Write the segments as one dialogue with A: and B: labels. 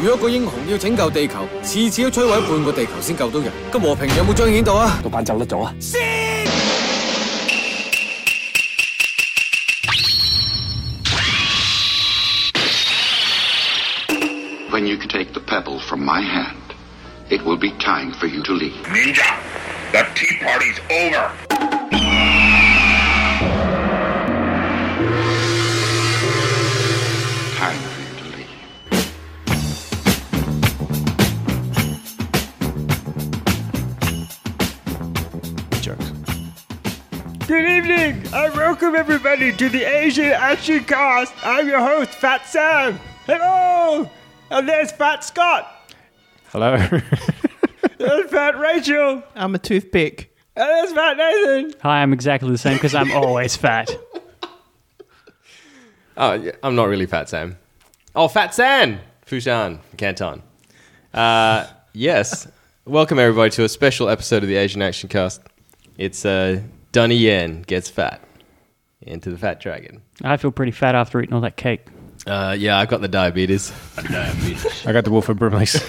A: 如果個英雄要拯救地球，次次都摧毀半個地球先救到人，咁和平有冇彰顯到啊？
B: 個班走得早啊！
C: When you take the pebble from my hand, it will be time for you to leave.
D: Ninja, the Tea Party's over.
C: Time for you to leave.
E: Good evening and welcome everybody to the Asian Action Cast. I'm your host, Fat Sam. Hello! And there's Fat Scott.
F: Hello.
E: There's Fat Rachel.
G: I'm a toothpick.
E: And there's Fat Nathan.
F: Hi, I'm exactly the same because I'm always fat.
H: Oh, yeah, I'm not really Fat Sam. Oh, Fat San! Fushan, Canton. Uh, yes. Welcome, everybody, to a special episode of the Asian Action Cast. It's uh, Donnie Yen gets fat into the fat dragon.
F: I feel pretty fat after eating all that cake.
H: Uh, yeah, I've got the diabetes. diabetes.
F: I got the Wolf of Brimley's.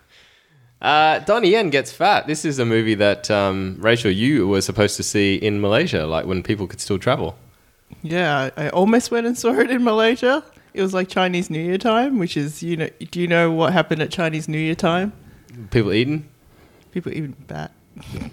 H: uh, Donnie Yen gets fat. This is a movie that, um, Rachel, you were supposed to see in Malaysia, like when people could still travel.
G: Yeah, I, I almost went and saw it in Malaysia. It was like Chinese New Year time, which is you know. Do you know what happened at Chinese New Year time?
H: People eating?
G: People even bat.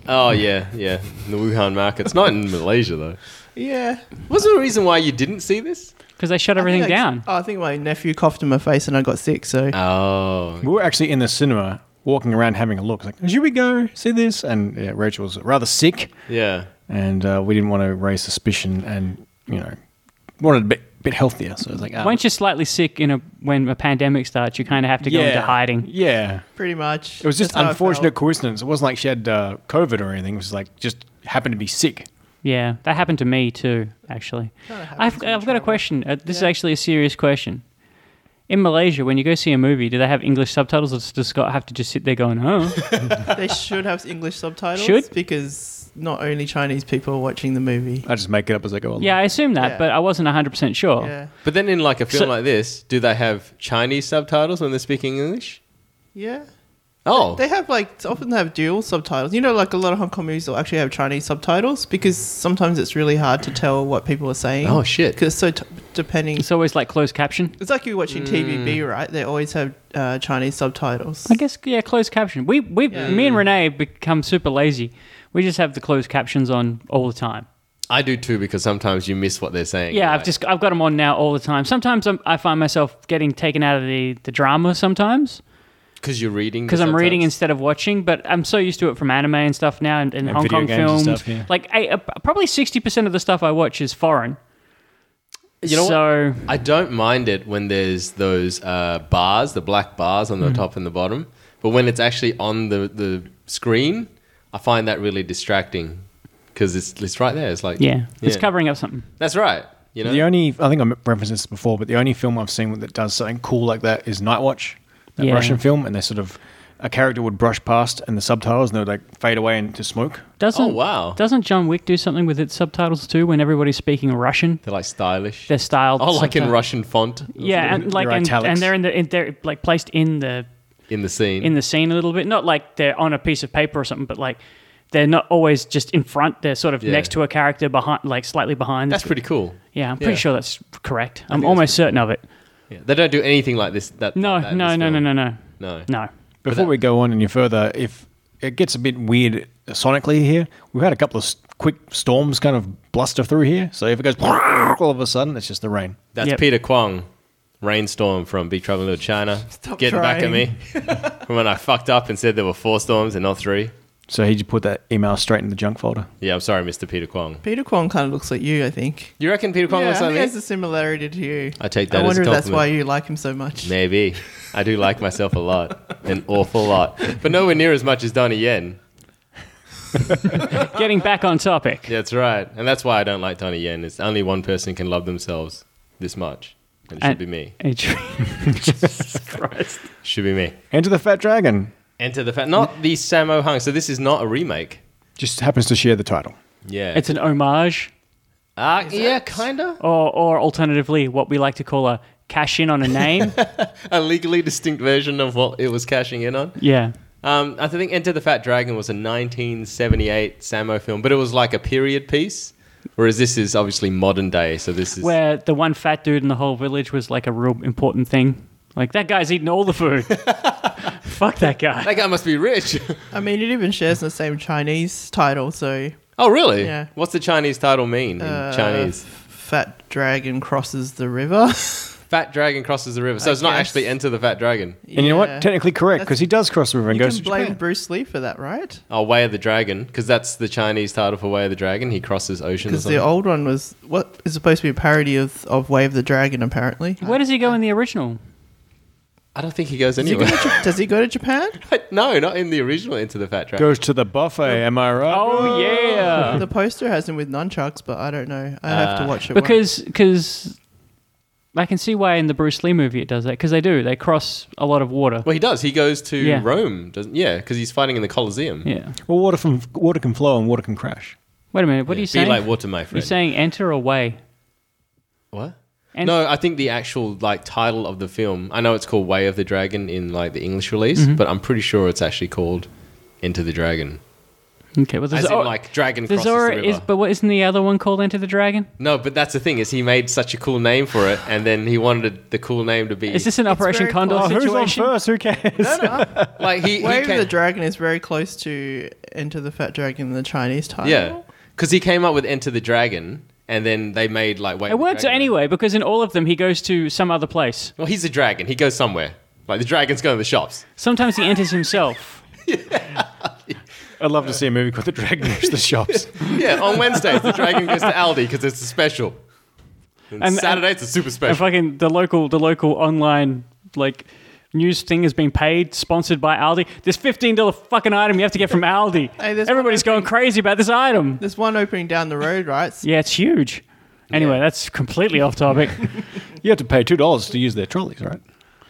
H: Oh, yeah, yeah. In the Wuhan markets. Not in Malaysia, though.
G: Yeah,
H: Was there a reason why you didn't see this?
F: Because they shut everything
G: I think I-
F: down. Uh.
G: Oh, I think my nephew coughed in my face and I got sick. So
H: Oh,
F: We were actually in the cinema, walking around having a look. Like, here we go, see this? And yeah, Rachel was rather sick,
H: yeah.
F: and uh, we didn't want to raise suspicion, and you know, wanted a bit, bit healthier. So I was like, ah,
I: Once you're slightly sick in a when a pandemic starts, you kind of have to go into hiding.
F: Yeah,
G: pretty much.
F: it was just
G: that's how I
F: unfortunate
G: felt.
F: coincidence. It wasn't like she had uh, COVID or anything. It was like just happened to be sick.
I: Yeah, that happened to me too, actually. I've, I've got a question. Uh, this is actually a serious question. In Malaysia, when you go see a movie, do they have English subtitles, or does Scott have to just sit there going, "Oh,
G: They should have English subtitles.
I: Should?
G: because not only Chinese people are watching the movie.
F: I just make it up as I go along.
I: yeah"? I assume that,
G: Yeah.
I: but I wasn't hundred percent
F: Oh.
I: sure.
G: Yeah,
H: But then in like a film
I: So-
H: like this, do they have Chinese subtitles when they're speaking English?
G: yeah.
H: Oh,
G: They have like often they have dual subtitles. You know, like a lot of Hong Kong movies will actually have Chinese subtitles because sometimes it's really hard to tell what people are saying.
H: Oh, shit.
G: Because so t- depending,
I: It's always like closed caption.
G: it's like you're watching
H: Mm.
G: TVB, right? They always have uh, Chinese subtitles.
I: I guess yeah, closed caption. We we me and Renee have become super lazy. We just have the closed captions on all the time.
H: I do too because sometimes you miss what they're saying.
I: Yeah, I've
H: right?
I: just I've got them on now all the time. Sometimes I'm, I find myself getting taken out of the, the drama sometimes
H: because you're reading. the
I: because I'm reading
H: subtitles?
I: instead of watching. But I'm so used to it from anime and stuff now, and, and,
F: And
I: Hong
F: video
I: Kong
F: games and
I: films.
F: stuff, yeah.
I: Like I, uh, probably sixty percent of the stuff I watch is foreign.
H: You know what?
I: so
H: I don't mind it when there's those uh, bars, the black bars on
I: Hmm.
H: the top and the bottom, but when it's actually on the the screen, I find that really distracting because it's it's right there. It's like
I: yeah, it's covering up something.
H: That's right. You know.
F: The only I think I referenced this before, but the only film I've seen that does something cool like that is Nightwatch, that
I: Yeah.
F: Russian film, and they sort of a character would brush past and the subtitles and they would like fade away into smoke.
I: Doesn't
H: wow.
I: Doesn't John Wick do something with its subtitles too? When everybody's speaking Russian,
H: they're like stylish.
I: they're styled.
H: oh, like in
I: subtitle-
H: Russian font.
I: Yeah, and like
F: They're
I: and,
F: italics.
I: and they're in the in, they're like placed in the
H: In the scene.
I: in the scene a little bit. Not like they're on a piece of paper or something, but like they're not always just in front. They're sort of
H: Yeah.
I: next to a character behind, like slightly behind.
H: That's pretty cool.
I: Yeah, I'm pretty
H: yeah.
I: sure that's correct. I'm almost certain of it.
H: Yeah, they don't do anything like this. That
I: No,
H: like that in
I: no,
H: this
I: no, no,
H: film.
I: no, no,
H: no,
I: no.
F: Before we go on any further, if it gets a bit weird sonically here, we've had a couple of s- quick storms kind of bluster through here. So if it goes all of a sudden, it's just the rain.
H: That's
I: Yep.
H: Peter Kwong, rainstorm from Big Trouble in Little China, getting back at me from when I fucked up and said there were four storms and not three.
F: So he just put that email straight in the junk folder.
H: Yeah, I'm sorry, Mr. Peter Kwong.
G: Peter Kwong kind of looks like you, I think.
H: You reckon Peter Kwong
G: yeah, I
H: looks
G: think
H: like
G: he has
H: me?
G: a similarity to you.
H: I take
G: I
H: that as
G: wonder
H: a
G: if that's
H: compliment.
G: why you like him so much.
H: Maybe I do like myself a lot, an awful lot, but nowhere near as much as Donnie Yen.
I: Getting back on topic.
H: That's right, and that's why I don't like Donnie Yen. It's only one person can love themselves this much, and it should
I: And-
H: be me.
I: Jesus Christ.
H: Should be me.
F: Enter the Fat Dragon
H: Enter the fact, not the Sammo Hung. So this is not a remake.
F: just happens to share the title.
H: Yeah,
I: It's an homage,
H: Ah, yeah, kinda.
I: or, or alternatively, what we like to call a cash in on a name.
H: A legally distinct version of what it was cashing in on.
I: yeah.
H: Um, I think Enter the Fat Dragon was a 1978 Samo film, but it was like a period piece. Whereas this is obviously modern day, so this is
I: Where the one fat dude in the whole village was like a real important thing. Like, that guy's eating all the food. Fuck that guy.
H: that guy must be rich.
G: I mean, it even shares the same Chinese title, so
H: oh, really?
G: Yeah.
H: What's the Chinese title mean in
G: uh,
H: Chinese?
G: Fat dragon crosses the river.
H: Fat Dragon crosses the river, so
G: I
H: it's not
G: guess.
H: actually Enter the Fat Dragon.
F: And you know
G: Yeah.
F: what? Technically correct because he does cross the river and
G: you
F: goes
G: can
F: to
G: blame
F: Japan.
G: Bruce Lee for that, right?
H: Oh, Way of the Dragon, because that's the Chinese title for Way of the Dragon. He crosses oceans. or
G: Because the
H: something.
G: old one was what is supposed to be a parody of of Wave the Dragon, apparently.
I: Where does he go in the original?
H: I don't think he goes
G: Does he, go
H: anywhere.
G: to, Ja- does he go to Japan?
H: no, not in the original Into the Fat Dragon.
F: Goes to the buffet. Am I right?
I: Oh,
H: Uh.
I: yeah.
G: The poster has him with nunchucks, but I don't know. I have to watch it once.
I: because because I can see why in the Bruce Lee movie it does that because they do they cross a lot of water.
H: Well, he does. He goes to
I: Yeah.
H: Rome, doesn't? Yeah, because he's fighting in the Colosseum.
I: Yeah.
F: Well, water from water can flow and water can crash.
I: Wait a minute. What are
H: Yeah,
I: you
H: be
I: saying?
H: like water, my
I: You're
H: friend.
I: saying enter away.
H: What?
I: And-
H: no, I think the actual like title of the film. I know it's called Way of the Dragon in like the English release,
I: Mm-hmm.
H: but I'm pretty sure it's actually called Into the Dragon.
I: Okay. Well, there's
H: As in,
I: al-
H: like Dragon
I: there's
H: crosses the
I: already
H: river.
I: is, but what isn't the other one called Enter the Dragon?
H: no, but that's the thing is he made such a cool name for it, and then he wanted the cool name to be
I: Is this an Operation
G: very
I: Condor
G: close.
I: situation?
F: Oh, first? Who cares?
H: like he, he
G: Wave
H: came-
G: the Dragon is very close to Enter the Fat Dragon in the Chinese title.
H: yeah, because he came up with Enter the Dragon, and then they made like Way.
I: It
H: of the
I: works
H: Dragon.
I: anyway because in all of them he goes to some other place.
H: Well, he's a dragon. He goes somewhere. Like the dragon's going to the shops.
I: Sometimes he enters himself.
F: I'd love to see a movie called The Dragon Goes to the Shops.
H: Yeah, on Wednesdays the dragon goes to Aldi because it's a special. And,
I: And-
H: Saturday it's a super
I: and
H: special.
I: fucking the local the local online like news thing has been paid sponsored by Aldi. This fifteen dollar fucking item you have to get from Aldi.
G: Hey, there's
I: Everybody's
G: one
I: going crazy about this item.
G: There's one opening down the road, right?
I: Yeah, it's huge. Anyway, that's completely off topic.
F: You have to pay two dollars to use their trolleys, right?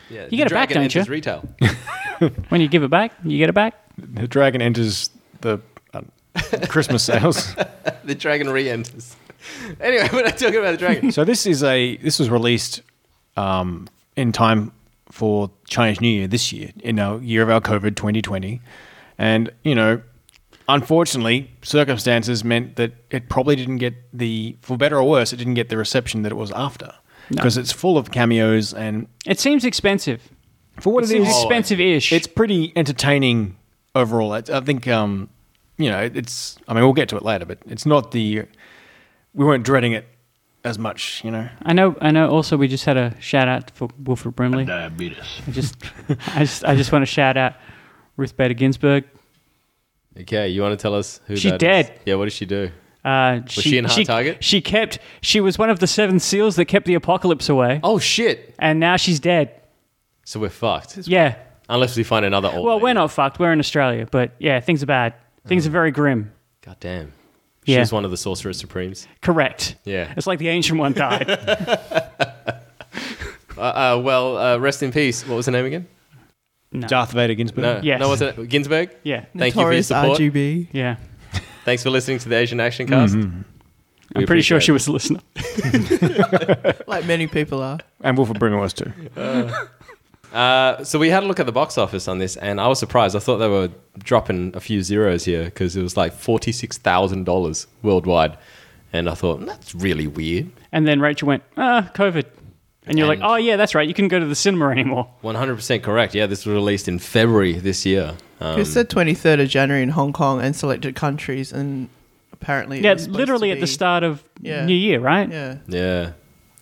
H: Yeah,
I: You get it back, don't
H: enters
I: you?
H: Retail.
I: when you give it back, you get it back.
F: The dragon enters the uh, Christmas sales.
H: The dragon re-enters. Anyway, we're not talking about the dragon.
F: so this is a this was released um, in time for Chinese New Year this year, in our year of our COVID 2020, and you know, unfortunately, circumstances meant that it probably didn't get the for better or worse, it didn't get the reception that it was after because it's full of cameos and
I: It seems expensive.
F: for what
I: It
F: it
I: seems
F: is,
I: expensive-ish.
F: Oh, It's pretty entertaining overall. It's, I think, um, you know, it's. I mean, we'll get to it later, but it's not the. We weren't dreading it as much, you know.
I: I know. I know. Also, we just had a shout out for Wilfred Brimley. Diabetes. I just, I just, I just want to shout out Ruth Bader Ginsburg.
H: Okay, you want to tell us who
I: She's
H: that is?
I: dead.
H: Yeah, what does she do?
I: Uh,
H: Was she in Hard Target?
I: She kept. She was one of the seven seals that kept the apocalypse away,
H: Oh shit!
I: and now she's dead.
H: So we're fucked.
I: Yeah.
H: Unless we find another old.
I: Well,
H: lady.
I: we're not fucked. We're in Australia, but yeah, things are bad. Things are
G: Mm.
I: very grim.
H: God damn. She
I: Yeah.
H: was one of the Sorcerer Supremes.
I: Correct.
H: Yeah.
I: It's like the ancient one died.
H: Uh, well, uh, rest in peace. What was her name again?
F: Darth Vader Ginsburg.
H: No,
I: Yes.
H: no, was it Ginsberg?
I: yeah.
H: Thank you for your
G: Notorious
H: support.
G: RGB.
I: Yeah.
H: Thanks for listening to the Asian Action Cast.
I: Mm-hmm. I'm pretty sure she was a listener.
G: Like many people are.
F: And Wolf of Brimmer was too.
H: So we had a look at the box office on this, and I was surprised. I thought they were dropping a few zeros here because it was like forty-six thousand dollars worldwide, and I thought that's really weird.
I: And then Rachel went, ah, COVID. And you're
H: And-
I: like, oh, yeah, that's right. You couldn't go to the cinema anymore.
H: One hundred percent correct. Yeah, this was released in February this year. Um,
G: it said 23rd of January in Hong Kong and selected countries, and apparently. it
I: Yeah,
G: was supposed
I: literally
G: to
I: at the
G: be-
I: start of
G: Yeah.
I: New Year, right?
G: Yeah.
H: yeah,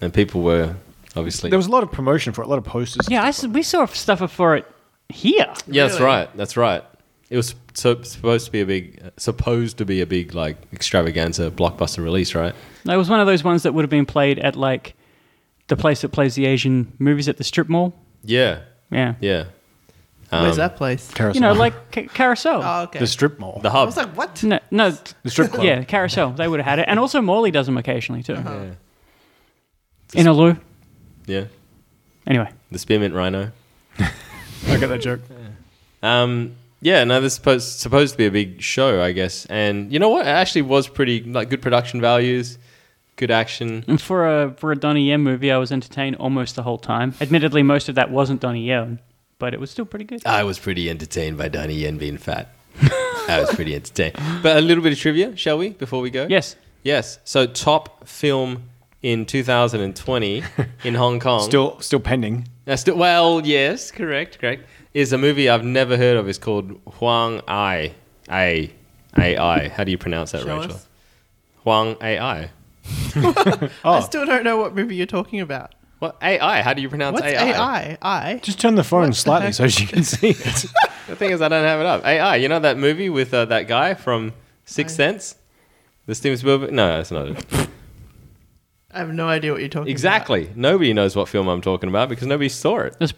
H: and people were obviously.
F: There was a lot of promotion for it, a lot of posters.
I: Yeah, I s we saw stuff for it here.
H: yeah, that's
G: really?
H: right. That's right. It was so, supposed to be a big, supposed to be a big like extravaganza blockbuster release, right?
I: It was one of those ones that would have been played at like the place that plays the Asian movies at the strip mall.
H: Yeah,
I: Yeah.
H: yeah. Um,
G: Where's that place?
F: Carousel.
I: You know, like ca- Carousel.
G: Oh, okay.
F: the strip mall.
H: The
G: I
H: hub.
G: was like, what?
I: no, no,
F: The strip club. Uh-huh.
I: yeah, Carousel. They would have had it. And also Morley does them occasionally too. In a loo.
H: yeah,
I: Anyway.
H: the spearmint rhino.
F: I got that joke.
H: Um, yeah, no, this is supposed supposed to be a big show, I guess. And you know what? It actually was pretty like good production values, Good action.
G: Mm.
I: And for a for a Donnie Yen movie, I was entertained almost the whole time. Admittedly, most of that wasn't Donnie Yen, but it was still pretty good.
H: I was pretty entertained by Donnie Yen being fat. I was pretty entertained. But a little bit of trivia, shall we, before we go?
I: Yes.
H: Yes. So, top film in 2020 in Hong Kong.
F: Still, still pending.
H: Uh, still well, yes, correct, correct. Is a movie I've never heard of. It's called Huang Ai. Ai. Ai. How do you pronounce that,
G: Show
H: Rachel?
G: us.
H: Huang Ai.
F: Oh,
G: I still don't know what movie you're talking about.
H: What? Ai. How do you pronounce
G: What's AI? I.
F: Just turn the phone
G: the
F: slightly
G: heck?
F: so she can see it.
H: The thing is, I don't have it up. AI. You know that movie with uh, that guy from Sixth Sense? The Steven Spielberg? No, that's not it.
G: I have no idea what you're talking
H: Exactly. Nobody knows what film I'm talking about because nobody saw it.
I: Let's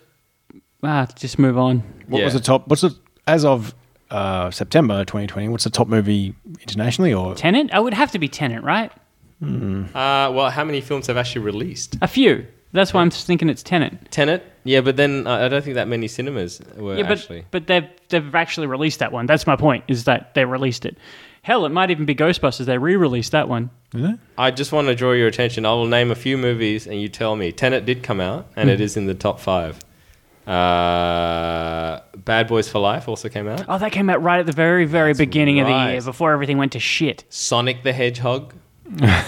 I: ah, just move on.
F: What was
H: Yeah.
F: the top? What's the as of uh, September 2020? What's the top movie internationally? Or
I: Tenant? I Oh, would have to be Tenant, right?
H: Uh, well, how many films have actually released?
I: A few. That's why I'm just thinking it's Tenant.
H: Tenet? Yeah, but then uh, I don't think that many cinemas were
I: Yeah, but
H: actually.
I: but they've they've actually released that one. That's my point. Is that they released it? Hell, it might even be Ghostbusters. They re-released that one.
H: I just want to draw your attention. I will name a few movies, and you tell me. Tenet did come out, and it is in the top five. Uh, Bad Boys for Life also came out.
I: Oh, that came out right at the very very beginning of the
H: right.
I: year before everything went to shit.
H: Sonic the Hedgehog,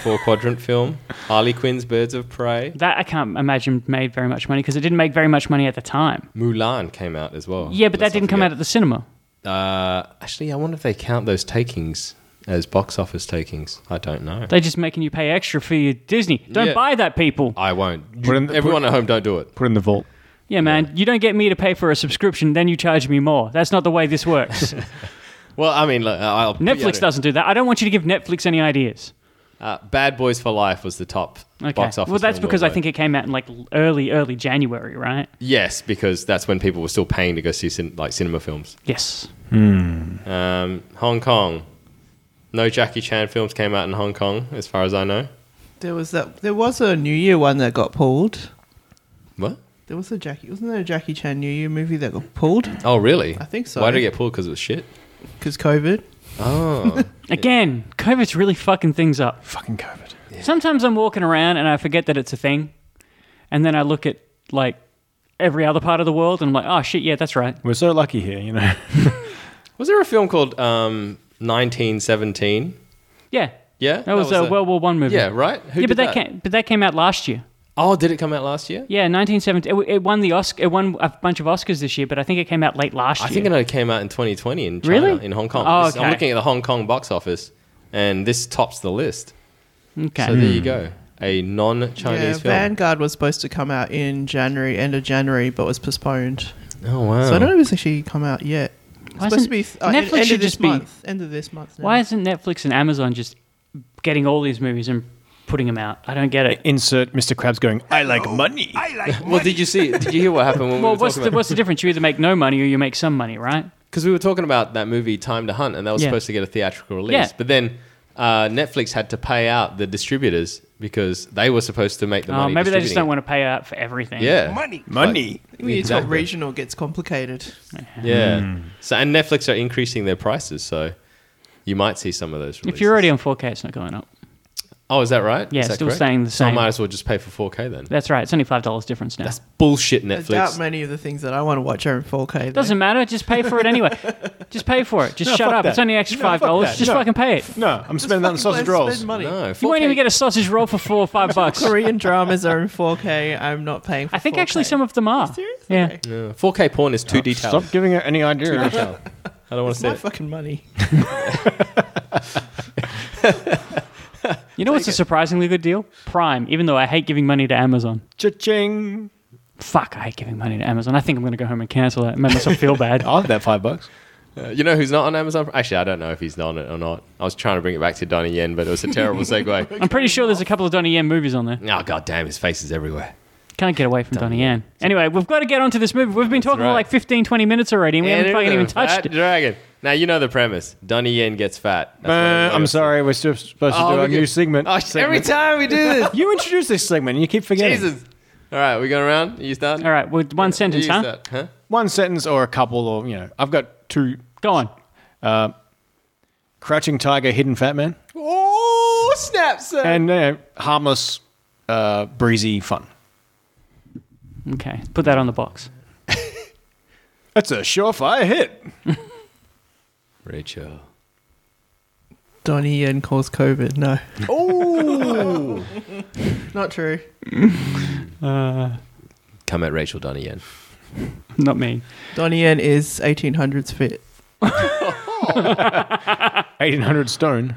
H: four quadrant film. Harley Quinn's Birds of Prey.
I: That I can't imagine made very much money because it didn't make very much money at the time.
H: Mulan came out as well.
I: Yeah, but that didn't come out at the cinema.
H: the. Uh, actually, I wonder if they count those takings as box office takings. I don't know.
I: They're just making you pay extra for your Disney. Don't
H: Yeah.
I: buy that, people.
H: I won't.
F: Put in the-
H: Everyone at home, don't do it.
F: put in the vault.
I: Yeah, man. You don't get me to pay for a subscription, then you charge me more. That's not the way this works.
H: Well, I mean, look, I'll
I: Netflix doesn't do that. I don't want you to give Netflix any ideas.
H: Uh, Bad Boys for Life was the top
I: Okay.
H: box office.
I: well, that's
H: film
I: because I
H: worldwide.
I: think it came out in like l- early, early January, right?
H: Yes, because that's when people were still paying to go see cin- like cinema films.
I: Yes.
H: Um, Hong Kong, no Jackie Chan films came out in Hong Kong, as far as I know.
G: about. There was that. There was a New Year one that got pulled.
H: What?
G: There was a Jackie. Wasn't there a Jackie Chan New Year movie that got pulled
H: Oh, really?
G: I think so.
H: Why did it get pulled? Because it was shit.
G: because COVID?
H: Oh,
I: Again, COVID's really fucking things up.
F: Fucking COVID.
I: Sometimes I'm walking around and I forget that it's a thing, and then I look at like every other part of the world and I'm like, oh shit, yeah, that's right.
F: We're so lucky here, you know.
H: was there a film called um, 1917?
I: Yeah,
H: Yeah,
I: that, was, a World War One movie.
H: Yeah, right. Who
I: yeah,
H: did
I: but
H: that?
I: that, came, but that came out last year.
H: Oh, did it come out last year?
I: Yeah, 1970. It, w- it won the Oscar. It won a bunch of Oscars this year, but I think it came out late last
H: I
I: year.
H: think it only came out in 2020 in China,
I: Really?
H: in Hong Kong.
I: Oh,
H: This- I'm
I: okay.
H: looking at the Hong Kong box office, and this tops the list.
I: okay.
H: So there you go, a
G: yeah,
H: non-Chinese film.
G: Vanguard was supposed to come out in January, end of January, but was postponed.
H: Oh wow!
G: So I don't know if it's actually come out yet. It's
I: Why
G: supposed to be
I: isn't-
G: th- uh, end,
I: Netflix
G: end of
I: should
G: this
I: just be-
G: month. End of this month. now.
I: Why isn't Netflix and Amazon just getting all these movies and putting them out? I don't get it.
F: Uh, Insert Mr. Krabs going. I like money.
H: Well, did you see? Did you hear what happened when
I: Well,
H: we were
I: what's
H: talking
I: the,
H: about?
I: what's the difference? You either make no money or you make some money, right?
H: Because we were talking about that movie Time to Hunt, and that was
I: Yeah.
H: supposed to get a theatrical release.
I: Yeah.
H: But then uh, Netflix had to pay out the distributors because they were supposed to make the
I: Oh,
H: money.
I: maybe they just don't
H: distributing
I: want to pay out for everything.
H: it. Yeah,
F: money.
G: I think when you talk
H: Exactly.
G: regional it gets complicated.
H: yeah.
I: Hmm.
H: So and Netflix are increasing their prices, so you might see some of those. Releases.
I: If you're already on 4K, it's not going up.
H: oh, is that right?
I: Yeah,
H: Is that
I: still
H: correct?
I: staying the
H: So I
I: same.
H: might as well just pay for 4K then.
I: That's right. It's only five dollars difference now.
H: That's bullshit,
G: I doubt
H: Netflix.
G: many of the things that I want to watch are in 4K. though.
I: Doesn't matter. Just pay for it anyway. just pay for it. Just shut
F: fuck
I: up.
F: that.
I: It's only extra
F: No,
I: five
F: fuck
I: dollars.
F: that.
I: Just
F: No.
I: fucking pay it.
F: No, I'm spending that on
G: Fucking
F: sausage
G: blow-
F: rolls.
G: Spend money.
H: No, 4K.
I: You won't even get a sausage roll for four or five bucks.
G: Korean dramas are in 4K. I'm not paying for
I: I think
G: 4K.
I: actually some of them are.
G: Serious?
I: Yeah.
G: Okay.
H: Yeah, 4K porn is
I: Oh,
H: too detailed.
F: Stop giving her any idea.
H: I don't want to
G: It's
H: see
G: my
H: it.
G: fucking money.
I: You know what's a surprisingly good deal? Prime. Even though I hate giving money to Amazon.
F: Cha-ching.
I: Fuck, I hate giving money to Amazon. I think I'm going to go home and cancel that and make myself feel bad.
F: I'll have that five bucks.
H: Uh, You know who's not on Amazon? Prime? Actually, I don't know if he's on it or not. I was trying to bring it back to Donnie Yen, but it was a terrible segue.
I: I'm pretty sure there's a couple of Donnie Yen movies on there.
H: oh god damn, his face is everywhere.
I: Can't get away from Donnie Yen. Anyway, we've got to get onto this movie. We've been talking
H: right.
I: for like 15, 20 minutes already and we haven't fucking even touched
H: Fat
I: it.
H: Dragon. Now you know the premise. Donnie Yen gets fat. That's what
F: Uh,
H: everyone
F: I'm
H: else-
F: sorry, we're still supposed to
H: Oh,
F: do
H: we
F: our new
H: get-
F: segment.
H: Oh, sh- every
F: Segment.
H: time we do this,
F: You introduce this segment and you keep forgetting.
H: Jesus. All right, we going around. You start.
I: All right, with one
H: you
I: sentence, huh?
H: start, huh?
F: One sentence or a couple, or, you know, I've got two.
I: Go on.
F: Crouching Tiger, Hidden Fat Man.
H: Oh snap! Napster.
F: and you know, harmless, uh, breezy fun.
I: Okay, put that on the box.
F: That's a surefire hit.
H: Rachel.
G: Donnie Yen caused COVID. No. Oh. Not true.
H: Come at Rachel Donnie
I: Not me.
G: Donnie Yen is 1800s fit.
F: 1800 stone.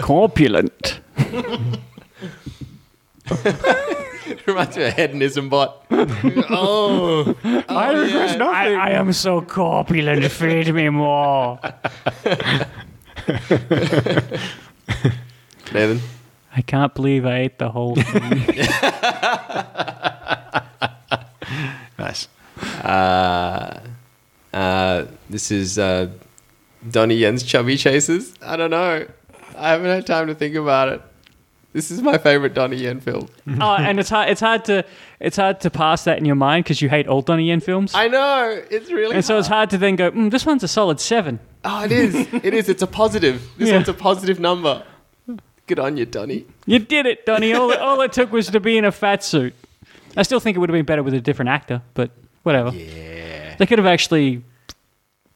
I: Corpulent.
H: Reminds me of a hedonism bot. oh.
F: I regret
I: I,
F: nothing.
I: I am so corpulent. Feed me more.
H: Nathan.
I: I can't believe I ate the whole thing.
F: nice.
H: Uh, this is uh, Donnie Yen's Chubby Chasers. I don't know. I haven't had time to think about it. This is my favorite Donnie Yen film.
I: oh, and it's hard. It's hard to. It's hard to pass that in your mind because you hate all Donnie Yen films.
H: I know. It's really.
I: and so it's hard to then go. Mm, this one's a solid seven.
H: Oh, it is. It is. It's a positive. This
I: Yeah.
H: one's a positive number. Good on you, Donnie.
I: You did it, Donnie. All, all it took was to be in a fat suit. I still think it would have been better with a different actor, but whatever. Yeah. They could have actually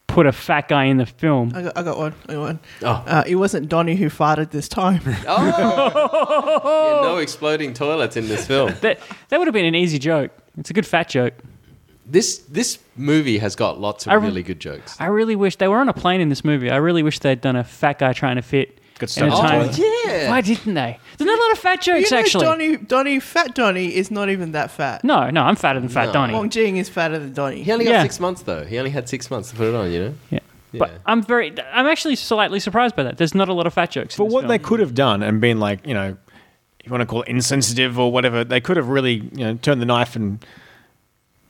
I: put a fat guy in the film.
G: I got, I got one. I got one.
H: Oh.
G: Uh, it wasn't Donnie who farted this time.
H: Yeah,
I: Oh.
H: no exploding toilets in this film.
I: That that would have been an easy joke. It's a good fat joke.
H: this this movie has got lots of
I: I rem-
H: really good jokes.
I: I really wish they were on a plane in this movie. I really wish they'd done a fat guy trying to fit.
F: Good
I: in a
F: stuff. Oh,
I: time.
H: yeah.
I: Why didn't they? There's not a lot of fat jokes
G: you know,
I: actually.
G: Donnie, Donnie, fat Donnie is not even that fat.
I: No, no, I'm fatter than fat Donnie.
G: Wong Jing is fatter than Donnie.
H: He only
I: Yeah.
H: got six months though. He only had six months to put it on. You know.
I: Yeah. But
H: Yeah.
I: I'm very, I'm actually slightly surprised by that. There's not a lot of fat jokes.
F: But
I: in this
F: what
I: film.
F: they could have done and been like, you know, if you want to call it insensitive or whatever, they could have really, you know, turned the knife and,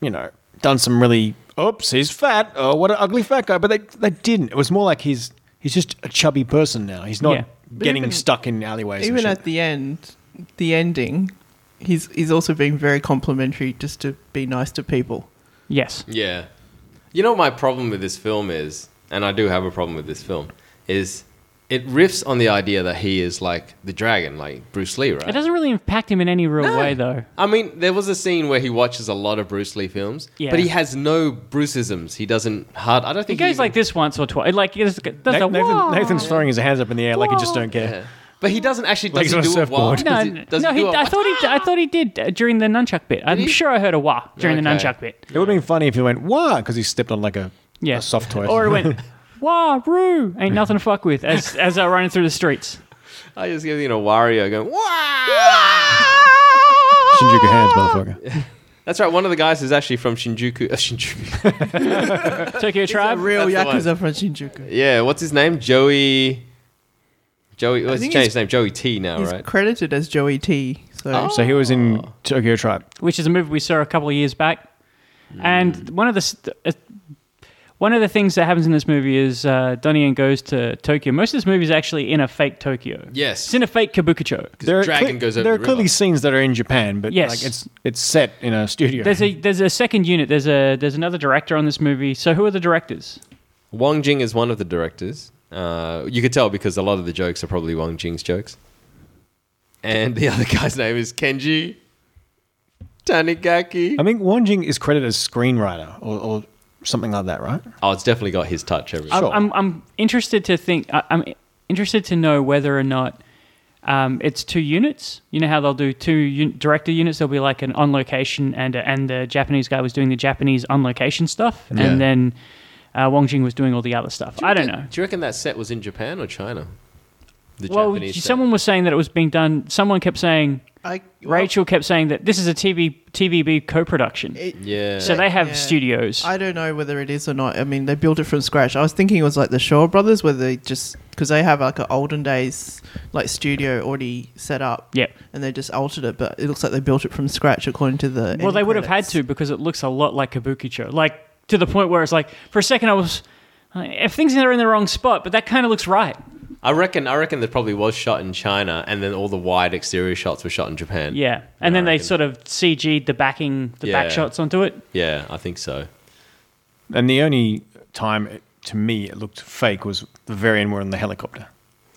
F: you know, done some really, oops, he's fat. Oh, what an ugly fat guy. But they, they didn't. It was more like he's he's just a chubby person now. He's not
I: Yeah.
G: But
F: getting
G: even-
F: stuck in alleyways.
G: Even
F: and shit.
G: at the end, the ending, he's he's also being very complimentary just to be nice to people.
I: Yes.
H: Yeah. You know what my problem with this film is, and I do have a problem with this film, is it riffs on the idea that he is like the dragon, like Bruce Lee, right?
I: It doesn't really impact him in any real way, though.
H: I mean, there was a scene where he watches a lot of Bruce Lee films,
I: Yeah.
H: but he has no Bruceisms. He doesn't hard. I don't
I: He
H: think
I: goes
H: even-
I: like this once or twice. Like, there's, there's
F: Na-
I: a
F: Nathan,
I: "Whoa."
F: Nathan's throwing his hands up in the air like he just
I: Whoa.
F: don't care.
H: But he doesn't actually
F: Like he's
H: doesn't
F: on a
H: do it while.
F: surfboard.
I: No,
H: does he- does
I: no.
H: he
I: He,
H: do it
I: I
H: while-
I: thought he, I thought he did uh, during the nunchuck bit. I'm
H: he?
I: sure I heard a wah during the
H: Okay.
I: nunchuck bit.
F: It would have been funny if he went, wah, because he stepped on like a,
I: Yeah.
F: a soft toy.
I: Or it went wah roo, ain't nothing to fuck with. As as I running through the streets.
H: I just give you a Wario going. Wow.
F: Shinjuku hands, motherfucker.
H: That's right. One of the guys is actually from Shinjuku. Uh, Shinjuku.
I: Tokyo tribe.
G: Real
H: That's the
G: yakuza from Shinjuku.
H: yeah. What's his name? Joey. Joey. What's he
G: think
H: changed
G: he's-
H: his name? Joey T. Now,
G: He's
H: right? Oh.
G: credited as Joey T. So
F: So he was in Tokyo Tribe.
I: which is a movie we saw a couple of years back. And one of the st- uh, one of the things that happens in this movie is uh, Donnie Yen goes to Tokyo. Most of this movie is actually in a fake Tokyo.
H: Yes.
I: it's in a fake Kabukicho.
F: There are
H: dragon
F: cle-
H: goes over
F: There
H: the
F: are clearly
H: river.
F: scenes that are in Japan, but
I: Yes.
F: like it's it's set in a studio.
I: There's a there's a second unit. There's a there's another director on this movie. So who are the directors?
H: Wong Jing is one of the directors. Uh, you could tell because a lot of the jokes are probably Wong Jing's jokes. And the other guy's name is Kenji Tanigaki.
F: I think Wong Jing is credited as screenwriter or, or something like that, right?
H: Oh, it's definitely got his touch over it.
F: Sure.
I: I'm I'm interested to think. I, I'm interested to know whether or not. Um, it's two units. You know how they'll do two un- director units. There'll be like an on location, and and the Japanese guy was doing the Japanese on location stuff,
H: Yeah.
I: and then uh, Wong Jing was doing all the other stuff. I don't know.
H: Do you reckon that set was in Japan or China? The
I: Well,
H: Japanese set.
I: someone was saying that it was being done. Someone kept saying
G: I,
I: Rachel kept saying that this is a TV TVB co-production,
G: It-
H: Yeah.
I: so they have
G: yeah.
I: studios.
G: I don't know whether it is or not. I mean, they built it from scratch. I was thinking it was like the Shaw Brothers, where they just because they have like an olden days like studio already set up.
I: Yep.
G: And they just altered it, but it looks like they built it from scratch according to the.
I: Well,
G: end
I: they would have had
G: credits.
I: to because it looks a lot like Kabukicho. Like to the point where it's like for a second I was like, if things are in the wrong spot, but that kind of looks right.
H: I reckon. I reckon that probably was shot in China, and then all the wide exterior shots were shot in Japan.
I: Yeah. And then
H: I
I: they
H: reckon-
I: sort of CG'd the backing the
H: Yeah.
I: back shots onto it.
H: Yeah, I think so.
F: And the only time it, to me it looked fake was the very end we're on the helicopter.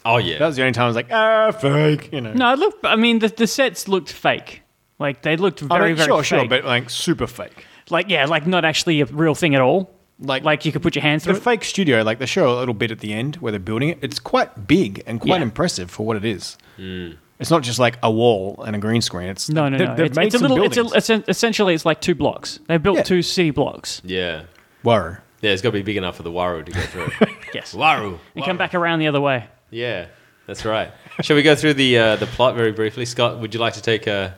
H: Oh
F: That
H: yeah,
F: was the only time I was like, ah, fake. You know,
I: No, it looked. I mean, the, the sets looked fake. Like they looked
F: I
I: very,
F: mean,
I: very
F: sure,
I: fake.
F: sure, but like super fake.
I: like yeah, like not actually a real thing at all.
F: Like-
I: like you could put your hand through.
F: The
I: It.
F: fake studio, like they show a little bit at the end where they're building it. It's quite big and quite
I: Yeah.
F: impressive for what it is.
H: Hmm.
F: It's not just like a wall and a green screen. It's
I: no, no,
F: they-
I: no.
F: they've
I: It's,
F: made
I: it's a
F: some
I: little. It's, a,
F: buildings.
I: it's an- essentially it's like two blocks. They built
F: Yeah.
I: two city blocks.
H: yeah,
F: Whoa.
H: yeah. It's got to be big enough for the waru to go through.
I: Yes,
H: waru,
I: and come back around the other way.
H: Yeah, that's right. Shall we go through the uh, the plot very briefly? Scott, would you like to take a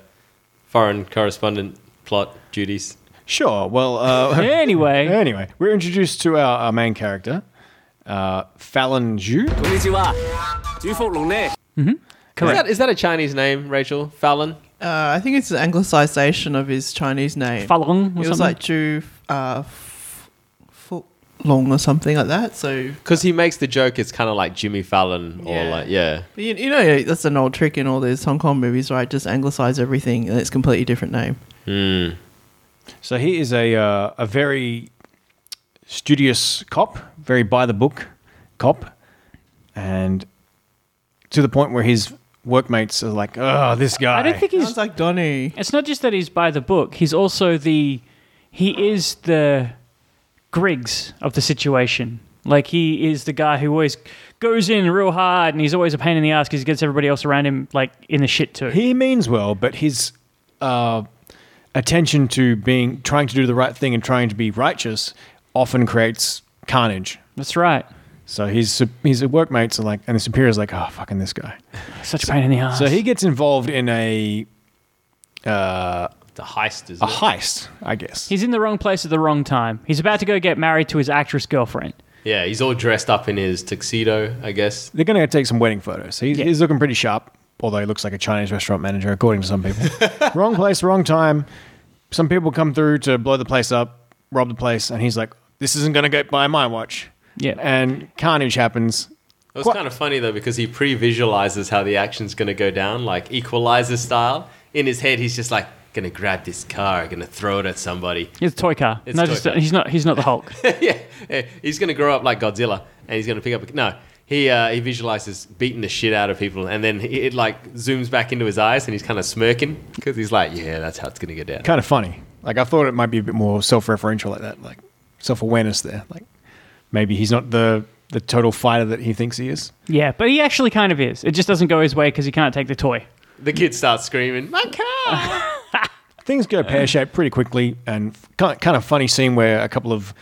H: foreign correspondent plot duties?
F: Sure. Well, uh,
I: Anyway,
F: anyway, we're introduced to our, our main character, uh, Fallon Zhu.
H: Is that is that a Chinese name, Rachel Fallon?
G: Uh, I think it's an anglicization of his Chinese name.
I: Falun
G: It
I: or
G: was
I: something.
G: like Zhu uh, F- Fu- Long or something like that. So
H: Because he makes the joke, it's kind of like Jimmy Fallon or
G: Yeah.
H: like yeah,
G: but you, you know that's an old trick in all these Hong Kong movies, right? Just anglicize everything, and it's a completely different name.
F: So he is a uh, a very studious cop, very by the book cop, and to the point where his workmates are like, "Oh, this guy."
I: I don't think he's
G: Sounds like Donny.
I: It's not just that he's by the book. He's also the he is the Griggs of the situation. Like he is the guy who always goes in real hard, and he's always a pain in the ass because he gets everybody else around him like in the shit too.
F: he means well, but his uh, attention to being trying to do the right thing and trying to be righteous often creates carnage.
I: That's right.
F: So his su- his workmates are like, and the superior's like, "Oh, fucking this guy."
I: Such a pain in the ass.
F: So he gets involved in a
H: the heist is
F: a heist, I guess.
I: he's in the wrong place at the wrong time. He's about to go get married to his actress girlfriend.
H: yeah. He's all dressed up in his tuxedo, I guess.
F: they're going to take some wedding photos. He's,
I: Yeah.
F: he's looking pretty sharp, although he looks like a Chinese restaurant manager, according to some people. wrong place, wrong time. Some people come through to blow the place up, rob the place, and he's like, "This isn't going to go by my watch."
I: Yeah.
F: and carnage happens.
H: It was
F: Quite-
H: kind of funny though because he pre-visualizes how the action's going to go down, like Equalizer style. In his head, he's just like, "Gonna grab this car, gonna throw it at somebody."
I: He's a toy car.
H: It's
I: no,
H: toy
I: just,
H: car.
I: he's not. He's not the Hulk.
H: yeah, eh, he's going to grow up like Godzilla, and he's going to pick up. A, no, he uh, he visualizes beating the shit out of people, and then he, it like zooms back into his eyes, and he's kind of smirking because he's like, "Yeah, that's how it's going to go down."
F: Kind of funny. Like I thought it might be a bit more self-referential like that, like self-awareness there. Like maybe he's not the the total fighter that he thinks he is.
I: yeah, but he actually kind of is. It just doesn't go his way because he can't take the toy.
H: The kid starts screaming, "My car!"
F: things go pear shaped pretty quickly, and kind kind of funny scene where a couple of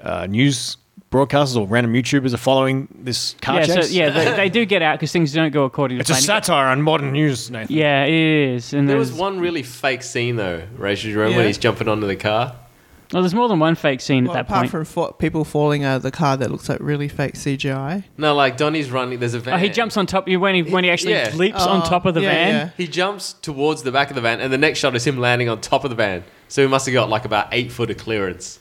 F: uh, news broadcasters or random YouTubers are following this car
I: yeah,
F: chase.
I: so yeah, they, they do get out because things don't go according
F: it's
I: to
F: a
I: plan. You get-
F: satire on modern news, Nathan.
I: Yeah, it is. And
H: There
I: there's,
H: was one really fake scene though, Rachel. Do you remember when
G: Yeah.
H: he's jumping onto the car?
I: Well, there's more than one fake scene
G: Well,
I: at that
G: apart
I: point.
G: from fa- people falling out of the car that looks like really fake CGI.
H: No, like Donnie's running. There's a van.
I: oh, he jumps on top. When he when he actually
H: yeah.
I: leaps on top of the
G: Oh, yeah,
I: van.
G: yeah.
H: He jumps towards the back of the van, and the next shot is him landing on top of the van. So he must have got like about eight foot of clearance.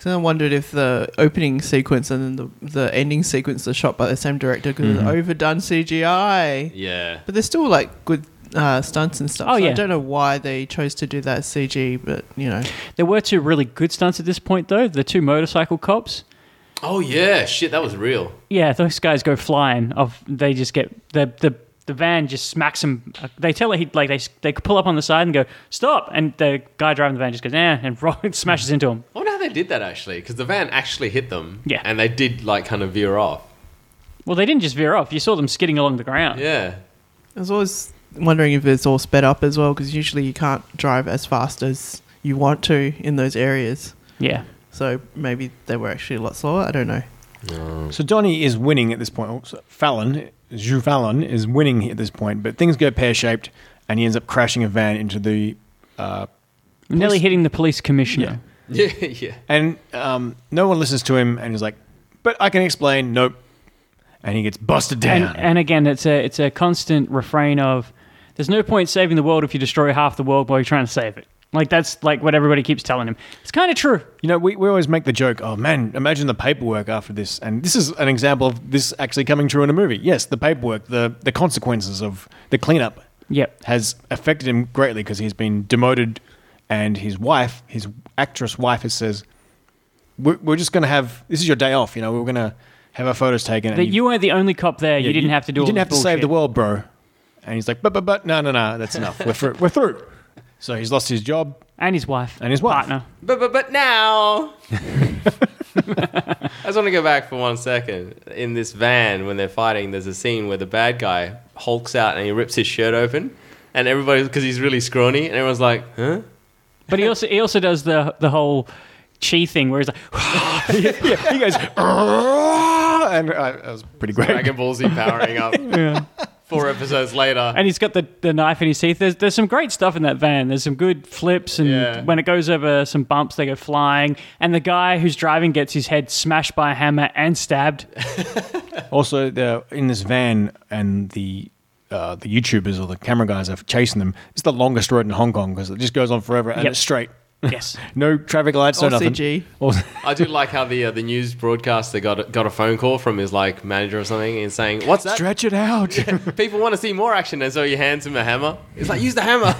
G: So I wondered if the opening sequence and then the, the ending sequence are shot by the same director because
I: Mm-hmm.
G: it's overdone CGI.
H: Yeah.
G: But there's still like good uh, stunts and stuff.
I: Oh,
G: so
I: yeah.
G: I don't know why they chose to do that CG, but you know.
I: There were two really good stunts at this point, though. The two motorcycle cops.
H: Oh yeah, shit, that was real.
I: Yeah, those guys go flying. Off, they just get the the. The van just smacks him. They tell it he like they they pull up on the side and go stop, and the guy driving the van just goes eh, and rock, smashes into him.
H: I wonder how they did that actually, because the van actually hit them.
I: Yeah.
H: And they did like kind of veer off.
I: Well, they didn't just veer off. You saw them skidding along the ground.
H: Yeah.
G: I was always wondering if it's all sped up as well because usually you can't drive as fast as you want to in those areas.
I: yeah.
G: So maybe they were actually a lot slower. I don't know.
F: So Donnie is winning at this point. Oh, so Fallon, Zhu Fallon, is winning at this point, but things go pear shaped, and he ends up crashing a van into the. uh,
I: nearly hitting the police commissioner.
H: Yeah, yeah.
F: And um, no one listens to him, and he's like, "But I can explain." Nope. And he gets busted down.
I: and, and again, it's a it's a constant refrain of there's no point saving the world if you destroy half the world while you're trying to save it. Like that's like what everybody keeps telling him. It's kind of true.
F: You know, we, we always make the joke, oh man, imagine the paperwork after this. And this is an example of this actually coming true in a movie. Yes, the paperwork, the, the consequences of the cleanup
I: Yep.
F: has affected him greatly because he's been demoted. And his wife, his actress wife, has says, we're, we're just going to have, this is your day off. You know, we're going to have our photos taken. and
I: That you were the only cop there.
F: yeah,
I: you didn't have to do.
F: You
I: all
F: didn't
I: this
F: have to save the
I: bullshit.
F: world, bro. And he's like, but but but no no no, that's enough. We're through. We're through. So he's lost his job.
I: and his wife
F: And his wife.
I: partner.
H: But but but now. I just want to go back for one second. In this van, when they're fighting, there's a scene where the bad guy hulks out and he rips his shirt open, and everybody because he's really scrawny, and everyone's like, "Huh?"
I: But he also he also does the the whole chi thing where he's like,
F: yeah, he goes, "Arrgh," and uh, that was pretty great.
H: Dragon Ball Z powering up. Four episodes later,
I: and he's got the, the knife in his teeth. There's there's some great stuff in that van. There's some good flips, and
H: Yeah.
I: when it goes over some bumps, they go flying. And the guy who's driving gets his head smashed by a hammer and stabbed.
F: Also, the, in this van, and the uh, the YouTubers or the camera guys are chasing them. It's the longest road in Hong Kong because it just goes on forever and
I: Yep.
F: it's straight.
I: Yes.
F: No traffic lights, no
G: Or
F: nothing.
G: CG.
F: Or-
H: I do like how the uh, the news broadcaster got a, got a phone call from his like manager or something and saying, "What's that?
F: Stretch it out.
H: People want to see more action." And so he hands him a hammer. He's like, "Use the hammer."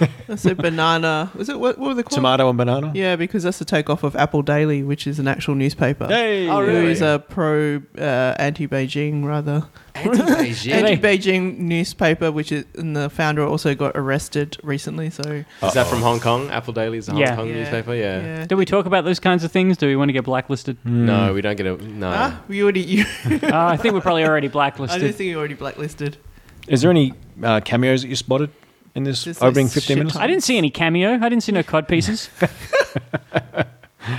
G: That's a banana. Was it what, what were they called?
F: Tomato and banana.
G: Yeah, because that's the takeoff of Apple Daily, which is an actual newspaper.
F: Hey. Oh,
G: Who
H: really?
G: is a pro uh, anti Beijing rather
H: Anti-Beijing.
G: anti Beijing newspaper, which is and the founder also got arrested recently. So
H: Is that from Hong Kong? Apple Daily is a Hong
I: Yeah.
H: Kong
G: Yeah.
H: newspaper. Yeah.
G: yeah.
I: Do we talk about those kinds of things? Do we want to get blacklisted?
F: Mm.
H: No, we don't get it. No.
G: Ah, you already. You,
I: Uh, I think we're probably already
G: I
I: blacklisted.
G: just think you already blacklisted.
F: Is there any uh, cameos that you spotted in this
G: Just like
F: opening 15
G: shit
F: minutes?
G: ton.
I: I didn't see any cameo. I didn't see no cod pieces.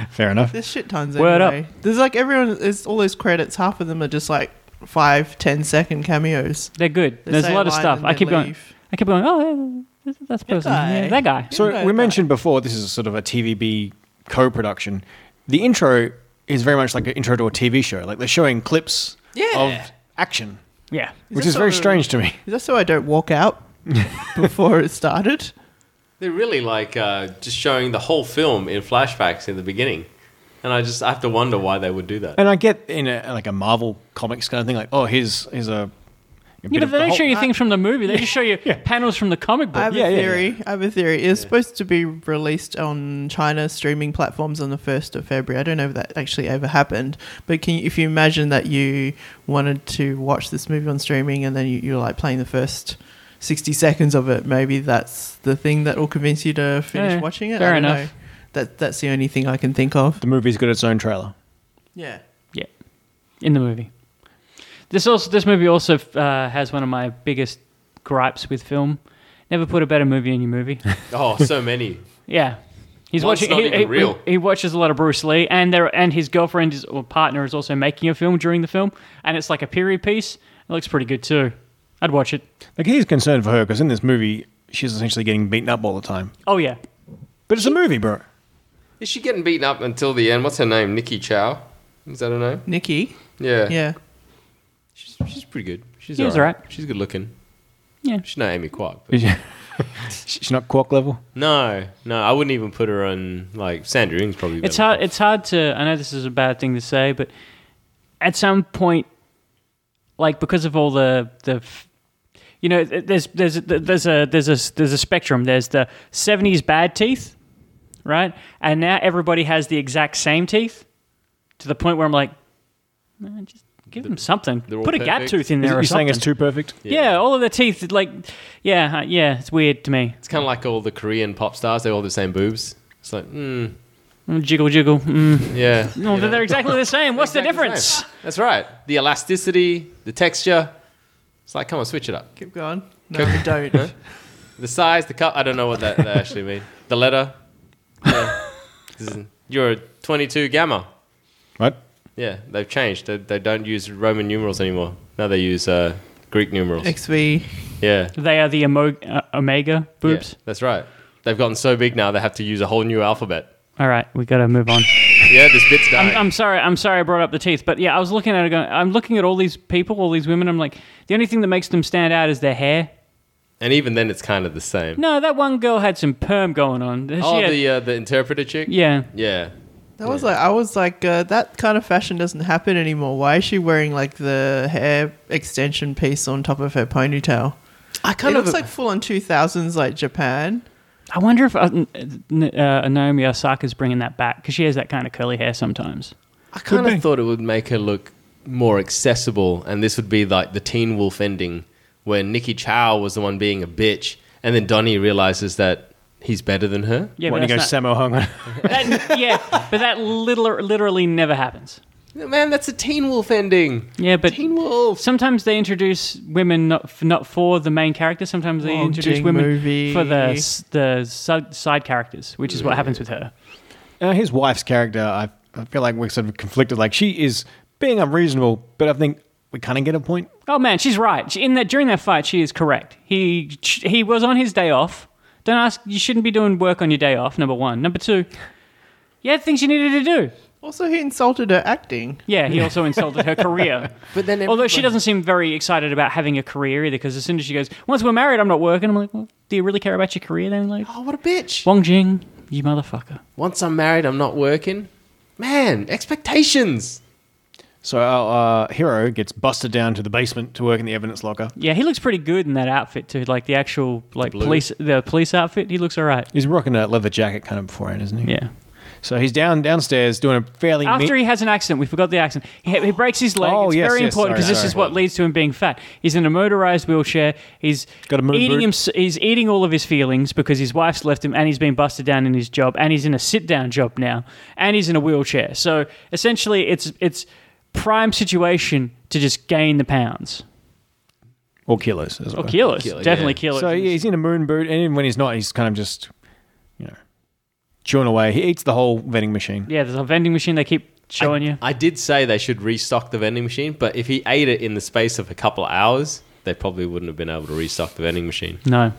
F: Fair enough.
G: There's shit tons
I: Word
G: anyway. There's like everyone. There's all those credits. Half of them are just like five, ten second cameos.
I: They're good.
G: They
I: There's a
G: say
I: lot of
G: line
I: stuff.
G: and
I: I
G: they
I: keep going.
G: leave.
I: I keep going. Oh, yeah, that's the person.
G: guy.
I: Yeah, that guy.
F: So
G: Yeah,
F: we
G: but-
F: mentioned before this is sort of a TVB co-production. The intro is very much like an intro to a TV show. Like they're showing clips of action,
I: Yeah.
F: which
G: that
F: is very
G: sort of-
F: strange to me.
G: Is that so I don't walk out before it started?
H: They're really like uh, just showing the whole film in flashbacks in the beginning, and I just I have to wonder why they would do that.
F: And I get in a, like a Marvel comics kind of thing, like oh here's here's a, a
I: Yeah,
F: bit
I: but
F: of
I: they
F: the
I: don't show
F: Hulk.
I: you things from the movie. They just show you
F: Yeah.
I: panels from the comic
G: I
I: book.
G: have
F: Yeah,
G: a
F: yeah, yeah.
G: theory. I have a theory. It was supposed to be released on China streaming platforms on the first of February. I don't know if that actually ever happened, but can you, if you imagine that you wanted to watch this movie on streaming and then you, you're like playing the first sixty seconds of it, maybe that's the thing that will convince you to finish
I: Yeah,
G: watching it.
I: fair
G: I don't
I: enough.
G: Know. That that's the only thing I can think of.
F: The movie's got its own trailer.
G: Yeah.
I: Yeah, in the movie. This also this movie also uh, has one of my biggest gripes with film. Never put a better movie in your movie.
H: Oh, so many.
I: yeah, he's
H: One's
I: watching.
H: not
I: he,
H: even
I: he-
H: real.
I: he watches a lot of Bruce Lee, and there and his girlfriend is, or partner is also making a film during the film, and it's like a period piece. It looks pretty good too. I'd watch it.
F: Like he's concerned for her because in this movie she's essentially getting beaten up all the time.
I: Oh yeah,
F: But it's a movie, bro.
H: Is she getting beaten up until the end? What's her name? Nikki Chow. Is that her name?
G: Nikki.
H: Yeah.
G: Yeah.
H: She's, she's pretty good. She's
I: She was
H: alright.
I: alright.
H: She's good looking.
I: yeah.
H: She's not Amy Kwok. But
F: she's not quark level.
H: no, no, I wouldn't even put her on like Sandra Ing's probably.
I: It's
H: better.
I: hard. It's hard to. I know this is a bad thing to say, but at some point, like because of all the the, f- you know, th- there's there's there's a there's a there's a spectrum. There's the '70s bad teeth, right? And now everybody has the exact same teeth, to the point where I'm like, "Man, just give them something.
H: they're all
I: Put a gap
H: perfect.
I: tooth in
F: Is
I: there.
F: it-
I: or
F: you're saying it's
I: something.
F: too perfect?
I: yeah. all of their teeth, like, yeah, uh, yeah, it's weird to me.
H: It's kind of like all the Korean pop stars. They all have the same boobs. It's like, mm,
I: Mm, Jiggle, jiggle. Mm.
H: yeah.
I: No,
H: you know?
I: they're exactly the same. What's the
H: Exactly
I: difference?
H: same. That's right. The elasticity, the texture. It's like, come on, switch it up.
G: Keep going. No, we don't.
H: The size, the cut. I don't know what that, that actually means. The letter. Yeah. This is- You're a 22 gamma.
F: What?
H: Yeah, they've changed. They, they don't use Roman numerals anymore. Now they use uh, Greek numerals.
G: XV.
H: Yeah.
I: They are the emo- uh, omega boobs.
H: Yeah, that's right. They've gotten so big now they have to use a whole new alphabet.
I: All right, we gotta move on.
H: Yeah, this bit's dying.
I: I'm, I'm sorry. I'm sorry. I brought up the teeth, but yeah, I was looking at it. Going, I'm looking at all these people, all these women. I'm like, the only thing that makes them stand out is their hair.
H: and even then, it's kind of the same.
I: No, that one girl had some perm going on. She
H: oh,
I: had-
H: the uh, the interpreter chick.
I: yeah.
H: Yeah.
G: That was like I was like uh, that kind of fashion doesn't happen anymore. Why is she wearing like the hair extension piece on top of her ponytail?
H: I
G: It
H: kind
G: looks like full on two thousands like Japan.
I: I wonder if uh, N- uh, Naomi Osaka's bringing that back because she has that kind of curly hair sometimes.
H: I kind of thought it would make her look more accessible, and this would be like the Teen Wolf ending, where Nikki Chow was the one being a bitch, and then Donnie realizes that he's better than her.
I: Yeah,
F: when he
I: but
F: goes
I: that's
F: Sammo Hung.
I: not- that- yeah, but that liter- literally never happens.
H: Man, that's a Teen Wolf ending.
I: Yeah, but
H: Teen Wolf.
I: sometimes they introduce women not f- not for the main character. Sometimes they
H: Oh,
G: Long
I: introduce
G: Jing
I: women
G: movie.
I: for the s- the side, side characters, which is what happens with her.
F: Uh, his wife's character, I, I feel like we're sort of conflicted. Like she is being unreasonable, but I think we kind of get a point.
I: Oh man, she's right. She- In that during that fight, she is correct. He sh- he was on his day off. Don't ask. You shouldn't be doing work on your day off. Number one. Number two. Yeah, things you needed to do.
G: Also, he insulted her acting.
I: Yeah, he also insulted her career.
H: But then,
I: Although she
H: everyone-
I: doesn't seem very excited about having a career either, because as soon as she goes, once we're married, I'm not working. I'm like, well, do you really care about your career then? Like,
H: Oh, what a bitch.
I: Wong Jing, you motherfucker.
H: Once I'm married, I'm not working. Man, expectations.
F: So our uh, hero gets busted down to the basement to work in the evidence locker.
I: Yeah, he looks pretty good in that outfit too. Like the actual like
H: blue.
I: police the police outfit, he looks all right.
F: He's rocking a leather jacket kind of beforehand, isn't he?
I: Yeah.
F: So he's down downstairs doing a fairly
I: After
F: me-
I: he has an accident, we forgot the accident. He, he breaks his leg.
F: Oh,
I: it's
F: yes,
I: very
F: yes,
I: important because
F: sorry,
I: this
F: sorry.
I: is what leads to him being fat. He's in a motorized wheelchair. He's
F: Got a moon
I: eating
F: boot.
I: him. He's eating all of his feelings because his wife's left him, and he's been busted down in his job, and he's in a sit down job now, and he's in a wheelchair. So essentially, it's it's prime situation to just gain the pounds
F: or kilos as well.
I: or kilos,
H: Kilo,
I: definitely
H: yeah.
I: kilos.
F: So yeah, he's in a moon boot, and even when he's not, he's kind of just you know chewing away. He eats the whole vending machine.
I: yeah, there's a vending machine they keep showing you.
H: I did say they should restock the vending machine, but if he ate it in the space of a couple of hours, they probably wouldn't have been able to restock the vending machine.
I: No.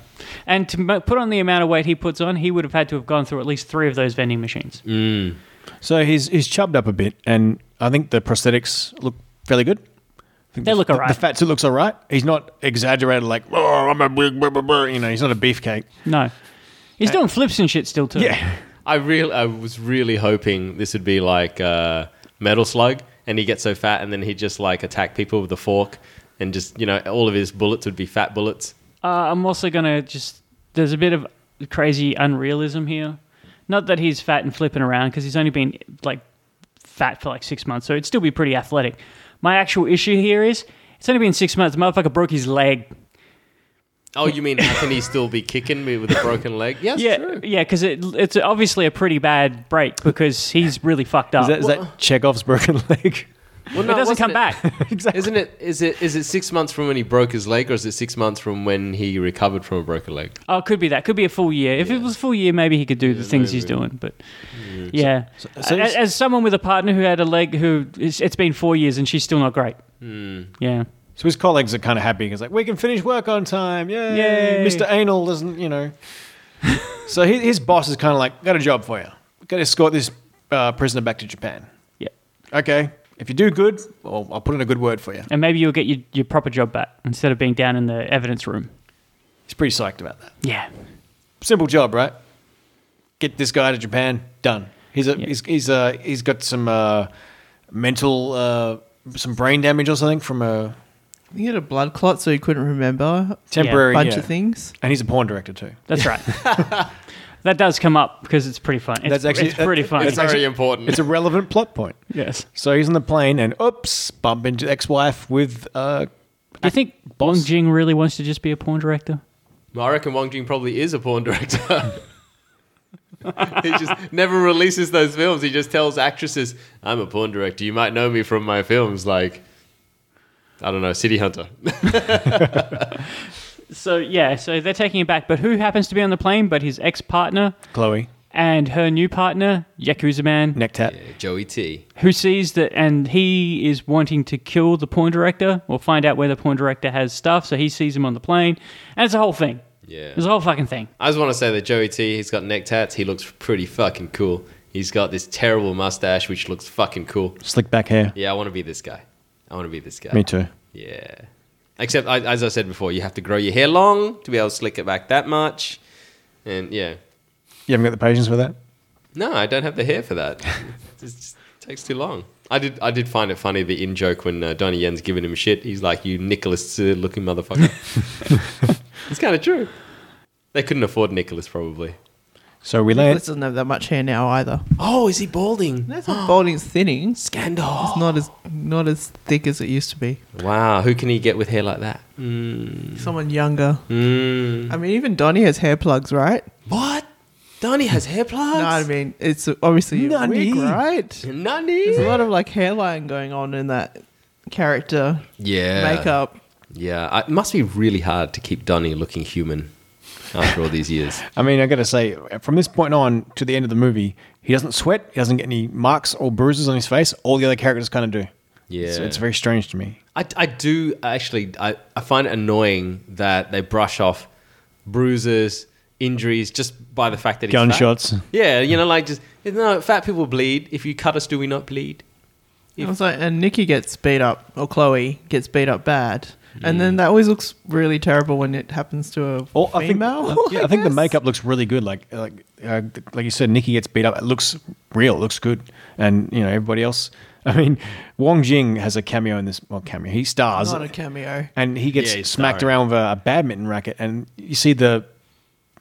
I: And to mo- put on the amount of weight he puts on, he would have had to have gone through at least three of those vending machines.
F: Mm. So he's he's chubbed up a bit, and I think the prosthetics look fairly good. I think
I: They
F: the-
I: look
F: the-
I: alright.
F: The fat suit looks all right. He's not exaggerated like oh I'm a big blah, blah, blah," you know he's not a beefcake.
I: No. He's doing flips and shit still, too.
F: Uh, Yeah,
H: I real I was really hoping this would be like uh, Metal Slug, and he gets so fat, and then he just like attack people with a fork, and just you know all of his bullets would be fat bullets.
I: Uh, I'm also going to just. There's a bit of crazy unrealism here. Not that he's fat and flipping around, because he's only been, like, fat for like six months, so it'd still be pretty athletic. My actual issue here is it's only been six months. The motherfucker broke his leg.
H: Oh, you mean how can he still be kicking me with a broken leg? Yes,
I: yeah,
H: true.
I: yeah, because it, it's obviously a pretty bad break because he's really fucked up.
F: is that, is that Chekhov's broken leg?
H: Well, no,
I: it doesn't
H: wasn't
I: come back.
H: Isn't it? Is it? Is it six months from when he broke his leg, or is it six months from when he recovered from a broken leg?
I: Oh, it could be that. Could be a full year. If it was a full year, maybe he could do the things he's doing. But yeah,
F: so
I: A-
F: it's-
I: as, someone with a partner who had a leg who it's, it's been four years and she's still not great.
F: Hmm.
I: Yeah,
F: So his colleagues are kind of happy. He's like, we can finish work on time. Yay.
I: Yay.
F: Mr. Anal doesn't, you know. so his, his boss is kind of like, got a job for you. Got to escort this uh, prisoner back to Japan.
I: yeah.
F: Okay. If you do good, well, I'll put in a good word for you.
I: And maybe you'll get your, your proper job back instead of being down in the evidence room.
F: He's pretty psyched about that.
I: Yeah,
F: Simple job, right? Get this guy to Japan. Done. He's a,
I: Yeah.
F: he's he's uh, he's got some uh, mental uh, some brain damage or something from a
G: He had a blood clot, so he couldn't remember a
F: temporary
G: bunch
F: yeah.
G: of things.
F: And he's a porn director too.
I: that's right. that does come up because it's pretty fun. It's,
F: That's actually-
I: it's pretty
F: that-
I: fun.
H: It's very important.
F: It's a relevant plot point.
I: yes.
F: So he's on the plane and oops, bump into ex-wife with uh
I: Do you think Bong Jing really wants to just be a porn director?
H: I reckon Wong Jing probably is a porn director. he just never releases those films. He just tells actresses, "I'm a porn director. You might know me from my films, like I don't know, City Hunter."
I: So yeah, so they're taking him back. But who happens to be on the plane? But his ex partner.
F: Chloe
I: and her new partner, Yakuza Man,
F: neck tat.
H: Joey T.
I: who sees that and he is wanting to kill the porn director or find out where the porn director has stuff. So he sees him on the plane, and it's a whole thing.
H: Yeah.
I: It's a whole fucking thing.
H: I just want to say that Joey T. He's got neck tats. He looks pretty fucking cool. He's got this terrible mustache, which looks fucking cool.
F: Slick back hair.
H: Yeah, I want to be this guy. I want to be this guy.
F: Me too.
H: Yeah. Except, I, as I said before, you have to grow your hair long to be able to slick it back that much. And yeah.
F: You haven't got the patience for that?
H: No, I don't have the hair for that. it just takes too long. I did, I did find it funny the in joke when uh, Donnie Yen's giving him shit. He's like, you Nicholas Sir looking motherfucker. it's kind of true. They couldn't afford Nicholas, probably.
F: So we
G: This
F: land
G: doesn't have that much hair now either.
H: Oh, is he balding?
G: That's not balding, it's thinning. It's
H: Scandal.
G: not as not as thick as it used to be.
H: Wow, who can he get with hair like that?
G: Someone younger.
H: Mm.
G: I mean, even Donnie has hair plugs, right?
H: What? Donnie has hair plugs?
G: No, I mean it's obviously a wig,
F: Donnie.
G: right? There's a
H: Nani?
G: lot of like hairline going on in that character
H: Yeah.
G: makeup.
H: Yeah, I- it must be really hard to keep Donnie looking human after all these years.
F: I mean, I got to say, from this point on to the end of the movie, he doesn't sweat. He doesn't get any marks or bruises on his face. All the other characters kind of do.
H: Yeah.
F: So it's very strange to me.
H: I, I do actually, I, I find it annoying that they brush off bruises, injuries, just by the fact that he's fat.
F: Gunshots.
H: Yeah, you know, like just, you know, fat people bleed. If you cut us, do we not bleed?
G: I was like, and Nikki gets beat up, or Chloe gets beat up bad, and
H: Mm.
G: then that always looks really terrible when it happens to a
F: Or I think,
G: female.
F: yeah, I think the
G: guess.
F: makeup looks really good. Like like uh, like you said, Nikki gets beat up. It looks real. It looks good. And you know everybody else. I mean, Wong Jing has a cameo in this. Well, cameo. He stars.
G: not a cameo.
F: and he gets
H: Yeah, he's
F: smacked
H: sorry.
F: around with a, a badminton racket, and you see the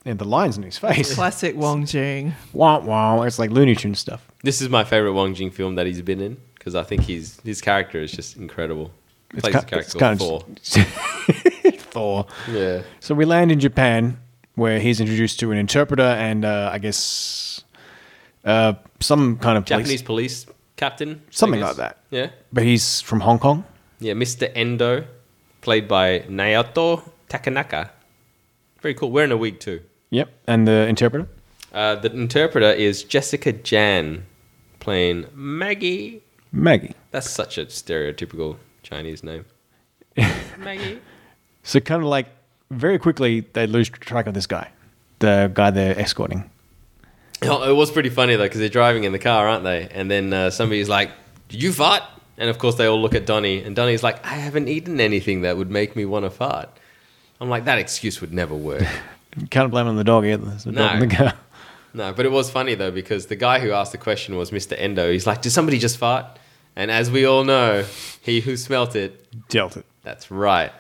F: you know, the lines in his face.
G: Classic Wong Jing.
F: wow, wow! It's like Looney Tunes stuff.
H: This is my favorite Wong Jing film that he's been in because I think he's, his character is just incredible. Plays
F: ki-
H: the character
F: kinda
H: of Thor.
F: just- Thor.
H: Yeah.
F: So we land in Japan, where he's introduced to an interpreter and uh, I guess uh, some kind of police-
H: Japanese police captain. I
F: Something
H: guess.
F: like that.
H: Yeah.
F: But he's from Hong Kong.
H: Yeah, Mr. Endo, played by Naoto Takanaka. Very cool. Wearing a wig too.
F: Yep, and the interpreter.
H: Uh, the interpreter is Jessica Jan, playing Maggie.
F: Maggie.
H: That's such a stereotypical Chinese name. Maggie.
F: So kind of like very quickly they lose track of this guy, the guy they're escorting.
H: Oh, it was pretty funny though because they're driving in the car, aren't they? And then uh, somebody's like, "Did you fart?" And of course they all look at Donnie, and Donnie's like, "I haven't eaten anything that would make me want to fart." I'm like, that excuse would never work.
F: Can't blame it on the dog either. There's a dog in
H: No.
F: the car.
H: No, but it was funny though because the guy who asked the question was Mr. Endo. He's like, "Did somebody just fart?" And as we all know, he who smelt it,
F: Dealt it.
H: that's right.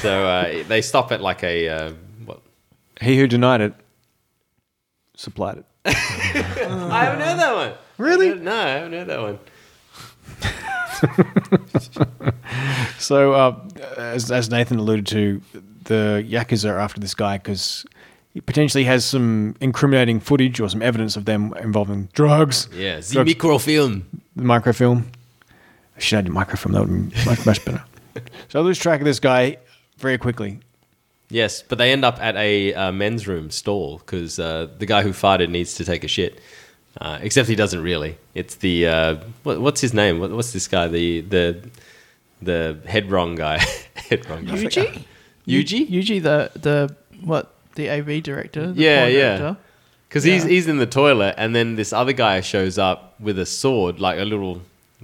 H: So uh, they stop at like a uh, what?
F: He who denied it supplied it.
H: I haven't heard that one.
F: Really?
H: No, I haven't heard that one.
F: So, uh, as, as Nathan alluded to, the Yakuza are after this guy because he potentially has some incriminating footage or some evidence of them involving drugs.
H: Yeah, the
F: Drugs.
H: microfilm.
F: the microfilm. I should add a microfilm. That would be much, much better. So I lose track of this guy very quickly.
H: Yes, but they end up at a uh, men's room stall because uh, the guy who farted needs to take a shit. Uh, except he doesn't really. It's the uh, what, what's his name? What, what's this guy? The the the head wrong guy. head wrong guy.
G: Yuji?
H: Yuji?
G: Yuji, the the what the AV director. the
H: Yeah,
G: porn
H: yeah.
G: director.
H: Because he's he's in the toilet, and then this other guy shows up with a sword, like a little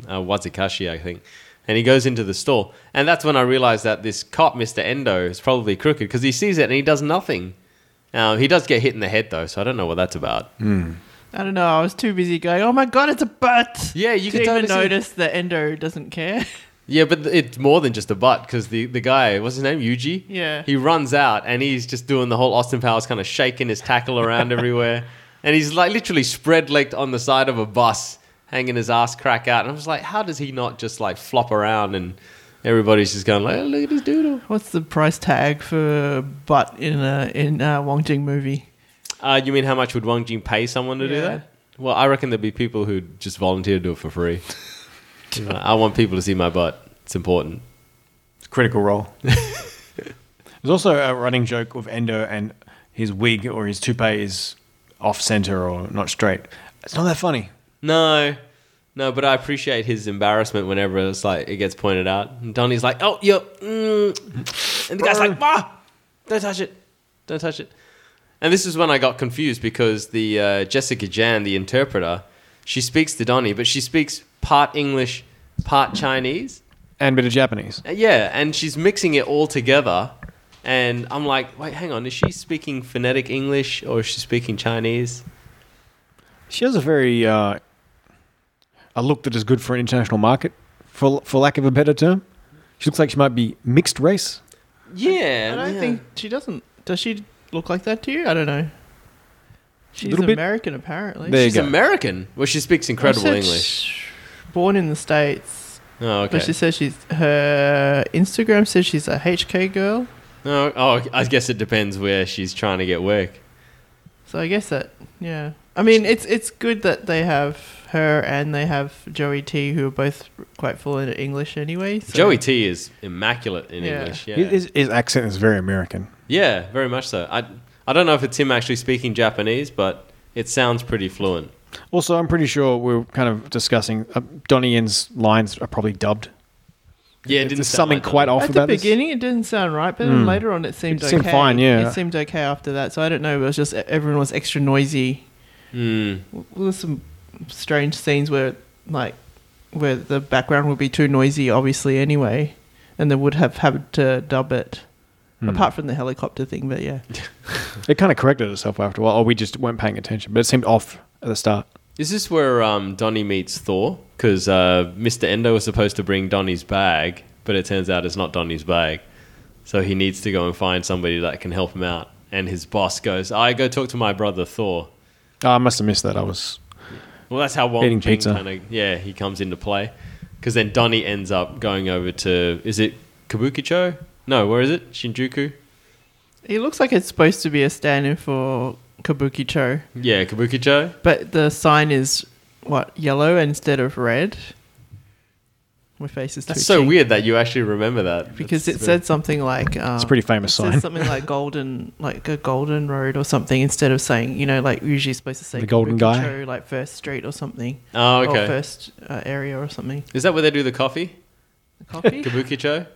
H: uh, wazikashi, I think. And he goes into the store, and that's when I realized that this cop, Mister Endo, is probably crooked because he sees it and he does nothing. Now he does get hit in the head though, so I don't know what that's about.
G: I don't know. I was too busy going. Oh my god, it's a butt.
H: Yeah, you
G: Didn't
H: can totally
G: even
H: see-
G: notice that Endo doesn't care.
H: Yeah, but th- it's more than just a butt because the, the guy, what's his name, Yuji?
G: Yeah.
H: He runs out and he's just doing the whole Austin Powers kind of shaking his tackle around everywhere. And he's like literally spread legged on the side of a bus, hanging his ass crack out. And I was like, how does he not just like flop around and everybody's just going like, oh, look at his doodle.
G: What's the price tag for butt in a in a Wong Jing movie?
H: Uh, you mean how much would Wang Jing pay someone to do
G: Yeah.
H: that? Well, I reckon there'd be people who just volunteer to do it for free. I want people to see my butt. It's important.
F: Critical role. There's also a running joke with Endo and his wig or his toupee is off center or not straight. It's not that funny.
H: No, no, but I appreciate his embarrassment whenever it's like it gets pointed out. And Donnie's like, "Oh, yo," mm. and the guy's like, "Ah, don't touch it, don't touch it." And this is when I got confused because the uh, Jessica Jan, the interpreter, she speaks to Donnie, but she speaks part English, part Chinese.
F: And a bit of Japanese.
H: Uh, Yeah, and she's mixing it all together. And I'm like, wait, hang on, is she speaking phonetic English or is she speaking Chinese?
F: She has a very uh, a look that is good for an international market, for for lack of a better term. She looks like she might be mixed race.
H: Yeah,
G: I don't
H: yeah.
G: think she doesn't. Does she look like that to you? I don't know. She's
F: Little bit-
G: American, apparently.
F: There you
H: she's
F: go.
H: American. Well, she speaks
G: She
H: incredible
G: said
H: English.
G: sh- Born in the states,
H: Oh, okay.
G: But she says she's her Instagram says she's a HK girl.
H: No, oh, I guess it depends where she's trying to get work.
G: So I guess that yeah. I mean, it's it's good that they have her and they have Joey T, who are both quite fluent in English anyway. So.
H: Joey T is immaculate in
G: Yeah.
H: English. Yeah.
F: His, his accent is very American.
H: yeah, very much so. I, I don't know if it's him actually speaking Japanese, but it sounds pretty fluent.
F: Also, I'm pretty sure we're kind of discussing uh, Donnie Yen's lines are probably dubbed.
H: Yeah, it didn't
F: There's
H: sound
F: something
H: like that.
F: quite off
G: At the
F: about this. Hmm.
G: beginning, it didn't sound right, but then later on, it seemed
F: It
G: okay.
F: seemed fine, yeah.
G: It seemed okay after that. So I don't know. It was just e-, everyone was extra noisy.
H: Hmm.
G: Mm. There was some strange scenes where, like, where the background would be too noisy, obviously anyway, and they would have had to dub it.
F: Hmm.
G: Apart from the helicopter thing, but yeah,
F: It kind of corrected itself after a while, or we just weren't paying attention. But it seemed off at the start.
H: Is this where um, Donnie meets Thor? Because uh, Mr. Endo was supposed to bring Donnie's bag, but it turns out it's not Donnie's bag. So he needs to go and find somebody that can help him out. And his boss goes, I go talk to my brother Thor.
F: Oh, I must have missed that. I was
H: Well, that's how Wong
F: Eating
H: Jing
F: pizza.
H: kind of yeah he comes into play because then Donnie ends up going over to is it Kabukicho? No, where is it? Shinjuku.
G: it looks like it's supposed to be a stand-in for Kabuki Cho,
H: Yeah, Kabukicho.
G: but the sign is what yellow instead of red. My face is
H: That's
G: twitching.
H: so weird that you actually remember that
G: because it
H: That's
G: said something like um,
F: pretty famous
G: it says
F: sign.
G: something like golden, like a golden road or something, instead of saying you know like usually it's supposed to say
F: The golden guy?
G: Kabukicho, like first street or something.
H: Oh, okay.
G: Or first uh, area or something.
H: Is that where they do the coffee?
G: Coffee.
H: Kabukicho.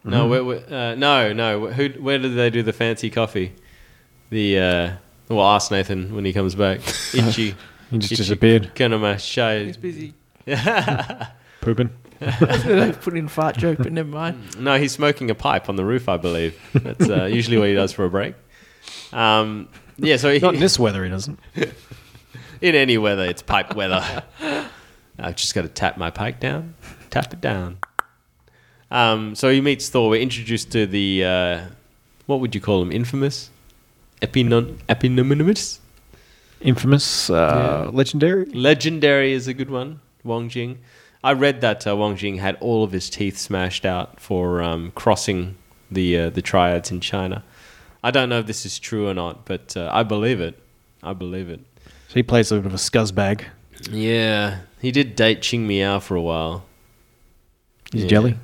F: Mm-hmm.
H: No, where, where, uh, no, no. Who? Where do they do the fancy coffee? The uh, well, ask Nathan when he comes back. Ichi.
F: he just disappeared,
H: Kanama Shai.
G: He's busy
F: pooping.
G: putting in a fart joke, but never mind.
H: No, he's smoking a pipe on the roof, I believe. That's uh, usually what he does for a break. Um, yeah, so he,
F: Not in this weather, he doesn't.
H: in any weather, it's pipe weather. I've just got to tap my pipe down, tap it down. Um, so he meets Thor. We're introduced to the, uh, what would you call him, infamous? Epinon- eponymous?
F: Infamous, uh, legendary.
H: Legendary is a good one. Wong Jing. I read that uh, Wong Jing had all of his teeth smashed out for um, crossing the uh, the triads in China. I don't know if this is true or not, but uh, I believe it. I believe it.
F: So he plays a bit of a scuzzbag.
H: Yeah, he did date Qing Miao for a while.
F: He's
H: Yeah.
F: jelly.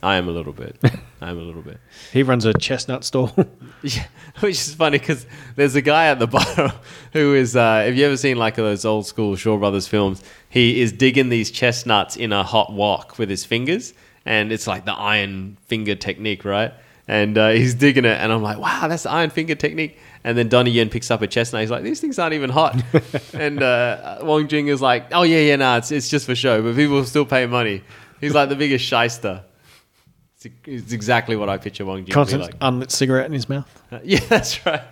H: I am a little bit. I am a little bit.
F: He runs a chestnut store.
H: Yeah, which is funny because there's a guy at the bottom who is. Uh, have you ever seen like those old school Shaw Brothers films? He is digging these chestnuts in a hot wok with his fingers, and it's like the iron finger technique, right? And uh, he's digging it, and I'm like, wow, that's the iron finger technique. And then Donnie Yen picks up a chestnut. He's like, these things aren't even hot. and uh, Wong Jing is like, oh yeah, yeah, nah, it's it's just for show, but people still pay money. He's like the biggest shyster. It's, it's exactly what I picture Wong Jing to be
F: Constant
H: like.
F: unlit cigarette in his mouth.
H: Yeah, that's right.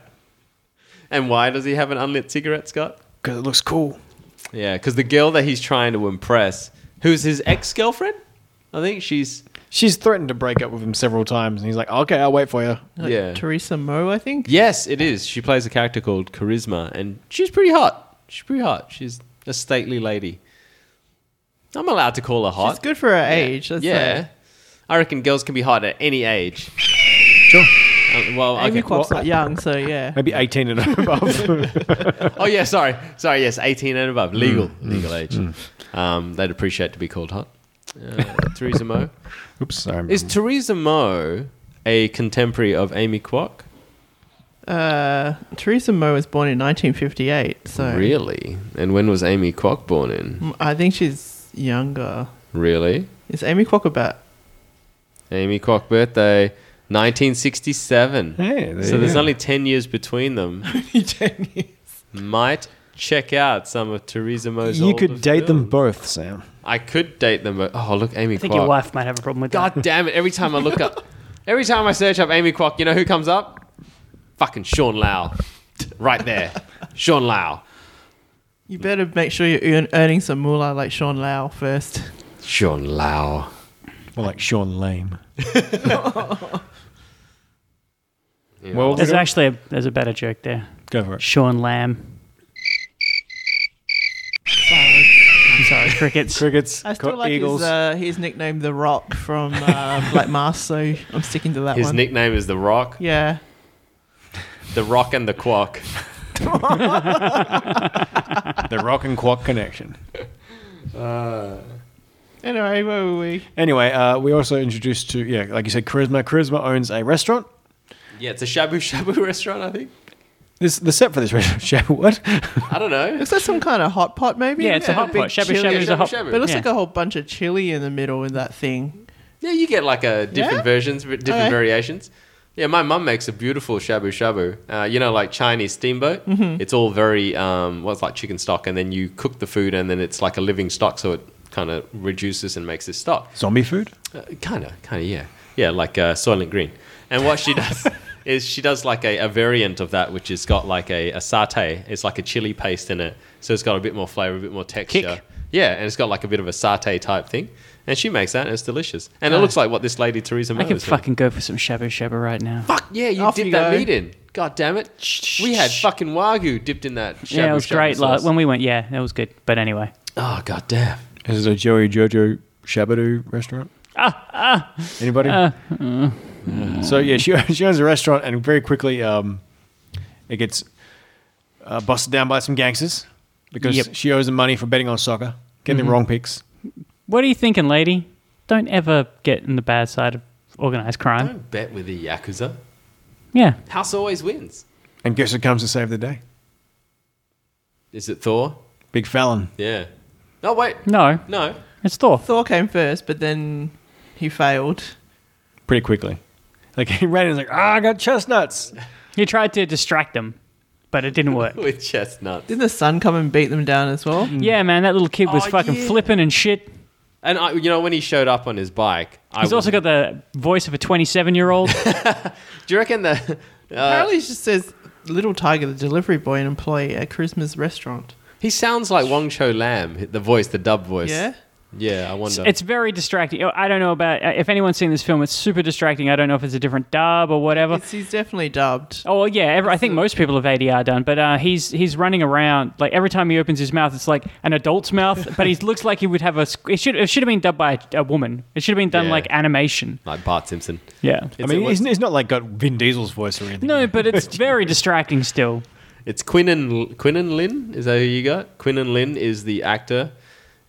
H: And why does he have an unlit cigarette, Scott?
F: Because it looks cool.
H: Yeah, because the girl that he's trying to impress, who's his ex girlfriend, I think she's.
F: She's threatened to break up with him several times, and he's like, "Okay, I'll wait for you."
G: Like
H: Yeah.
G: Teresa Mo, I think.
H: Yes, it is. She plays a character called Charisma, and she's pretty hot. She's pretty hot. She's a stately lady. I'm allowed to call her hot.
G: It's good for her age. That's
H: yeah. I reckon girls can be hot at any age.
F: Sure.
H: Uh, well,
G: Like, Amy
H: okay.
G: Kwok's
F: well,
G: not young, so yeah.
F: Maybe eighteen and above.
H: Oh yeah, sorry, sorry. Yes, eighteen and
F: Mm,
H: above, legal, legal age. Um, they'd appreciate to be called hot. Uh, Theresa Mo
F: Oops, sorry.
H: is Theresa Mo a contemporary of Amy Kwok?
G: Uh, Teresa Mo was born in 1958, so
H: Really? And when was Amy Kwok born in?
G: Mm, I think she's younger.
H: Really?
G: Is Amy Kwok about?
H: Amy Kwok birthday. 1967.
F: Hey, there
H: so
F: you
H: there's
F: go.
H: only 10 years between them. Might check out some of Theresa Mo's
F: you could
H: older
F: date them
H: films.
F: both, Sam.
H: I could date them, but oh, look, Amy
I: I think
H: Kwok.
I: your wife might have a problem with
H: God
I: that.
H: damn it! Every time I look up, every time I search up Amy Kwok, you know who comes up? Fucking Sean Lau, right there. Sean Lau.
G: You better make sure you're earn, earning some moolah like Sean Lau first.
H: Sean Lau.
F: More like Sean Lame.
H: Yeah.
F: Well,
I: There's actually a, there's a better joke there.
F: go for it.
I: Sean Lamb.
G: sorry.
I: Crickets.
F: Crickets,
G: I still
F: co-
G: like
F: eagles.
G: his, uh, his nickname, The Rock, from uh, Black Mass, so I'm sticking to that
H: His
G: one.
H: nickname is The Rock.
G: yeah.
H: The Rock and the Quack.
F: the rock and quack connection.
G: Anyway, where were we?
F: Anyway, uh, we also introduced to yeah, like you said, Charisma. Charisma owns a restaurant.
H: Yeah, it's a shabu shabu restaurant, I think.
F: This the set for this restaurant. Shab- what?
H: I don't know.
G: Is that some kind of hot pot, maybe?
I: Yeah, it's a hot
G: big
I: pot. Shabu
G: chili-
I: shabu is a
H: shabu
I: hot.
H: shabu.
G: But it looks
I: Yeah.
G: like a whole bunch of chili in the middle in that thing.
H: Yeah, you get like a different
G: Yeah?
H: versions, v- different
G: Okay.
H: variations. Yeah, my mum makes a beautiful shabu shabu. Uh, you know, like Chinese steamboat.
G: Mm-hmm.
H: It's all very um, well, it's like chicken stock, and then you cook the food, and then it's like a living stock, so it kind of reduces and makes this stock.
F: Zombie food?
H: Kind of, kind of, yeah, yeah, like uh, Soylent Green. And what she does is she does like a, a variant of that, which has got like a, a satay. It's like a chili paste in it, so it's got a bit more flavor, a bit more texture.
I: Kick.
H: Yeah, and it's got like a bit of a satay type thing. And she makes that, and it's delicious. And it
I: Nice.
H: looks like what this lady Theresa
I: I
H: May
I: could
H: was doing.
I: fucking go for some shabu shabu right now.
H: Fuck yeah, you
G: Off
H: dipped
G: you
H: that
G: go.
H: meat in. God damn it, we had fucking wagyu dipped in that. Shabu
I: yeah, it was
H: shabu
I: great.
H: sauce.
I: Like, when we went, yeah, that was good. But anyway,
H: oh god damn.
F: This is a Joey Jojo Shabadoo restaurant. Ah, ah. Anybody? Uh, So yeah, she she owns a restaurant, and very quickly, um, it gets uh, busted down by some gangsters because
I: Yep.
F: she owes them money for betting on soccer, getting the wrong picks.
I: what are you thinking, lady? Don't ever get in the bad side of organized crime.
H: Don't bet with the yakuza.
I: Yeah,
H: House always wins.
F: And guess who comes to save the day?
H: Is it Thor?
F: Big Fallon.
H: Yeah. No wait,
I: no,
H: no.
I: it's Thor.
G: Thor came first, but then he failed.
F: Pretty quickly, like he ran and was like, ah, I got chestnuts.
I: He tried to distract them, but it didn't work.
H: with chestnuts.
G: Didn't the sun come and beat them down as well?
I: yeah, man, that little kid was
H: Oh,
I: fucking
H: yeah.
I: flipping and shit.
H: And I, you know, when he showed up on his bike, I
I: He's
H: was-
I: also got the voice of a 27 year old.
H: Do you reckon that
G: Apparently, it just says Little Tiger, the delivery boy, an employee at Christmas restaurant.
H: he sounds like Wong Cho Lam, the voice, the dub voice?
G: Yeah?
H: yeah. I wonder.
I: It's very distracting. Oh, I don't know about if anyone's seen this film. It's super distracting. I don't know if it's a different dub or whatever.
G: It's, he's definitely dubbed.
I: Oh well, yeah, every, I think most people have ADR done, but uh, he's he's running around like every time he opens his mouth, it's like an adult's mouth, but he looks like he would have a. squ- It should it should have been dubbed by a, a woman. It should have been done
H: Yeah.
I: like animation.
H: like Bart Simpson.
I: Yeah.
F: I
H: It's
F: mean,
H: a-
F: he's, he's not like got Vin Diesel's voice or anything.
I: No, but it's very distracting still.
H: It's Quinn and Quinn and Lynn. Is that who you got? Quinn and Lynn is the actor.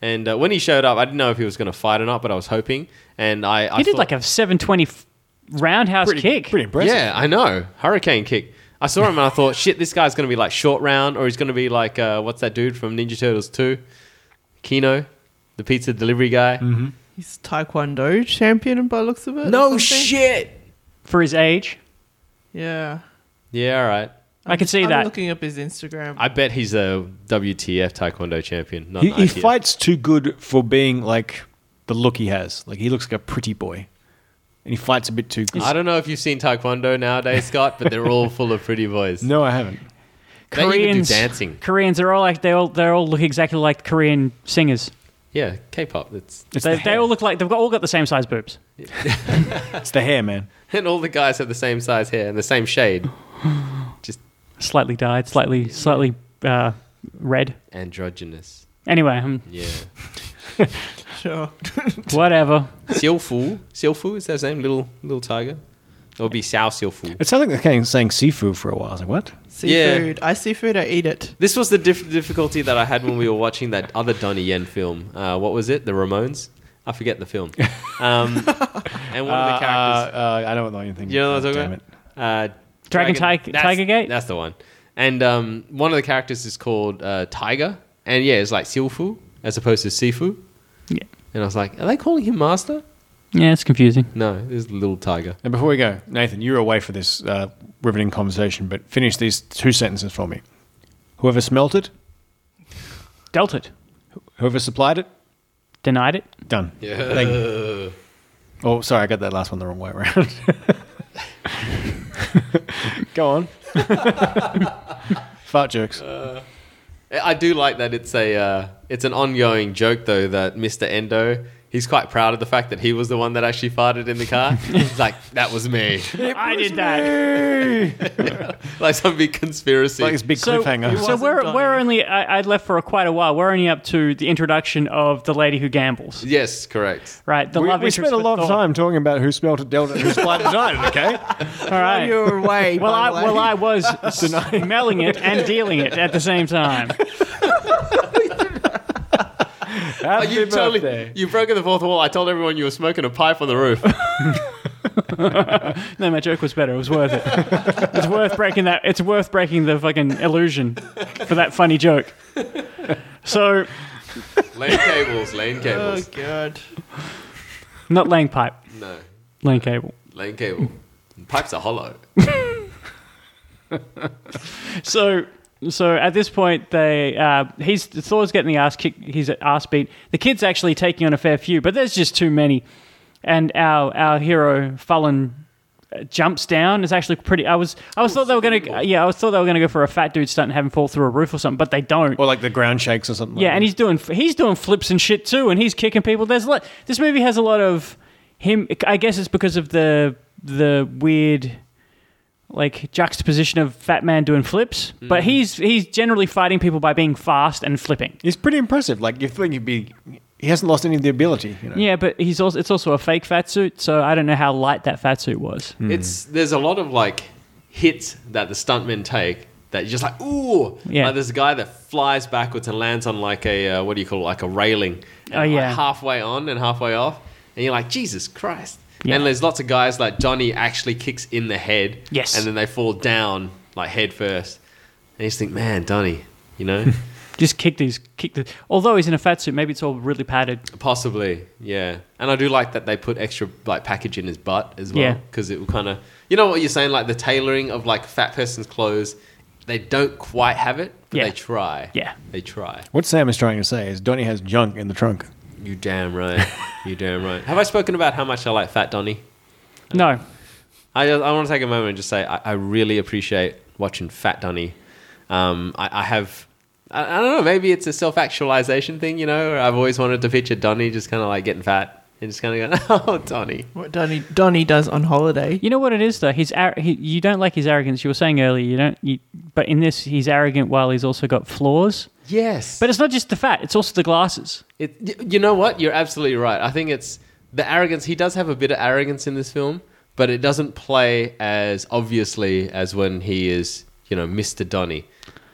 H: And uh, when he showed up, I didn't know if he was going to fight or not, but I was hoping. And I, I
I: He did
H: thought-
I: like a seven twenty roundhouse
F: pretty,
I: kick.
F: pretty impressive.
H: Yeah, I know. Hurricane kick. I saw him and I thought, shit, this guy's going to be like short round, or he's going to be like uh, what's that dude from Ninja Turtles two, Kino, the pizza delivery guy.
I: Mm-hmm.
G: He's Taekwondo champion by the looks of it. or something.
H: shit.
I: for his age.
G: Yeah.
H: Yeah, all right.
I: i could see
G: I'm
I: that.
G: looking up his Instagram.
H: I bet he's a WTF Taekwondo champion. Not
F: He,
H: an
F: he
H: ITF.
F: fights too good for being like the look he has. Like he looks like a pretty boy, and he fights a bit too good.
H: I don't know if you've seen Taekwondo nowadays, Scott, but they're all full of pretty boys.
F: No, I haven't.
H: They even do
I: Koreans,
H: dancing.
I: Koreans are all like they all they all look exactly like Korean singers.
H: Yeah, K-pop. That's
F: It's
I: They,
F: the
I: they
F: hair.
I: all look like they've got, all got the same size boobs.
F: It's the hair, man.
H: and all the guys have the same size hair and the same shade.
I: Slightly dyed, slightly slightly uh, red.
H: Androgynous.
I: Anyway, um,
H: Yeah.
G: Sure.
I: whatever.
H: Silfu. Silfu is that his name? Little little tiger. It'll be Sao Silfu.
F: It sounds like they're saying seafood for a while. I was like, what?
G: Seafood. I see food, I eat it.
H: This was the diff- difficulty that I had when we were watching that other Donnie Yen film. Uh, what was it? The Ramones? I forget the film. Um, and one of the characters.
F: Uh, I don't know anything.
H: you know what I'm talking
F: Oh, Damn it.
H: about? Uh,
I: Dragon Ti-
H: that's-
I: Tiger Gate?
H: That's the one. And um, one of the characters is called uh, Tiger. And yeah, it's like Silfu as opposed to Sifu.
I: Yeah.
H: And I was like, are they calling him Master?
I: Yeah, it's confusing.
H: No, this is Little Tiger.
F: And before we go, Nathan, you're away for this uh, riveting conversation, but finish these two sentences for me. Whoever smelt it,
I: Dealt it,
F: whoever supplied it,
I: denied it.
F: done. Yeah. Thank you. Oh, sorry, I got that last one the wrong way around. go on. Fart jerks.
H: I do like that it's a uh, it's an ongoing joke though that Mr. Endo he's quite proud of the fact that he was the one that actually farted in the car. he's like, that was me.
I: I did that.
H: like some big conspiracy.
F: Like this big
I: So,
F: cliffhanger.
I: so we're,
G: Donnie.
I: we're only, I, I'd left for quite a while. We're only up to the introduction of the lady who gambles,
H: yes, correct.
I: right? The
F: We,
I: love
F: we
I: interest
F: spent a
I: with
F: lot of
I: Thor.
F: time talking about who smelt it, dealt it, who supplied it, denied it, okay?
I: All right.
G: You were away.
I: Well, I,
G: by the way.
I: well, I was smelling it and dealing it at the same time.
F: Happy
H: You totally,
F: birthday.
H: you've broken the fourth wall. I told everyone you were smoking a pipe on the roof.
I: No, my joke was better. It was worth it. it's worth breaking that. It's worth breaking the fucking illusion for that funny joke. So,
H: lane cables, lane
G: Oh
H: cables.
G: god.
I: not laying pipe,
H: No,
I: laying cable.
H: lane cable. Pipes are hollow.
I: So, so at this point, they uh, he's Thor's getting the ass kicked. He's ass beat. The kid's actually taking on a fair few, but there's just too many. And our our hero Fallen uh, jumps down. It's actually pretty. I was I was thought they were gonna yeah I was thought they were gonna go for a fat dude stunt and have him fall through a roof or something, but they don't.
F: Or like the ground shakes or something.
I: Yeah,
F: like
I: and he's doing he's doing flips and shit too, and he's kicking people. There's a lot. This movie has a lot of him. I guess it's because of the the weird like juxtaposition of fat man doing flips, but he's he's generally fighting people by being fast and flipping.
F: He's pretty impressive. Like you think he'd be, he hasn't lost any of the ability. You know?
I: Yeah, but he's also it's also a fake fat suit, so I don't know how light that fat suit was.
H: It's there's a lot of like hits that the stuntmen take that you're just like ooh.
I: Yeah.
H: Like there's a guy that flies backwards and lands on like a uh, what do you call it like a railing. And,
I: Oh,
H: like,
I: yeah.
H: halfway on and halfway off, and you're like Jesus Christ.
I: Yeah.
H: And there's lots of guys like Johnny actually kicks in the head.
I: Yes.
H: And then they fall down like head first. And you just think, man, Donnie, you know,
I: Just kick these kick the. Although he's in a fat suit, maybe it's all really padded.
H: possibly, yeah. And I do like that they put extra like package in his butt as well,
I: Yeah.
H: because it will kind of, you know, what you're saying, like the tailoring of like fat person's clothes. They don't quite have it, but
I: Yeah.
H: they try.
I: Yeah.
H: they try.
F: What Sam is trying to say is Donnie has junk in the trunk.
H: You damn right. you damn right. Have I spoken about how much I like Fat Donny?
I: No,
H: I, I want to take a moment and just say I, I really appreciate watching Fat Dunny. Um, I, I have, I, I don't know, maybe it's a self actualization thing, you know? I've always wanted to picture Donny just kind of like getting fat and just kind of going, oh, Donny.
G: What Donnie Donnie does on holiday.
I: You know what it is though. He's ar- he, you don't like his arrogance. You were saying earlier you don't. You, but in this, he's arrogant while he's also got flaws.
H: Yes.
I: But it's not just the fat; it's also the glasses.
H: It, y- you know what? You're absolutely right. I think it's the arrogance. He does have a bit of arrogance in this film, but it doesn't play as obviously as when he is, you know, Mr. Donny.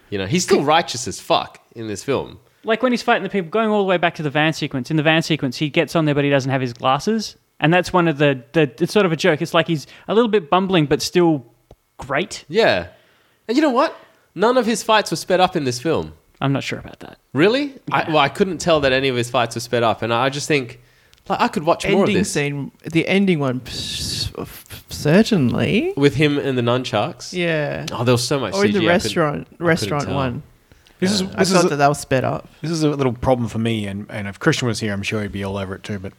H: You know, he's still righteous as fuck in this film.
I: Like when he's fighting the people, going all the way back to the van sequence. In the van sequence, he gets on there, but he doesn't have his glasses, and that's one of the the. It's sort of a joke. It's like he's a little bit bumbling, but still great.
H: Yeah. And you know what? None of his fights were sped up in this film.
I: I'm not sure about that.
H: Really? I, well, I couldn't tell that any of his fights were sped up, and I just think, like, I could watch more of
G: ending
H: this
G: scene, the ending one, s- certainly.
H: with him and the nunchucks.
G: Yeah.
H: Oh, there was so much.
G: Or in
H: CG, I
G: the
H: couldn't-
G: restaurant, restaurant
H: tell.
G: one.
F: This is
G: I
F: this is
G: thought that
F: a,
G: that was sped up.
F: this is a little problem for me, and, and if Christian was here, I'm sure he'd be all over it too. But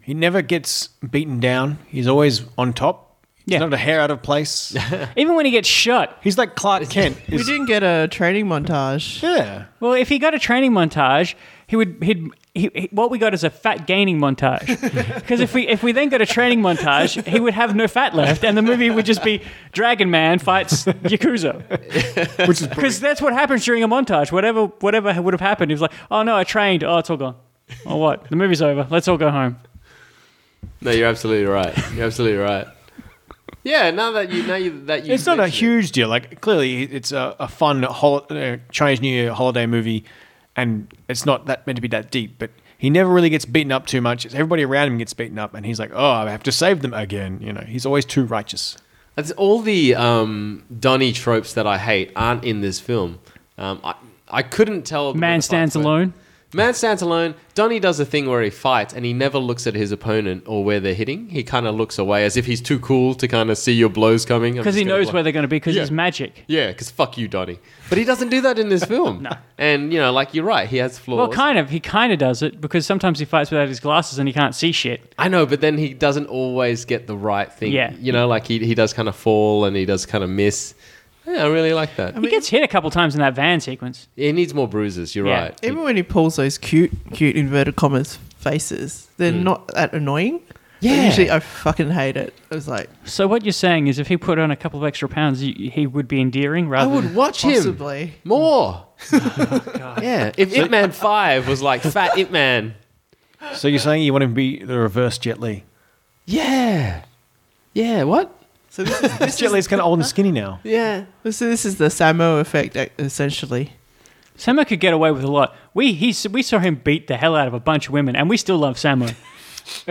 F: he never gets beaten down. He's always on top. He's
I: Yeah.
F: not a hair out of place.
I: Even when he gets shot.
F: He's like Clark Kent.
G: We
F: He's-
G: didn't get a training montage.
F: yeah.
I: Well, if he got a training montage, he would he'd. He, he- what we got is a fat gaining montage, because if we if we then got a training montage, he would have no fat left, and the movie would just be Dragon Man fights Yakuza,
F: Which is
I: because that's what happens during a montage. Whatever whatever would have happened, he was like, oh no, I trained, oh it's all gone, oh what, the movie's over, let's all go home.
H: No, you're absolutely right. You're absolutely right. Yeah, now that you now you, that you,
F: It's not a
H: mention it.
F: huge deal. Like clearly, it's a, a fun hol- uh, Chinese New Year holiday movie, and it's not that meant to be that deep. But he never really gets beaten up too much. It's Everybody around him gets beaten up, and he's like, "Oh, I have to save them again." You know, he's always too righteous.
H: That's all the um, Donny tropes that I hate aren't in this film. Um, I I couldn't tell. them what
I: Man
H: the fights
I: stands
H: were.
I: alone.
H: Man stands alone. Donnie does a thing where he fights and he never looks at his opponent or where they're hitting. He kind of looks away as if he's too cool to kind of see your blows coming.
I: Because he knows where
H: where
I: they're going to be because
H: Yeah.
I: he's magic.
H: Yeah, because fuck you, Donnie. But he doesn't do that in this film. And, you know, like, you're right. He has flaws.
I: Well, kind of. He kind of does it because sometimes he fights without his glasses and he can't see shit.
H: I know, but then he doesn't always get the right thing.
I: Yeah.
H: You know, like, he, he does kind of fall and he does kind of miss. Yeah, I really like that.
I: He gets hit a couple times in that van sequence.
H: He needs more bruises. You're
I: Yeah.
H: right.
G: Even when he pulls those cute, cute inverted commas faces. They're not that annoying. But
H: Hmm. Yeah.
G: Usually I fucking hate it. I was like,
I: So what you're saying is, if he put on a couple of extra pounds, y- he would be endearing
H: I
I: rather.
H: would watch him
G: possibly.
H: more. yeah, if Ip Man Five was like Fat Ip Man,
F: So you're saying you want him to be the reverse Jet Li?
H: yeah, yeah. What?
G: So this is, this
F: Jet
G: is,
F: Li's kind of old and skinny now.
H: Yeah.
G: so this is the Samo effect, e- essentially.
I: Than, Samo could get away with a lot. We he s- we saw him beat the hell out of a bunch of women, and we still love Samo.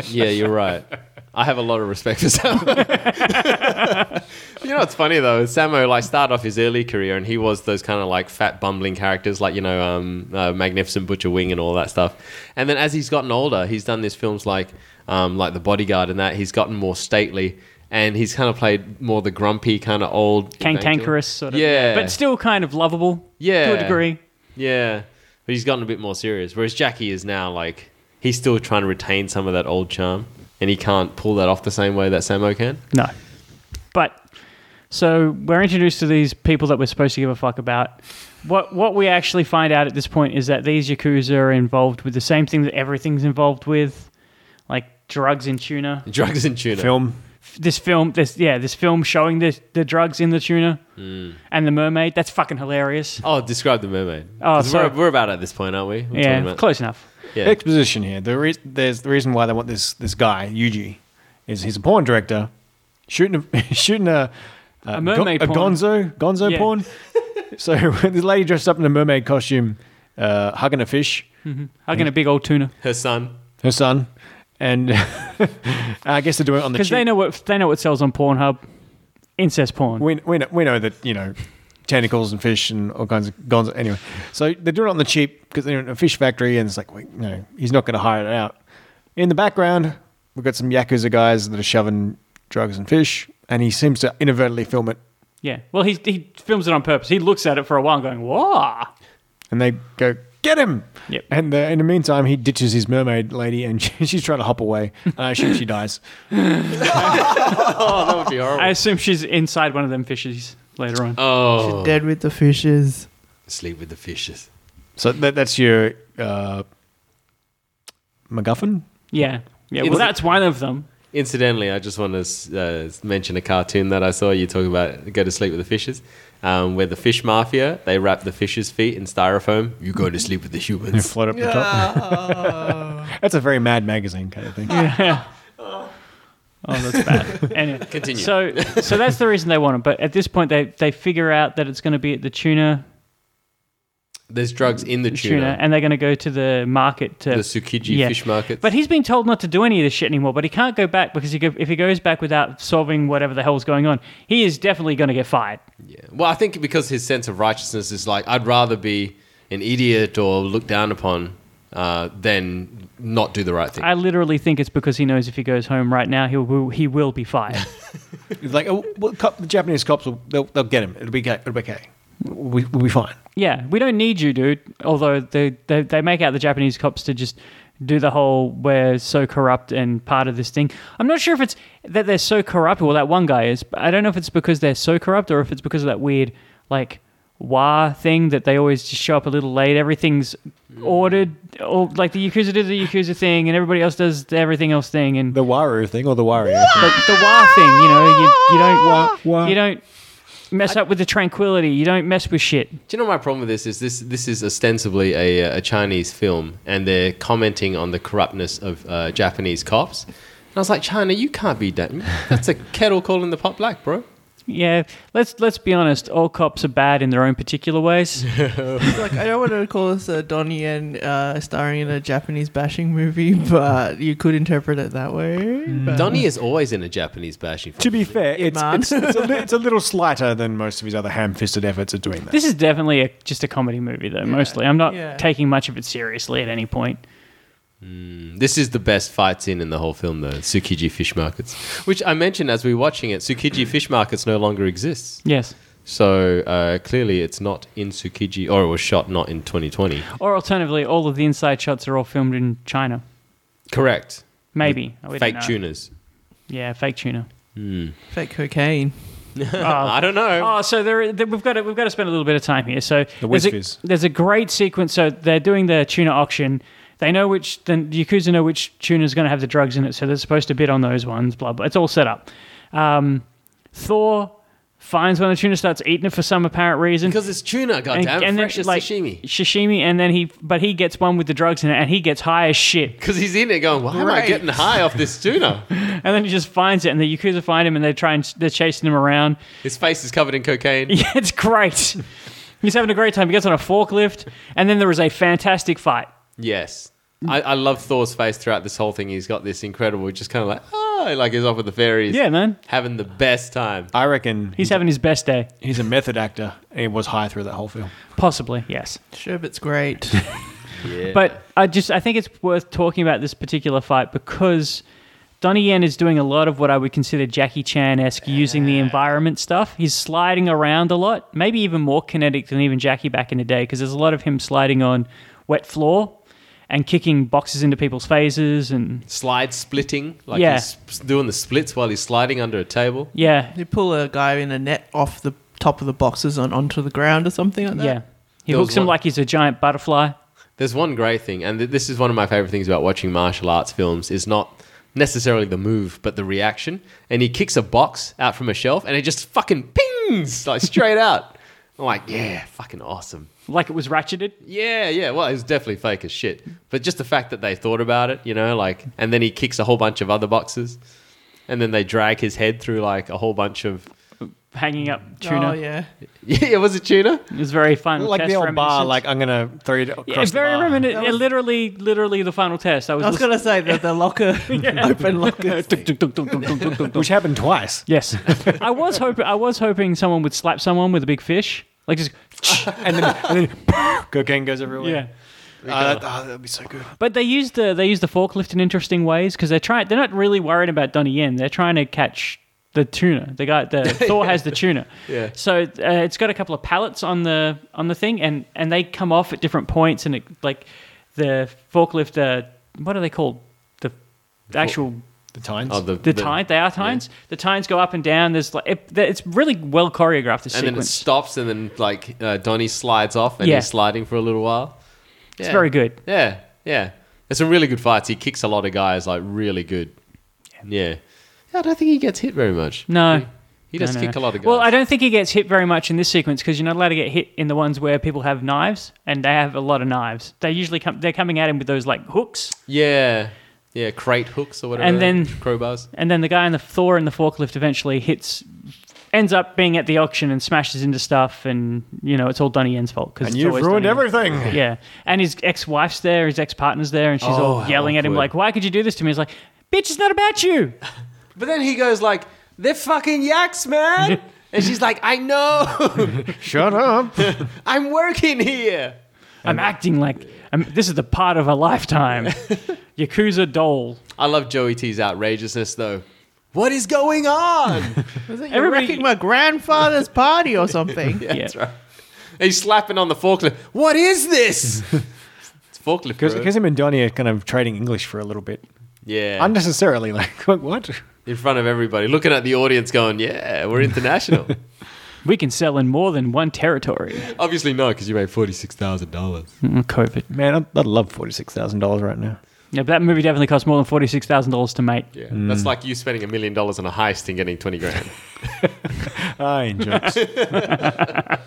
H: Yeah, you're right. I have a lot of respect for Samo. you know what's funny though? is Samo like started off his early career and he was those kind of like fat bumbling characters, like you know, um, uh, Magnificent Butcher Wing and all that stuff. And then as he's gotten older, he's done these films like um, like The Bodyguard and that. He's gotten more stately. And he's kind of played more the grumpy kind of old
I: cantankerous sort of.
H: Yeah.
I: But still kind of lovable. To
H: Yeah.
I: a degree.
H: Yeah, but he's gotten a bit more serious. Whereas Jackie is now like he's still trying to retain some of that old charm, and he can't pull that off the same way that Samo can.
I: No. But so we're introduced to these people that we're supposed to give a fuck about. What what we actually find out at this point is that these yakuza are involved with the same thing that everything's involved with, like drugs in tuna.
H: Drugs and tuna.
F: Film.
I: This film, this yeah, this film showing the the drugs in the tuna
H: Hmm.
I: and the mermaid. That's fucking hilarious.
H: Oh, describe the mermaid.
I: Oh,
H: 'Cause
I: sorry.
H: we're, we're about at this point, aren't we? We're
I: yeah,
H: talking about-
I: close enough.
H: Yeah.
F: Exposition here. The re- there's the reason why they want this this guy Yuji is he's a porn director shooting a, shooting a a,
I: A mermaid
F: go- a
I: porn.
F: gonzo gonzo
I: Yeah.
F: porn. so this lady dressed up in a mermaid costume, uh, hugging a fish,
I: Hugging a big old tuna
H: Her son.
F: her son, and I guess they're doing it on the
I: because they
F: cheap.
I: know what they know what sells on Pornhub, incest porn.
F: we, we, know, we know that you know tentacles and fish and all kinds of gonzo. Anyway, so they're doing it on the cheap because they're in a fish factory, and it's like, wait, no, he's not going to hire it out. In the background, we've got some yakuza guys that are shoving drugs and fish, and he seems to inadvertently film it,
I: Yeah. Well, he he films it on purpose. He looks at it for a while, going, "Whoa."
F: and they go. Get him!
I: Yep.
F: And uh, in the meantime, he ditches his mermaid lady, and she, she's trying to hop away. And I assume she dies.
H: Oh, that would be horrible.
I: I assume she's inside one of them fishes later on.
H: oh,
G: Dead with the fishes.
H: sleep with the fishes.
F: So that, that's your uh, MacGuffin.
I: yeah. Yeah.
H: It's-
I: Well, that's one of them.
H: Incidentally, I just want to uh, mention a cartoon that I saw. You talk about go to sleep with the fishes, um, where the fish mafia they wrap the fishes' feet in styrofoam. You go to sleep with the
F: You
H: humans.
F: float up the top. That's a very Mad Magazine kind of thing.
I: Oh, that's bad. anyway,
H: Continue.
I: so so that's the reason they want him. But at this point, they they figure out that it's going to be at the tuna
H: There's drugs in the
I: tuna,
H: tuna.
I: and they're going to go to the market to
H: the Tsukiji
I: Yeah.
H: fish markets.
I: But he's been told not to do any of this shit anymore. But he can't go back because he go, if he goes back without solving whatever the hell's going on, he is definitely going to get fired.
H: Yeah. Well, I think because his sense of righteousness is like, I'd rather be an idiot or looked down upon uh, than not do the right thing.
I: I literally think it's because he knows if he goes home right now, he will he will be fired.
F: It's like, oh, well, cop, the Japanese cops will they'll, they'll get him. It'll be okay. It'll be okay. We, we'll be fine.
I: Yeah, we don't need you, dude. Although they, they they make out the Japanese cops to just do the whole we're so corrupt and part of this thing. I'm not sure if it's that they're so corrupt. Well, that one guy is. But I don't know if it's because they're so corrupt or if it's because of that weird like wah thing that they always just show up a little late. Everything's ordered, or like the yakuza does the yakuza thing, and everybody else does the everything else thing, and
F: The Waru thing or the Wario?
I: but the wah thing, you know, you, you don't wah,
F: Wah.
I: you don't mess up with the tranquility. You don't mess with shit.
H: do you know my problem with this is this this is ostensibly a, uh, a Chinese film and they're commenting on the corruptness of uh, Japanese cops. And I was like, China, you can't be that. That's a kettle calling the pot black, bro.
I: Yeah, let's let's be honest. All cops are bad in their own particular ways.
G: Like, I don't want to call this a Donnie Yen uh, starring in a Japanese bashing movie, but you could interpret it that way. But
H: Donnie is always in a Japanese bashing film.
F: to be fair, it's,
G: Man.
F: it's, it's, a, li- it's a little slighter than most of his other ham-fisted efforts at doing that.
I: this is definitely a, just a comedy movie, though. mostly, I'm not
G: yeah.
I: taking much of it seriously at any point.
H: This is the best fight scene in the whole film, though. Tsukiji Fish Markets. Which I mentioned as we were watching it, Tsukiji Fish Markets no longer exists.
I: Yes,
H: So uh, clearly, it's not in Tsukiji, or it was shot not in 2020.
I: or alternatively, all of the inside shots are all filmed in China.
H: Correct.
I: Maybe We don't
H: Fake
I: know.
H: tuners.
I: Yeah, fake tuna.
G: Fake cocaine.
H: I don't know.
I: Oh, so there, there we've got to, we've got to spend a little bit of time here. So
F: The
I: there's a,
F: Whiz Fizz.
I: there's a great sequence. So they're doing the tuna auction. They know which the yakuza know which tuna is going to have the drugs in it, so they're supposed to bid on those ones. Blah blah. It's all set up. Um, Thor finds one of the tuna, starts eating it for some apparent reason.
H: Because it's tuna, goddamn, fresh as sashimi.
I: sashimi, and then he, but he gets one with the drugs in it, and he gets high as shit.
H: Because he's in there going, why am I
G: Right.
H: getting high off this tuna?
I: And then he just finds it, and the yakuza find him, and they try and they're chasing him around.
H: His face is covered in cocaine.
I: Yeah, it's great. He's having a great time. He gets on a forklift, and then there is a fantastic fight.
H: Yes. I, I love Thor's face throughout this whole thing. He's got this incredible, just kind of like, oh, like he's off with the fairies.
I: Yeah, man.
H: Having the best time.
F: I reckon
I: He's having his best day,
F: he's a method actor. and He was high through that whole film.
I: possibly. Yes.
G: Sherbet's great.
I: But I just I think it's worth talking about this particular fight because Donnie Yen is doing a lot of what I would consider Jackie Chan esque using the environment stuff. He's sliding around a lot, maybe even more kinetic than even Jackie back in the day because there's a lot of him sliding on wet floor and kicking boxes into people's faces and
H: Slide splitting. Like
I: Yeah.
H: he's s- doing the splits while he's sliding under a table.
I: yeah,
G: you pull a guy in a net off the top of the boxes and onto the ground or something like that.
I: yeah. He
H: There was
I: looks him
H: one-
I: like he's a giant butterfly.
H: There's one great thing, and th- this is one of my favorite things about watching martial arts films is not necessarily the move, but the reaction. And he kicks a box out from a shelf, and it just fucking pings like straight out. I'm like, yeah, fucking awesome.
I: Like it was ratcheted.
H: Yeah, yeah. Well, it was definitely fake as shit, but just the fact that they thought about it, you know, like, and then he kicks a whole bunch of other boxes, and then they drag his head through like a whole bunch of.
I: Hanging up tuna.
G: Oh yeah.
H: Yeah, it was a tuna.
I: It was very fun.
F: Like
I: test
F: the old bar,
I: reminiscent.
F: like I'm gonna throw you across
I: yeah,
F: the
I: very
F: bar.
I: reminiscent. Literally, literally the final test. I was,
G: I was
I: listening-
G: gonna say that the locker, open locker.
F: which happened twice.
I: Yes, I was hoping. I was hoping someone would slap someone with a big fish, like just
F: and then, and then cocaine goes everywhere.
I: yeah.
F: Ah, that, ah, that'd be so good.
I: But they use the they use the forklift in interesting ways because they're trying. They're not really worried about Donnie Yen. They're trying to catch the tuna. The guy, the Thor has the tuna.
H: Yeah.
I: So uh, it's got a couple of pallets on the on the thing, and and they come off at different points, and it like the forklift. Uh, what are they called? The, actual.
F: The times.
H: Oh, the,
I: The tines, they are tines. The tines go up and down. There's like it, it's really well choreographed. This
H: and
I: sequence.
H: then it stops, and then like uh, Donnie slides off, and
I: Yeah.
H: he's sliding for a little while.
I: It's very good.
H: Yeah, yeah. There's some really good fights. He kicks a lot of guys, like really good. Yeah. Yeah, I don't think he gets hit very much.
I: No.
H: He does
I: No, no,
H: kick
I: no.
H: a lot of guys.
I: Well, I don't think he gets hit very much in this sequence because you're not allowed to get hit in the ones where people have knives, and they have a lot of knives. They usually come, they're coming at him with those like hooks,
H: Yeah, yeah. Crate hooks or whatever.
I: And then-
H: crowbars.
I: and then the guy in the Thor in the forklift eventually hits, ends up being at the auction and smashes into stuff, and you know it's all Donnie Yen's fault because
F: and you've ruined everything.
I: Yeah, and his ex-wife's there, his ex-partner's there, and she's
H: Oh,
I: all
H: how
I: yelling at him
H: awkward.
I: like, "Why could you do this to me?" He's like, "Bitch, it's not about you."
H: But then he goes like, "They're fucking yaks, man." and she's like, "I know.
F: Shut up.
H: I'm working here."
I: I'm acting like I'm, this is the part of a lifetime. Yakuza doll.
H: I love Joey T's outrageousness though. What is going on?
G: Was it
I: Everybody-
G: Everybody... wrecking my grandfather's party or something?
H: yeah, that's
I: Yeah.
H: right. He's slapping on the forklift. What is this? it's forklift. bro.
F: Because him and Donnie are kind of trading English for a little bit.
H: yeah.
F: Unnecessarily, like, like, what?
H: in front of everybody, looking at the audience, going, "Yeah, we're international."
I: We can sell in more than one territory.
H: Obviously not, because you made forty six thousand dollars.
I: Mm, COVID.
F: Man, I'd, I'd love $46,000 right now.
I: Yeah, but that movie definitely cost more than forty-six thousand dollars to make.
H: Yeah, that's like you spending a million dollars on a heist and getting twenty grand.
F: I enjoy it.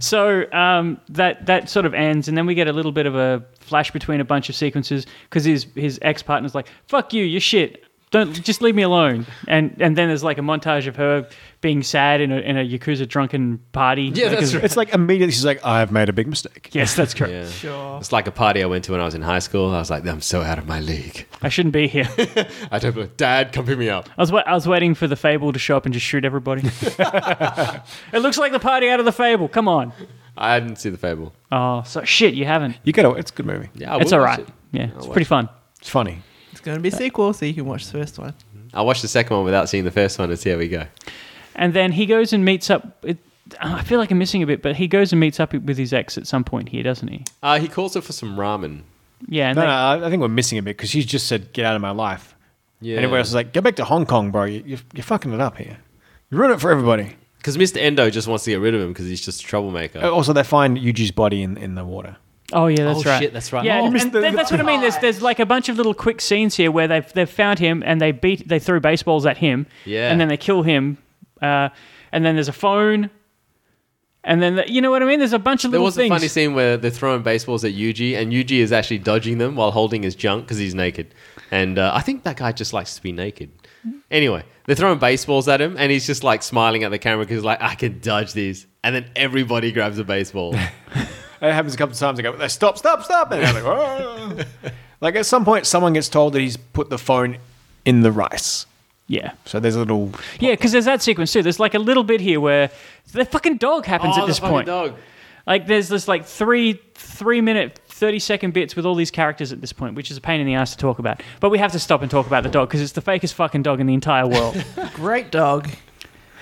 I: So um, that that sort of ends, and then we get a little bit of a flash between a bunch of sequences because his his ex partner's like, "Fuck you, you're shit. Don't just leave me alone." And and then there's like a montage of her being sad in a in a yakuza drunken party.
H: Yeah, that's right.
F: It's like immediately she's like, I've made a big mistake.
I: Yes, that's correct.
G: Sure.
H: It's like a party I went to when I was in high school. I was like, I'm so out of my league.
I: I shouldn't be here. I
H: I don't believe. Dad, come pick me up.
I: was wa- I was waiting for the Fable to show up and just shoot everybody. it looks like the party out of the Fable. Come on.
H: I didn't see the fable.
I: Oh, so shit, you haven't.
F: You gotta, it's a good movie.
H: Yeah, I
I: it's
H: will
I: all
H: watch
I: right.
H: it. Oh,
I: Yeah,
H: I'll
I: it's
H: watch
I: pretty fun.
F: It's funny.
G: It's gonna be a sequel, so you can watch the first one.
H: I watched the second one without seeing the first one and see how we go.
I: And then he goes and meets up. It, I feel like I'm missing a bit, but he goes and meets up with his ex at some point here, doesn't he?
H: Uh, he calls her for some ramen.
I: Yeah, and
F: No,
I: they-
F: no, I- I think we're missing a bit because she's just said, get out of my life.
H: Yeah.
F: And everybody else is like, go back to Hong Kong, bro. You, you're, you're fucking it up here. You ruin it for everybody.
H: Because Mr. Endo just wants to get rid of him because he's just a troublemaker.
F: Also, they find Yuji's body in, in the water.
I: Oh yeah, that's
H: Oh,
I: right.
H: shit, that's right.
I: Yeah,
H: Oh,
I: and
H: missed
I: th- that's what I mean. There's there's like a bunch of little quick scenes here where they've they've found him and they beat they threw baseballs at him.
H: Yeah.
I: And then they kill him. Uh, and then there's a phone. And then the, you know what I mean? There's a bunch of
H: There
I: little
H: was
I: things.
H: a funny scene where they're throwing baseballs at Yuji, and Yuji is actually dodging them while holding his junk because he's naked. And uh, I think that guy just likes to be naked.
I: Mm-hmm.
H: Anyway, they're throwing baseballs at him, and he's just like smiling at the camera because like I can dodge these. And then everybody grabs a baseball.
F: It happens a couple of times. I go, stop, stop, stop. And I'm like, "Oh." like, at some point, someone gets told that he's put the phone in the rice.
I: Yeah.
F: So there's a little.
I: Yeah, because there's that sequence too. There's like a little bit here where the fucking dog happens
H: Oh,
I: at
H: the
I: this
H: fucking
I: point.
H: dog.
I: Like there's this like three three minute thirty second bits with all these characters at this point, which is a pain in the ass to talk about. But we have to stop and talk about the dog because it's the fakest fucking dog in the entire world.
G: Great dog.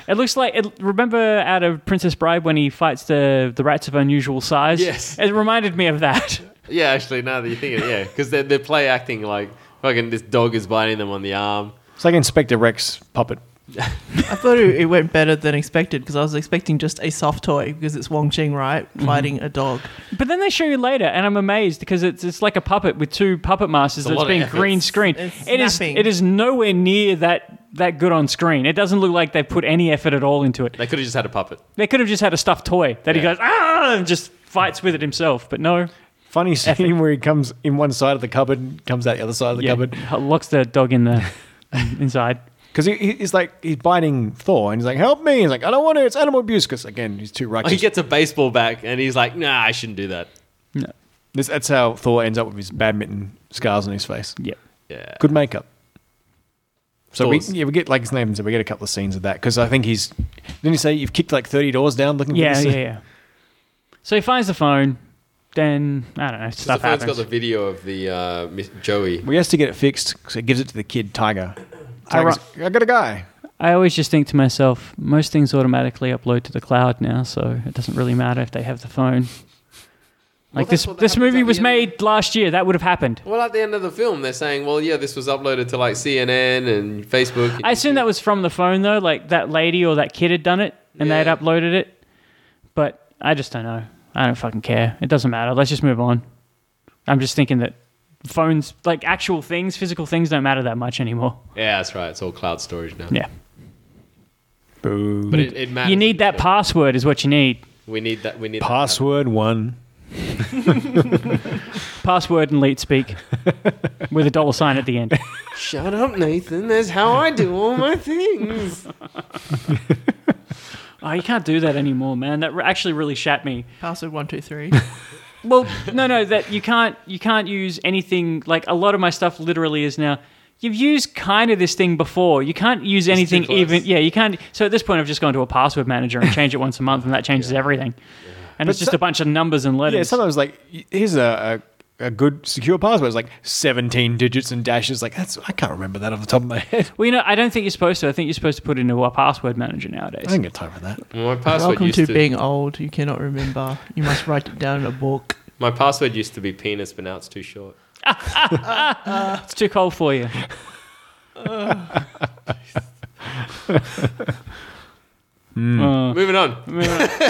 I: it looks like it, remember out of Princess Bride when he fights the the rats of unusual size.
H: Yes.
I: it reminded me of that.
H: Yeah, actually, now that you think of it, yeah, because they're, they're play acting like fucking this dog is biting them on the arm.
F: It's like Inspector Rex puppet.
G: I thought it, it went better than expected because I was expecting just a soft toy because it's Wong Ching, right?
H: Mm-hmm.
G: Fighting a dog.
I: But then they show you later, and I'm amazed because it's it's like a puppet with two puppet masters
H: It's a lot
I: that's
H: of
I: being
H: effort.
I: green screened.
G: It's
I: It is
G: snapping.
I: it is nowhere near that that good on screen. It doesn't look like they've put any effort at all into it.
H: They could have just had a puppet.
I: They could have just had a stuffed toy that he
H: Yeah.
I: goes ah and just fights with it himself. But no,
F: Funny scene where he comes in one side of the cupboard and comes out the other side of the
I: yeah,
F: cupboard.
I: locks the dog in the inside.
F: Because he, he- he's like, he's biting Thor and he's like, help me. He's like, I don't want to. It's animal abuse. Because again, he's too
H: He
F: righteous.
H: gets a baseball back, and he's like, "Nah, I shouldn't do that."
F: This, that's how Thor ends up with his badminton scars on his face.
I: Yep.
H: Yeah,
F: Good makeup. So we,
H: Thor's-
F: yeah, we get like his name. So we get a couple of scenes of that because I think he's. Didn't you say you've kicked like thirty doors down looking?
I: Yeah,
F: for
I: yeah,
F: this?
I: yeah. So he finds the phone. Then I don't know.
H: The
I: Stuff
H: phone's
I: happens.
H: got the video of the uh, Miss- Joey
F: We has to get it fixed because it gives it to the kid Tiger. Tiger's, I got a guy.
I: I always just think to myself, most things automatically upload to the cloud now, so it doesn't really matter if they have the phone. Like
H: that's
I: this,
H: what
I: this
H: happens at
I: movie
H: the
I: was
H: end.
I: made last year. That would have happened.
H: Well, at the end of the film, they're saying, "Well, yeah, this was uploaded to like CNN and Facebook." and
I: I assume that was from the phone though. Like that lady or that kid had done it, and they
H: Yeah.
I: had uploaded it. But I just don't know. I don't fucking care. It doesn't matter. Let's just move on. I'm just thinking that phones, like actual things, physical things, don't matter that much anymore.
H: YouTube. Yeah, that's right. It's all cloud storage now.
I: Yeah.
F: Boo.
H: But it, it matters.
I: You need that password, is what you need.
H: We need that. We need that
F: Password one.
I: Password and leet speak with a dollar sign at the end.
H: password. Shut up, Nathan. That's how I do all my things.
I: Oh, you can't do that anymore, man. That re- actually really shat me.
G: Password one two three.
I: Well, no, no, that you can't you can't use anything like a lot of my stuff literally is now you've used kind of this thing before. You can't use anything
H: close.
I: even yeah, you can't so at this point I've just gone to a password manager and change it once a month and that changes everything. And it's just
F: so-
I: a bunch of numbers and
F: Yeah,
I: letters.
F: sometimes like y- here's a, a a good secure password. It's like seventeen digits and dashes. Like that's I can't remember that off the top of my head.
I: well, you know, I don't think you're supposed to. I think you're supposed to put it into a password manager nowadays.
F: I didn't get time for that.
H: my password
G: Welcome
H: used
G: to
H: to,
G: being old. You cannot remember. You must write it down in a book.
H: my password used to be penis, but now it's too short.
I: It's too cold for you.
H: Moving on.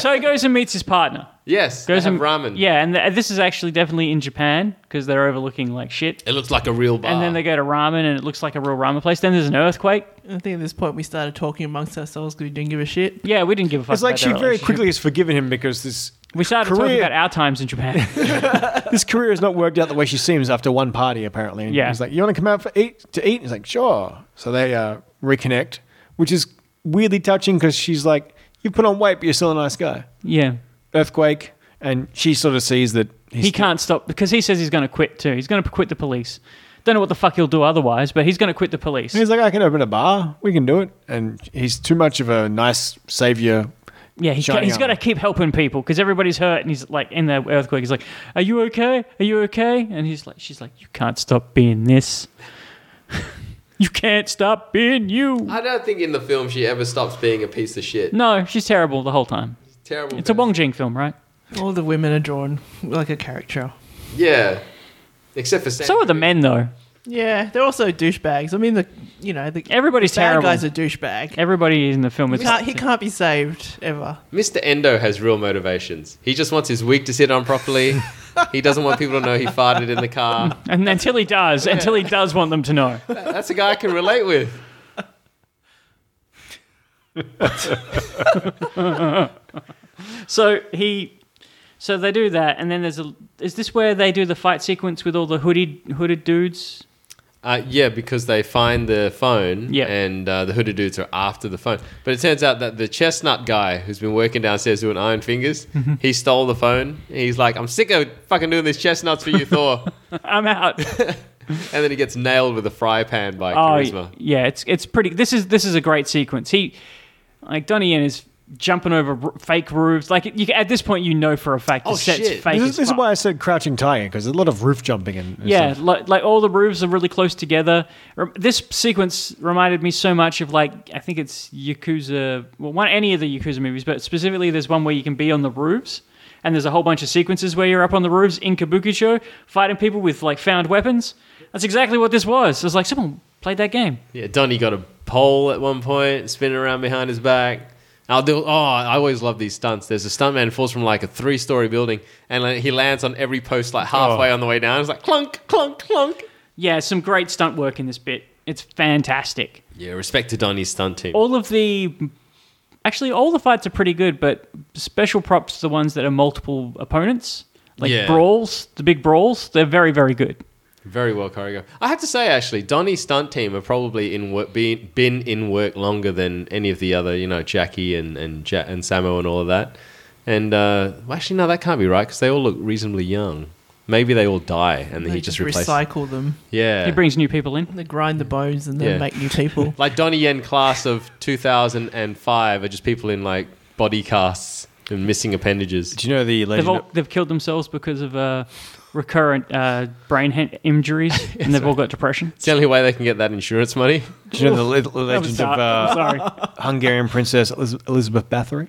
I: so he goes and meets his partner.
H: Yes, they
I: Goes
H: have
I: and
H: ramen.
I: Yeah, and th- this is actually definitely in Japan because they're overlooking like shit.
H: it looks like a real bar.
I: And then they go to ramen, and it looks like a real ramen place. Then there's an earthquake.
G: I think at this point we started talking amongst ourselves because we didn't give a shit.
I: Yeah, we didn't give a fuck.
F: It's like
I: about
F: she
I: their
F: very
I: relationship.
F: quickly has forgiven him because this
I: We started talking
F: Korea-
I: about our times in Japan.
F: this career has not worked out the way she seems after one party apparently. And
I: Yeah.
F: he's like, "You want to come out for eat to eat?" He's like, "Sure." So they uh, reconnect, which is weirdly touching because she's like, "You put on weight, but you're still a nice guy."
I: yeah,
F: Earthquake, and she sort of sees that he's
I: he can't stop because he says he's going to quit too. He's going to quit the police. Don't know what the fuck he'll do otherwise, but he's going to quit the police.
F: And he's like, "I can open a bar. We can do it." And he's too much of a nice savior.
I: Yeah, he ca-
F: Shining
I: he's got to
F: armor.
I: keep helping people because everybody's hurt, and he's like in the earthquake. He's like, "Are you okay? Are you okay?" And he's like, "She's like, you can't stop being this. you can't stop being you."
H: I don't think in the film she ever stops being a piece of shit.
I: No, she's terrible the whole time.
H: Terrible.
I: It's a
H: person.
I: Wong Jing film, right?
G: All the women are drawn like a caricature.
H: Yeah. Except for Sam.
I: So are the men though.
G: Yeah, they're also douchebags. I mean, the you know the
I: Everybody's
G: the bad
I: terrible.
G: guy's a douchebag.
I: Everybody in the film is
G: He can't, he can't be saved ever.
H: Mr. Endo has real motivations. He just wants his wig to sit on properly. He doesn't want people to know he farted in the car.
I: And until he does, until he does want them to know.
H: That's a guy I can relate with.
I: So he, so they do that, and then there's a. Is this where they do the fight sequence with all the hooded hooded dudes?
H: Uh, yeah, because they find the phone
I: Yeah.
H: and uh, the hooded dudes are after the phone. But it turns out that the chestnut guy who's been working downstairs doing iron fingers,
I: Mm-hmm.
H: he stole the phone. He's like, I'm sick of fucking doing these chestnuts for you, Thor.
I: I'm out.
H: And then he gets nailed with a fry pan by
I: Oh
H: Charisma.
I: yeah, it's it's pretty. This is this is a great sequence. He, like Donnie Yen is jumping over r- fake roofs. Like you, at this point, you know for a fact the
H: Oh,
I: set's
H: shit.
I: fake.
F: This is,
I: as
F: this is
I: fuck.
F: why I said crouching tiger because there's a lot of roof jumping and and
I: Yeah,
F: stuff.
I: like, like all the roofs are really close together. Rem- This sequence reminded me so much of like I think it's Yakuza, well, one any of the Yakuza movies, but specifically there's one where you can be on the roofs, and there's a whole bunch of sequences where you're up on the roofs in Kabukicho fighting people with like found weapons. That's exactly what this was. It was like someone played that game.
H: Yeah, Donnie got a pole at one point, spinning around behind his back. I'll do. Oh, I always love these stunts. There's a stuntman falls from like a three-story building, and like, he lands on every post like halfway on the way down. It's like clunk, clunk, clunk.
I: Yeah, some great stunt work in this bit. It's fantastic.
H: Yeah, respect to Donnie's stunt team.
I: all of the actually all the fights are pretty good but special props to the ones that are multiple opponents like
H: Yeah.
I: brawls the big brawls they're very very good
H: Very well choreographed. I have to say, actually, Donnie's stunt team have probably in work, been, been in work longer than any of the other, you know, Jackie and and ja- and Samo and all of that. And uh, well, actually, no, that can't be right because they all look reasonably young. Maybe they all die and then he
G: They
H: just, replaces.
G: recycle them.
H: Yeah,
I: he brings new people in
G: They grind the bones and then
H: Yeah.
G: make new people.
H: like Donnie Yen class of 2005 are just people in like body casts and missing appendages.
F: Do you know the
I: they've
F: legend?
I: all they've killed themselves because of uh, recurrent uh, brain hen- injuries and they've all got depression
H: It's the only way they can get that insurance money.
F: do you know the le- le-
I: That was
F: legend of
I: dark. I'm
F: uh,
I: sorry
F: Hungarian princess Eliz- Elizabeth Bathory?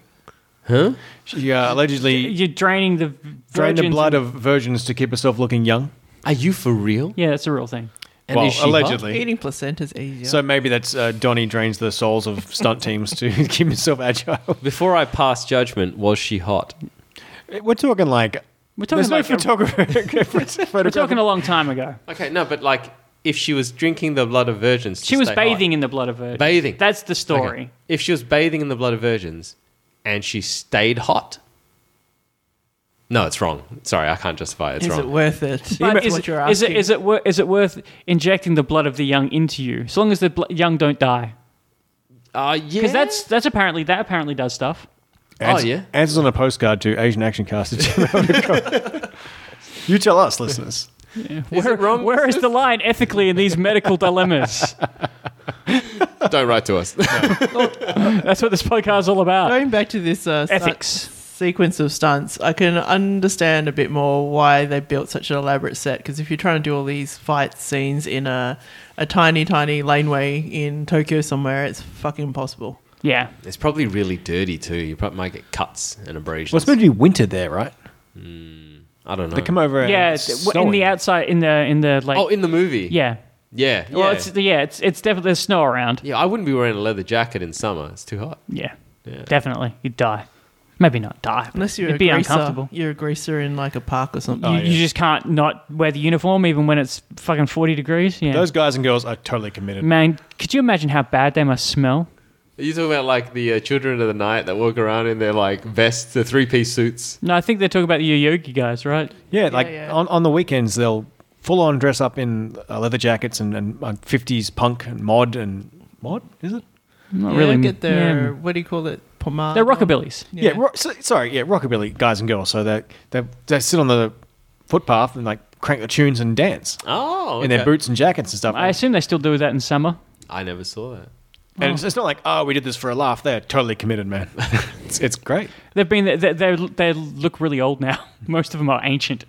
H: Huh?
F: She uh, allegedly
I: you're draining the
F: drained the
I: virgins
F: blood
I: and-
F: of virgins to keep herself looking young.
H: Are you for real?
I: yeah that's a real thing
H: And
F: well,
H: is she hot?
F: allegedly.
G: Eating placenta's easier.
F: So maybe that's uh, Donnie drains the souls of stunt teams to keep himself agile.
H: Before I pass judgment, was she hot?
F: We're talking like
I: We're talking
F: there's no
I: like a-
F: photographer.
I: we're talking a long time ago
H: Okay, no, but like if she was drinking the blood of virgins, to
I: she was
H: stay
I: bathing
H: hot-
I: in the blood of virgins
H: Bathing.
I: that's the
H: Okay.
I: story
H: If she was bathing in the blood of virgins, and she stayed hot. No, it's wrong. Sorry, I can't justify it. It's
G: is
H: wrong.
G: it worth it?
I: But
G: That's
I: is,
G: what
I: it-
G: you're
I: is it
G: asking.
I: is it wor- is it worth injecting the blood of the young into you? As long as the bl- young don't die,
H: uh, yeah.
I: because that's that's apparently that apparently does stuff.
H: Oh, yeah.
F: Answers on a postcard to Asian Action Cast. at gmail.com. you tell us, listeners.
H: Is it wrong?
I: Where is the line ethically in these medical dilemmas?
H: Don't write to us.
I: That's what this podcast is all about.
G: Going back to this uh, stunt
I: Ethics.
G: sequence of stunts, I can understand a bit more why they built such an elaborate set. Because if you're trying to do all these fight scenes in a, a tiny, tiny laneway in Tokyo somewhere, it's fucking impossible.
I: Yeah,
H: It's probably really dirty too. You probably might get cuts and abrasions. Hmm,
F: Well, it's meant to be winter there, right?
H: I don't know.
F: They come over. And
I: yeah.
F: it's
I: th- In
F: snowing.
I: the outside, in the in the like,
H: oh, in the movie.
I: yeah.
H: Yeah. Yeah.
I: Well, it's yeah, it's it's definitely there's snow around.
H: yeah. I wouldn't be wearing a leather jacket in summer. It's too hot.
I: Yeah,
H: Yeah.
I: definitely you'd die. Maybe not die. but
G: Unless you're
I: it'd
G: a
I: be
G: greaser,
I: uncomfortable.
G: You're a greaser in like a park or something.
I: you,
F: Oh, yeah.
I: you just can't not wear the uniform even when it's fucking forty degrees. Yeah,
F: Those guys and girls are totally committed.
I: Man, could you imagine how bad they must smell?
H: Are you talking about like the uh, children of the night that walk around in their like vests, the three piece suits?
I: No, I think they're talking about the Yoyogi guys, right?
F: Yeah, like
G: yeah.
F: On, on the weekends they'll full on dress up in uh, leather jackets and and uh, fifties punk and mod and mod is it?
I: Not
G: Yeah,
I: really.
G: get their
I: yeah.
G: what do you call it? Pomade.
I: They're
G: or-
I: rockabillies.
F: Yeah, ro- so, sorry, yeah, rockabilly guys and girls. So they they they sit on the footpath and like crank the tunes and dance
H: Oh,
F: in their boots and jackets and stuff.
I: I assume they still do that in summer.
H: I never saw that.
F: and it's, it's not like oh, we did this for a laugh. They're totally committed, man. it's, it's great.
I: They've been they they, they look really old now. Most of them are ancient.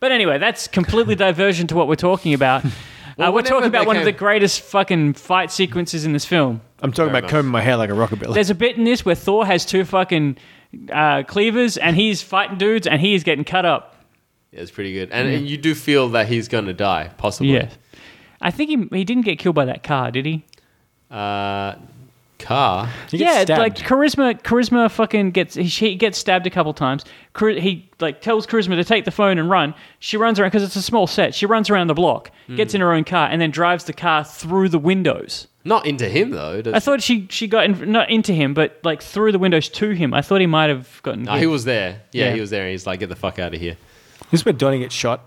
I: But anyway, that's completely diversion to what we're talking about. uh, we're
H: whenever
I: talking about
H: they
I: one of the
H: came-
I: greatest fucking fight sequences in this film.
F: I'm talking about
H: enough.
F: combing my hair like a rockabilly.
I: There's a bit in this where Thor has two fucking uh, cleavers and he's fighting dudes and he is getting cut up.
H: Yeah, it's pretty good. And, and you do feel that he's going to die, possibly.
I: I think he, he didn't get killed by that car, did he?
H: Uh, car.
F: He gets
I: yeah,
F: stabbed.
I: like charisma, charisma fucking gets he, she gets stabbed a couple times. Chari- he like tells charisma to take the phone and run. She runs around because it's a small set. She runs around the block, gets in her own car, and then drives the car through the windows.
H: Not into him though. does
I: I thought she she got in, not into him, but like through the windows to him. I thought he might have gotten.
H: No,
I: hit.
H: he was there. Yeah,
I: Yeah.
H: he was there. And he's like, get the fuck out of here.
F: this is where Donnie gets shot.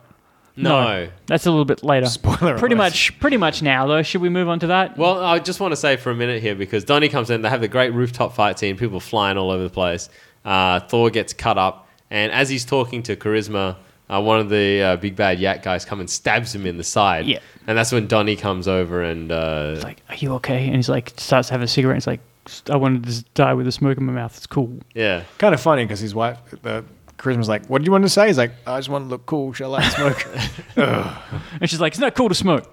H: No.
I: That's a little bit later.
F: Spoiler
I: Pretty
F: alert.
I: much, pretty much now though. Should we move on to that?
H: Well, I just want to say for a minute here because Donnie comes in. They have the great rooftop fight scene. People flying all over the place. Uh, Thor gets cut up, and as he's talking to Charisma, uh, one of the uh, big bad Yak guys come and stabs him in the side.
I: Yeah.
H: and that's when Donnie comes over and uh,
I: like, are you okay? And he's like, starts to have a cigarette. He's like, I wanted to just die with a smoke in my mouth. It's cool.
H: yeah,
F: Kind of funny because his wife, the charisma's like, "What do you want to say?" He's like, "I just want to look cool. Shall I smoke?"
I: And she's like, it's not cool to smoke.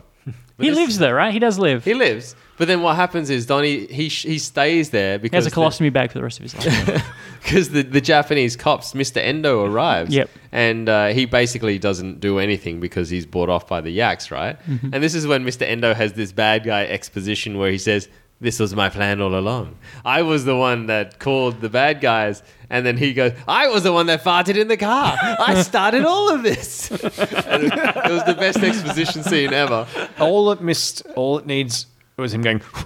I: he lives there, right? He does live. He,
H: he lives. But then what happens is Donnie he sh- he stays there because
I: has a
H: the-
I: colostomy bag for the rest of his life.
H: because the, the Japanese cops, Mr. Endo, arrives.
I: Yep.
H: And uh, he basically doesn't do anything because he's bought off by the yaks, right? And this is when Mr. Endo has this bad guy exposition where he says, This was my plan all along. I was the one that called the bad guys. And then he goes, I was the one that farted in the car. I started all of this. And it was the best exposition scene ever.
F: all it missed, all it needs was him going,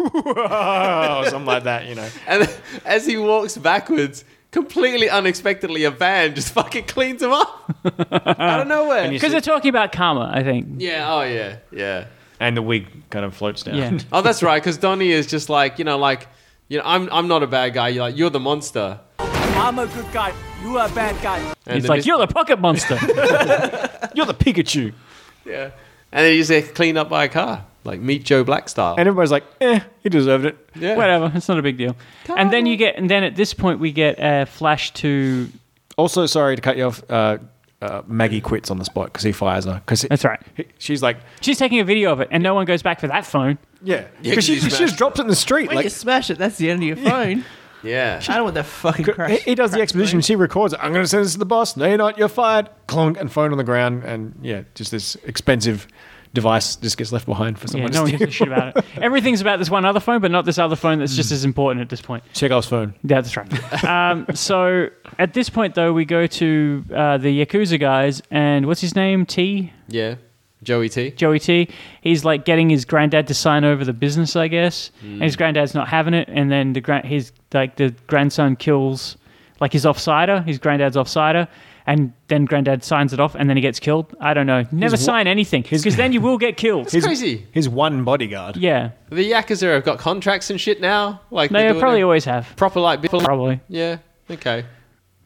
F: or something like that. You know,
H: And as he walks backwards, completely unexpectedly, a van just fucking cleans him up out of nowhere.
F: And you
I: Because they're talking about karma, I think.
H: Yeah. Oh, yeah. Yeah.
F: and the wig kind of floats down.
I: Yeah.
H: Oh, that's right. Because Donnie is just like you know, like you know, I'm I'm not a bad guy. You're like you're the monster.
B: I'm a good guy. You are a bad guy.
H: And
I: He's
H: then
I: like,
H: just-
I: you're the pocket monster.
F: You're the Pikachu,
H: yeah. And then he's like cleaned up by a car, like meet Joe Black style.
F: and everybody's like, "Eh, he deserved it."
H: yeah.
I: Whatever, it's not a big deal. And then you get, and then at this point we get a flash to.
F: Also, sorry to cut you off. Uh, uh, Maggie quits on the spot because he fires her. Because
I: That's right.
F: she's like,
I: She's taking a video of it, and no one goes back for that phone.
F: yeah,
H: Yeah, 'cause
F: because she,
H: he
F: she
H: smashed
F: just drops it in the street.
G: When
F: like
G: you smash it, that's the end of your phone.
H: yeah.
G: I don't want that fucking
F: He-
G: crash.
F: He does the
G: crash
F: exposition. She records it. I'm going to send this to the boss. No, you're not. You're fired. Clonk and phone on the ground. And yeah, just this expensive device just gets left behind for
I: Yeah,
F: someone
I: no
F: to
I: one
F: steal.
I: gives a shit about it. Everything's about this one other phone, but not this other phone that's just as important at this point.
F: Chekhov's phone.
I: Yeah, that's right. um, so at this point, though, we go to uh, the Yakuza guys, and what's his name? T?
H: Yeah. Joey T.
I: Joey T. He's like getting his granddad to sign over the business, I guess, and
H: Hmm.
I: his granddad's not having it. And then the grand, his like the grandson kills, like his offsider, his granddad's offsider, and then granddad signs it off, and then he gets killed. I don't know. Never
F: wa-
I: sign anything because then you will get killed.
H: It's crazy.
F: His one bodyguard.
I: yeah,
H: The Yakuza have got contracts and shit now. Like
I: they
H: they're doing
I: probably
H: a
I: always have.
H: proper like.
I: Probably
H: Yeah. Okay.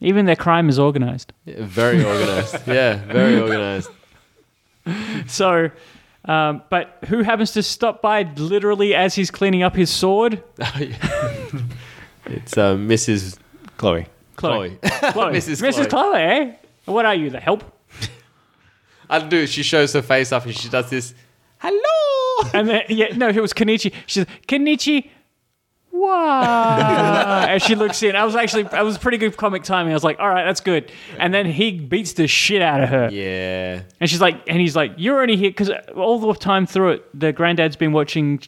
I: even their crime is organized.
H: Yeah, very organized. yeah. Very organized.
I: So, um, but who happens to stop by literally as he's cleaning up his sword?
H: It's uh, Mrs.
F: Chloe.
H: Chloe.
I: Chloe.
H: Mrs. Chloe.
I: Mrs. Chloe, eh? What are you, the help?
H: I do. She shows her face up and she does this. Hello.
I: And then, yeah, no, it was Kenichi. She said, Kenichi, wow. and she looks in. I was actually, I was pretty good comic timing. I was like, all right, that's good. And then he beats the shit out of her.
H: Yeah.
I: And she's like, and he's like, you're only here because all the time through it, the granddad's been watching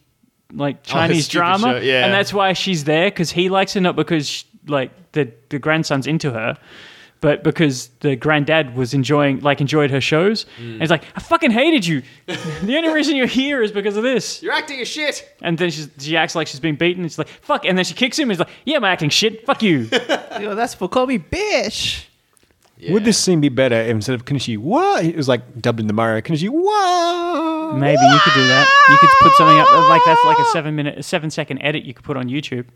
I: like Chinese
H: Oh, stupid
I: drama.
H: show, yeah.
I: And that's why she's there because he likes her, not because like the, the grandson's into her. But because the granddad was enjoying, like, enjoyed her shows,
H: Mm.
I: and he's like, "I fucking hated you. the only reason you're here is because of this."
H: You're acting as shit.
I: And then she's, she acts like she's been beaten. It's like, fuck. And then she kicks him. He's like, yeah, I'm acting shit. Fuck you.
G: phone. Yo, that's for call me bitch.
F: Would this scene be better if instead of Kenichi, what? It was like dubbed in the Mario. Kenichi, what?
I: Maybe you could do that. You could put something up like that's like a seven minute, a seven second edit you could put on YouTube.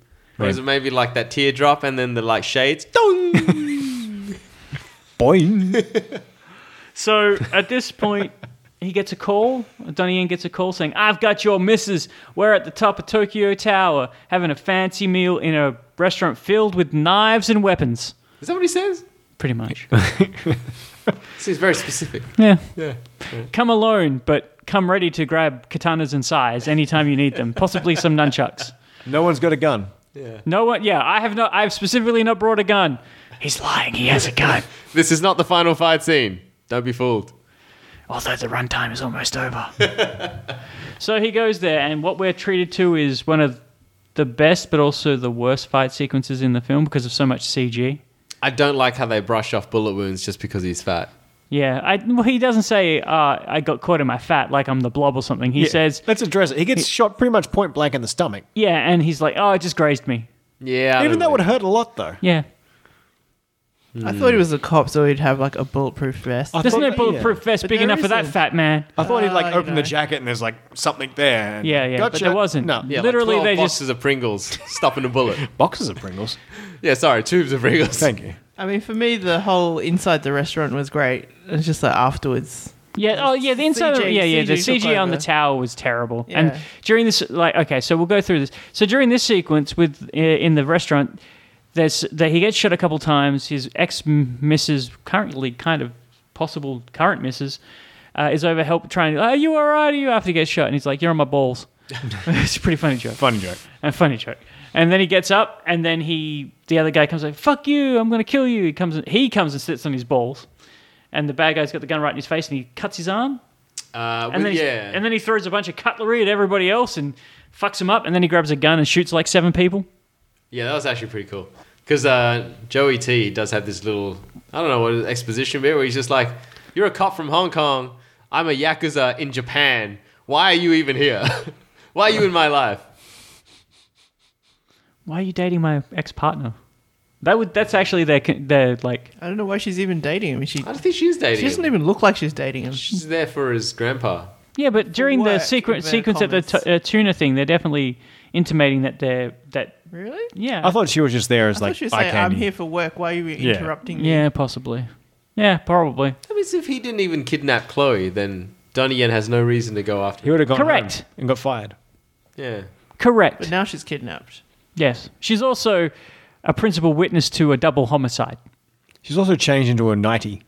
H: Or is it maybe like that teardrop and then the like shades? Dong!
F: Boing.
I: So at this point, he gets a call. Donnie Yen gets a call saying, I've got your missus. We're at the top of Tokyo Tower having a fancy meal in a restaurant filled with knives and weapons.
H: Is that what he says?
I: Pretty much.
H: Seems very specific.
I: Yeah.
H: Yeah.
I: Come alone, but come ready to grab katanas and sais anytime you need them, possibly some nunchucks.
F: no one's got a gun.
I: No one. Yeah, I have not. I've specifically not brought a gun. He's lying. He has a gun.
H: This is not the final fight scene. Don't be fooled.
I: Although the runtime is almost over. so he goes there, and what we're treated to is one of the best but also the worst fight sequences in the film because of so much CG.
H: I don't like how they brush off bullet wounds just because he's fat.
I: Yeah, I, well, he doesn't say uh, I got caught in my fat like I'm the blob or something. He says,
F: let's address it. He gets shot pretty much point blank in the stomach.
I: yeah, and he's like, oh, it just grazed me.
H: Yeah, I
F: Even
H: don't
F: that
H: know.
F: would hurt a lot, though.
I: Yeah.
G: I
F: Hmm.
G: thought he was a cop, so he'd have like a bulletproof vest.
I: There's no
F: thought-
I: bulletproof vest
G: But
I: big
G: there
I: enough for that
G: isn't.
I: fat man.
F: I thought he'd
G: Ah,
F: like
G: you
F: open the
G: know.
F: jacket and there's like something there. and-
I: Yeah, yeah, but there wasn't.
F: No,
H: Yeah,
I: Literally,
H: literally, like
I: they
H: 12
I: just-
H: boxes of Pringles stopping a bullet.
F: boxes of Pringles.
H: Yeah, sorry, tubes of Pringles.
F: Thank you.
G: I mean, for me, the whole inside the restaurant was great. It's just that afterwards.
I: Yeah. Oh, yeah. The inside.
G: CG
I: yeah, yeah. The
G: CG took
I: CG on the
G: over.
I: tower was terrible.
G: Yeah.
I: And during this, like, okay, so we'll go through this. So during this sequence with i- in the restaurant, there's that he gets shot a couple times. His ex missus, currently kind of possible current missus, uh, is over help trying. Are you all right? Are you after he gets shot? And he's like, "You're on my balls." it's a pretty funny joke.
F: Funny joke.
I: A funny joke. And then he gets up, and then he, the other guy comes like, "Fuck you! I'm gonna kill you." He comes, he comes and sits on his balls, and the bad guy's got the gun right in his face, and he cuts his arm,
H: Uh,
I: and
H: with-
I: then, he's-
H: yeah.
I: and then he throws a bunch of cutlery at everybody else and fucks him up, and then he grabs a gun and shoots like seven people.
H: yeah, that was actually pretty cool. Because uh, Joey T does have this little, I don't know what it is, exposition bit where he's just like, You're a cop from Hong Kong. I'm a Yakuza in Japan. Why are you even here? Why are you in my life?
I: Why are you dating my ex partner? That would, that's actually their, con- their like,
G: I don't know why she's even dating him. She
H: I don't think she's dating.
G: she doesn't
H: him.
G: even look like she's dating him.
H: She's there for his grandpa.
I: yeah. But during the
G: work,
I: secret
G: inverted
I: sequence at the
G: commas.
I: t- uh, tuna thing, they're definitely intimating that they're that,
G: Really?
I: yeah.
F: I thought she was just there as
G: I
F: like
G: thought she was
F: eye
G: saying, "I'm
F: candy.
G: here for work. Why are you
F: Yeah.
G: interrupting me?"
I: yeah, possibly. Yeah, probably.
H: That means if he didn't even kidnap Chloe, then Donnie Yen has no reason to go after
F: He
H: him.
F: would have gone
I: Correct.
F: home and got fired.
H: Yeah.
I: Correct.
G: But now she's kidnapped.
I: Yes. She's also a principal witness to a double homicide.
F: She's also changed into a nighty,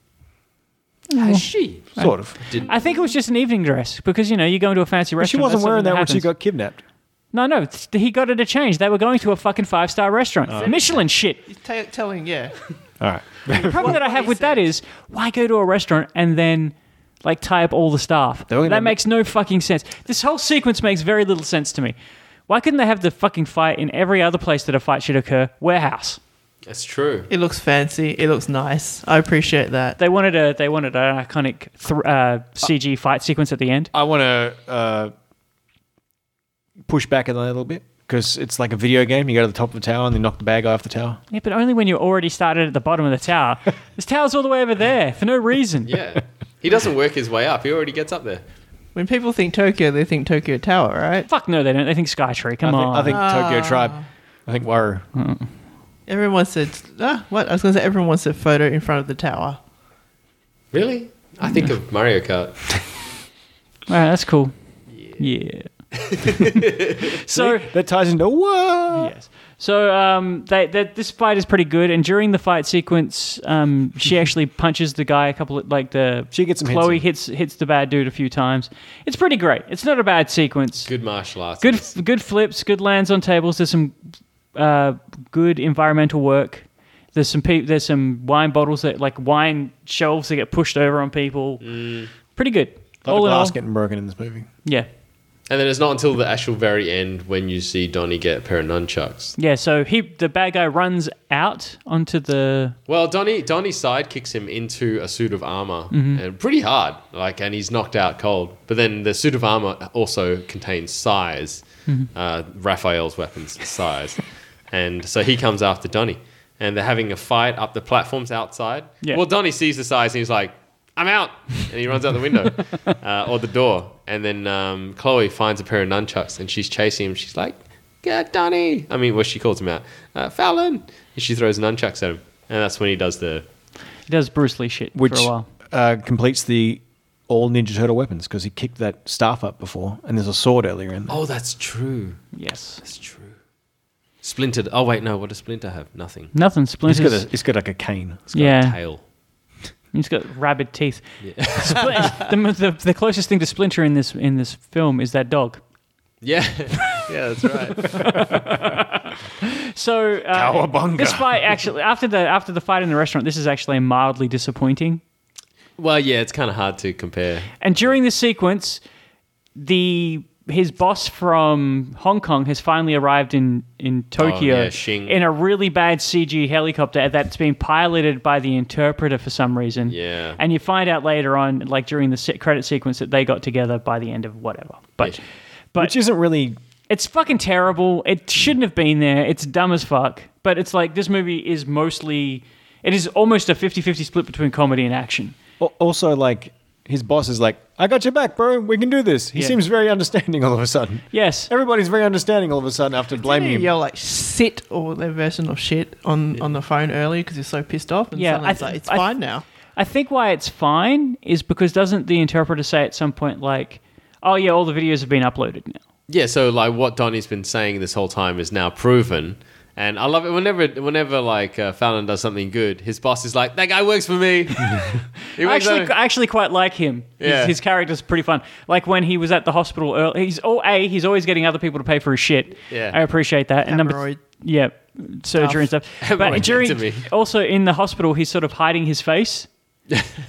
F: Oh.
H: Has she?
F: sort of.
I: I think it was just an evening dress because, you know, you go into a fancy
F: But she
I: restaurant.
F: wasn't
I: that's
F: wearing that
I: something
F: when she
I: happens.
F: got kidnapped.
I: No, no. th- He got her to change. They were going to a fucking five star restaurant.
F: Oh.
I: Michelin shit.
G: He's ta telling, yeah.
F: All right.
I: The problem that I have
G: he
I: with that
G: said.
I: is why go to a restaurant and then. Like tie up all the staff.
F: They were
I: That
F: gonna-
I: makes no fucking sense. This whole sequence makes very little sense to me. Why couldn't they have the fucking fight in every other place that a fight should occur? Warehouse.
H: That's true.
G: It looks fancy. It looks nice. I appreciate that.
I: They wanted a they wanted an iconic thr uh, CG fight sequence at the end.
F: I want to uh, push back on that a little bit because it's like a video game. You go to the top of the tower and then knock the bad guy off the tower.
I: Yeah, but only when you already started at the bottom of the tower. this tower's all the way over there for no reason.
H: Yeah. He doesn't work his way up. He already gets up there.
G: When people think Tokyo, they think Tokyo Tower, right?
I: Fuck no, they don't. They think Skytree.
F: I
I: Come
F: think,
I: on.
F: I think Tokyo Tribe. I think Waru.
G: Everyone said, ah, what? I was going to say, everyone wants a photo in front of the tower.
H: Really? I think of Mario Kart.
I: all right, that's cool. Yeah. so
F: That ties into what?
I: yes, so um, they, they, this fight is pretty good, and during the fight sequence, um, she actually punches the guy a couple of like the
F: She gets some hits
I: Chloe
F: in.
I: hits hits the bad dude a few times. It's pretty great. It's not a bad sequence.
H: Good martial arts.
I: good good flips, good lands on tables. There's some uh, good environmental work. There's some pe- there's some wine bottles that like wine shelves that get pushed over on people. Pretty good.
F: A lot of
I: All in all,
F: Mm. glass getting broken in this movie.
I: yeah,
H: And then it's not until the actual very end when you see Donnie get a pair of nunchucks.
I: yeah. So he the bad guy runs out onto the
H: Well, Donnie Donnie sidekicks him into a suit of armor and pretty hard. Like and he's knocked out cold. But then the suit of armor also contains size. Uh, Raphael's weapons size. and so he comes after Donnie. And they're having a fight up the platforms outside.
I: Yeah.
H: Well, Donnie sees the size and he's like, I'm out. And he runs out the window uh, or the door. And then um, Chloe finds a pair of nunchucks and she's chasing him. She's like, Get Donnie. I mean, well, she calls him out, uh, Fallon. And she throws nunchucks at him. And that's when he does the.
I: he does Bruce Lee shit
F: Which
I: for a while.
F: uh, completes the all Ninja Turtle weapons because he kicked that staff up before, and there's a sword earlier in there.
H: Oh, that's true.
I: Yes,
H: That's true. Splintered. Oh, wait, no. What does Splinter have? Nothing.
I: nothing
F: He's got,
I: splinters.
F: a, he's got like a cane.
H: It's got
I: Yeah.
H: a tail.
I: He's got rabid teeth. Splin- the, the, the closest thing to Splinter in this in this film is that dog.
H: Yeah. yeah, that's right.
I: So uh, This fight actually after the after the fight in the restaurant, this is actually mildly disappointing.
H: well, yeah, it's kind of hard to compare.
I: And during this sequence, the his boss from Hong Kong has finally arrived in in Tokyo
H: Oh, yeah, Shing.
I: in a really bad CG helicopter that's being piloted by the interpreter for some reason.
H: Yeah.
I: and you find out later on, like during the se- credit sequence, that they got together by the end of whatever. But
H: Yeah.
I: but
F: which isn't really
I: it's fucking terrible. It shouldn't have been there. It's dumb as fuck. But it's like this movie is mostly. It is almost a 50 50 split between comedy and action.
F: al- also like his boss is like, "I got your back, bro. We can do this." He
I: Yeah.
F: seems very understanding all of a sudden.
I: Yes.
F: Everybody's very understanding all of a sudden after blaming
G: You
F: him.
G: yell like "sit" or their version of "shit" on, on the phone early because you're so pissed off, and
I: Yeah,
G: yeah,
I: I
G: someone's
I: th-
G: like, "It's
I: I th-
G: fine now."
I: I think why it's fine is because doesn't the interpreter say at some point, like, oh, yeah, all the videos have been uploaded now?
H: Yeah, so like what Donnie's been saying this whole time is now proven. And I love it whenever, whenever like uh, Fallon does something good, his boss is like, "That guy works for me." He
I: I
H: works
I: actually,
H: for-
I: I actually quite like him.
H: Yeah.
I: His, his character's pretty fun. Like when he was at the hospital early, he's all A, he's always getting other people to pay for his shit.
H: Yeah.
I: I appreciate that. And number
G: Hemorrhoid.
I: yeah, surgery and stuff. But during,
H: Hemorrhoidectomy.
I: also in the hospital, he's sort of hiding his face.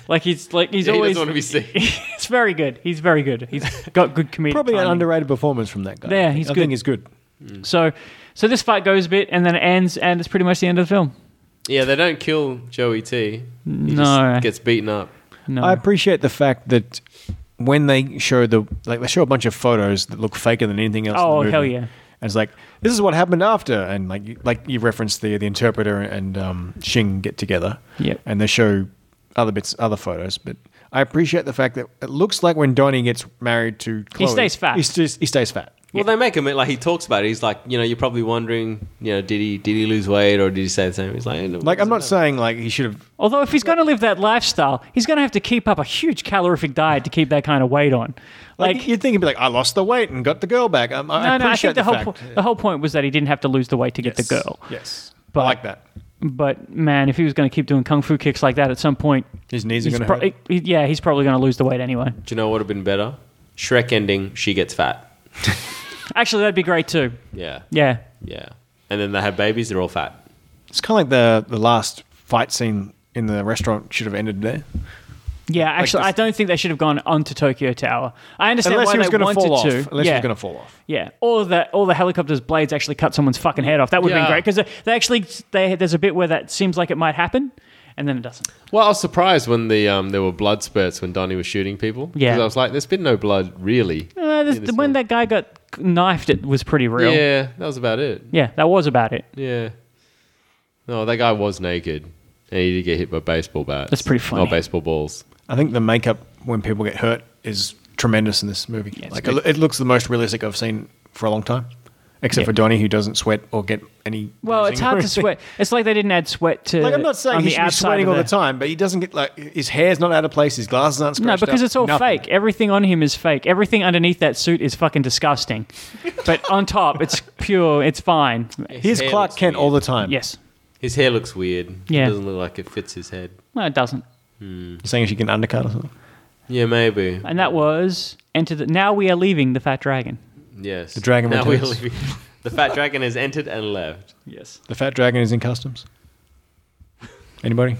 I: like he's like he's
H: Yeah, he
I: always
H: doesn't want to be seen.
I: He's very good. He's very good. He's got good comedic.
F: Probably an
I: timing.
F: underrated performance from that guy.
I: Yeah,
F: I think-
I: he's
F: I
I: good.
F: think he's good.
I: So, so this fight goes a bit, and then it ends, and it's pretty much the end of the film.
H: yeah, they don't kill Joey T. He
I: No.
H: just gets beaten up.
I: No,
F: I appreciate the fact that when they show the like they show a bunch of photos that look faker than anything else. in the
I: Oh,
F: movie.
I: hell yeah.
F: And it's like this is what happened after, and like you, like you referenced the the interpreter and um, Shing get together.
I: Yep.
F: And they show other bits, other photos, but. I appreciate the fact that it looks like when Donnie gets married to Chloe,
I: stays fat.
F: He, stays- he stays fat.
H: Well, they make him like he talks about it. He's like, you know, you're probably wondering, you know, did he did he lose weight or did he stay the same? He's like,
F: Like I'm not saying like he should have.
I: Although if he's going to live that lifestyle, he's going to have to keep up a huge calorific diet to keep that kind of weight on.
F: Like,
I: Like,
F: you'd think he'd be like, I lost the weight and got the girl back. Um, I,
I: no, no, I think
F: appreciate
I: the, whole
F: fact.
I: po- the whole point was that he didn't have to lose the weight to get the girl.
F: Yes,
I: But-
F: I like that.
I: But man, if he was going to keep doing kung fu kicks like that, at some point,
F: His knees are
I: he's
F: going to
I: pro-
F: hurt.
I: he- yeah, he's probably going to lose the weight anyway.
H: Do you know what would have been better? Shrek ending. She gets fat.
I: Actually, that'd be great too.
H: Yeah,
I: Yeah,
H: yeah. And then they have babies. They're all fat.
F: It's kind of like the the last fight scene in the restaurant should have ended there.
I: yeah. Actually,
F: this-
I: I don't think they should have gone onto Tokyo Tower. I understand
F: Unless
I: why
F: he was
I: they
F: going to
I: wanted
F: fall off.
I: to.
F: Unless
I: yeah.
F: he was going to fall off.
I: Yeah, all the all the helicopter's blades actually cut someone's fucking head off. That would have
H: Yeah.
I: been great because they, they actually they, there's a bit where that seems like it might happen, and then it doesn't.
H: Well, I was surprised when the um, there were blood spurts when Donnie was shooting people. 'Cause
I: Yeah.
H: I was like, there's been no blood really.
I: Uh, this,
H: this
I: when
H: one.
I: that guy got knifed, it was pretty real.
H: Yeah, that was about it.
I: Yeah, that was about it.
H: Yeah. No, that guy was naked, and he did get hit by baseball bats.
I: That's pretty funny.
H: Or baseball balls.
F: I think the makeup when people get hurt is tremendous in this movie.
I: it's
F: like
I: good.
F: it, it looks the most realistic I've seen for a long time, except
I: Yeah.
F: for Donnie who doesn't sweat or get any.
I: Well, it's
F: bruising or
I: hard to
F: anything.
I: sweat. It's like they didn't add sweat to.
F: Like I'm not saying
I: on
F: he
I: the
F: should be
I: outside
F: sweating
I: of
F: all the time, but he doesn't get like his hair's not out of place, his glasses aren't
I: No,
F: scratched
I: because
F: up,
I: it's all
F: nothing.
I: fake. Everything on him is fake. Everything underneath that suit is fucking disgusting. but on top, it's pure. It's fine.
F: Here's
H: hair
F: Clark
H: looks
F: Kent
H: weird.
F: all the time.
I: Yes.
H: His hair looks weird.
I: Yeah.
H: It doesn't look like it fits his head.
I: No, it doesn't.
F: You're saying she can undercut or something.
H: Yeah, maybe.
I: And that was enter the. Now we are leaving the Fat Dragon.
H: Yes. The
F: dragon
H: now we're
F: returns.
H: leaving. The fat dragon has entered and left.
I: Yes.
F: The fat dragon is in customs. Anybody?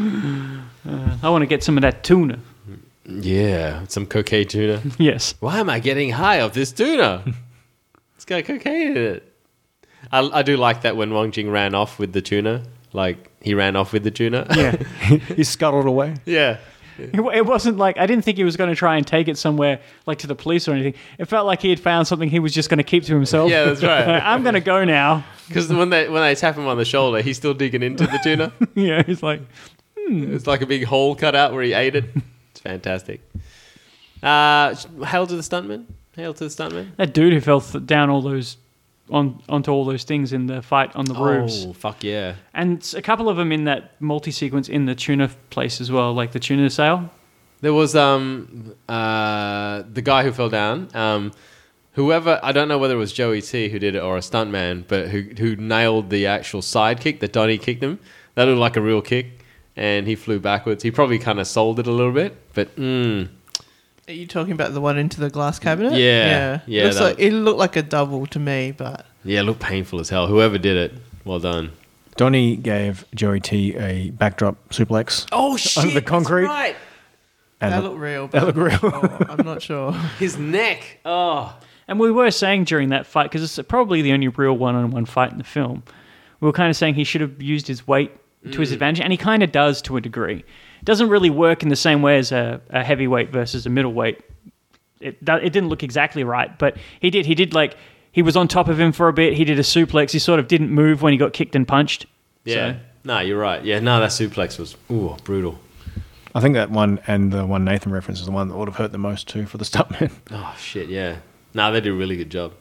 I: I want to get some of that tuna.
H: Yeah, some cocaine tuna.
I: Yes.
H: Why am I getting high off this tuna? it's got cocaine in it. I, I do like that when Wang Jing ran off with the tuna. Like, he ran off with the tuna.
I: Yeah.
F: He's scuttled away.
H: yeah.
I: It wa- It wasn't like I didn't think he was going to try and take it somewhere like to the police or anything. It felt like he had found something he was just going to keep to himself.
H: Yeah, that's right.
I: I'm going to go now.
H: Because when they when they tap him on the shoulder, he's still digging into the tuna.
I: yeah, he's like,
H: it's like a big hole cut out where he ate it. It's fantastic. Uh, hail to the stuntman. Hail to the stuntman.
I: that dude who fell th- down all those on onto all those things in the fight on the roofs,
H: Oh, fuck yeah.
I: and s- a couple of them in that multi sequence in the tuna f- place as well, like the tuna sale.
H: There was um uh the guy who fell down. Um, whoever I don't know whether it was Joey T who did it or a stuntman, but who who nailed the actual side kick that Donnie kicked him. That looked like a real kick, and he flew backwards. He probably kind of sold it a little bit, but mm,
G: Are you talking about the one into the glass cabinet?
H: Yeah, yeah,
G: Looks
H: that-
G: like, it looked like a double to me, but
H: yeah, it looked painful as hell. Whoever did it, well done.
G: Oh,
F: Donnie gave Joey T a backdrop suplex. Oh shit! Under the concrete, And
G: They
F: the-
G: look real. They look real. I'm not sure.
H: His neck. Oh,
I: And we were saying during that fight, because it's probably the only real one on one fight in the film, we were kind of saying he should have used his weight to his advantage, and he kind of does to a degree. It doesn't really work in the same way as a, a heavyweight versus a middleweight. It, that, it didn't look exactly right, but he did. He did like, he was on top of him for a bit. He did a suplex. He sort of didn't move when he got kicked and punched.
H: yeah. No, you're right. Yeah, no, that suplex was ooh brutal.
F: I think that one and the one Nathan referenced is the one that would have hurt the most too for the stuntman.
H: Oh shit, yeah. No, they did a really good job.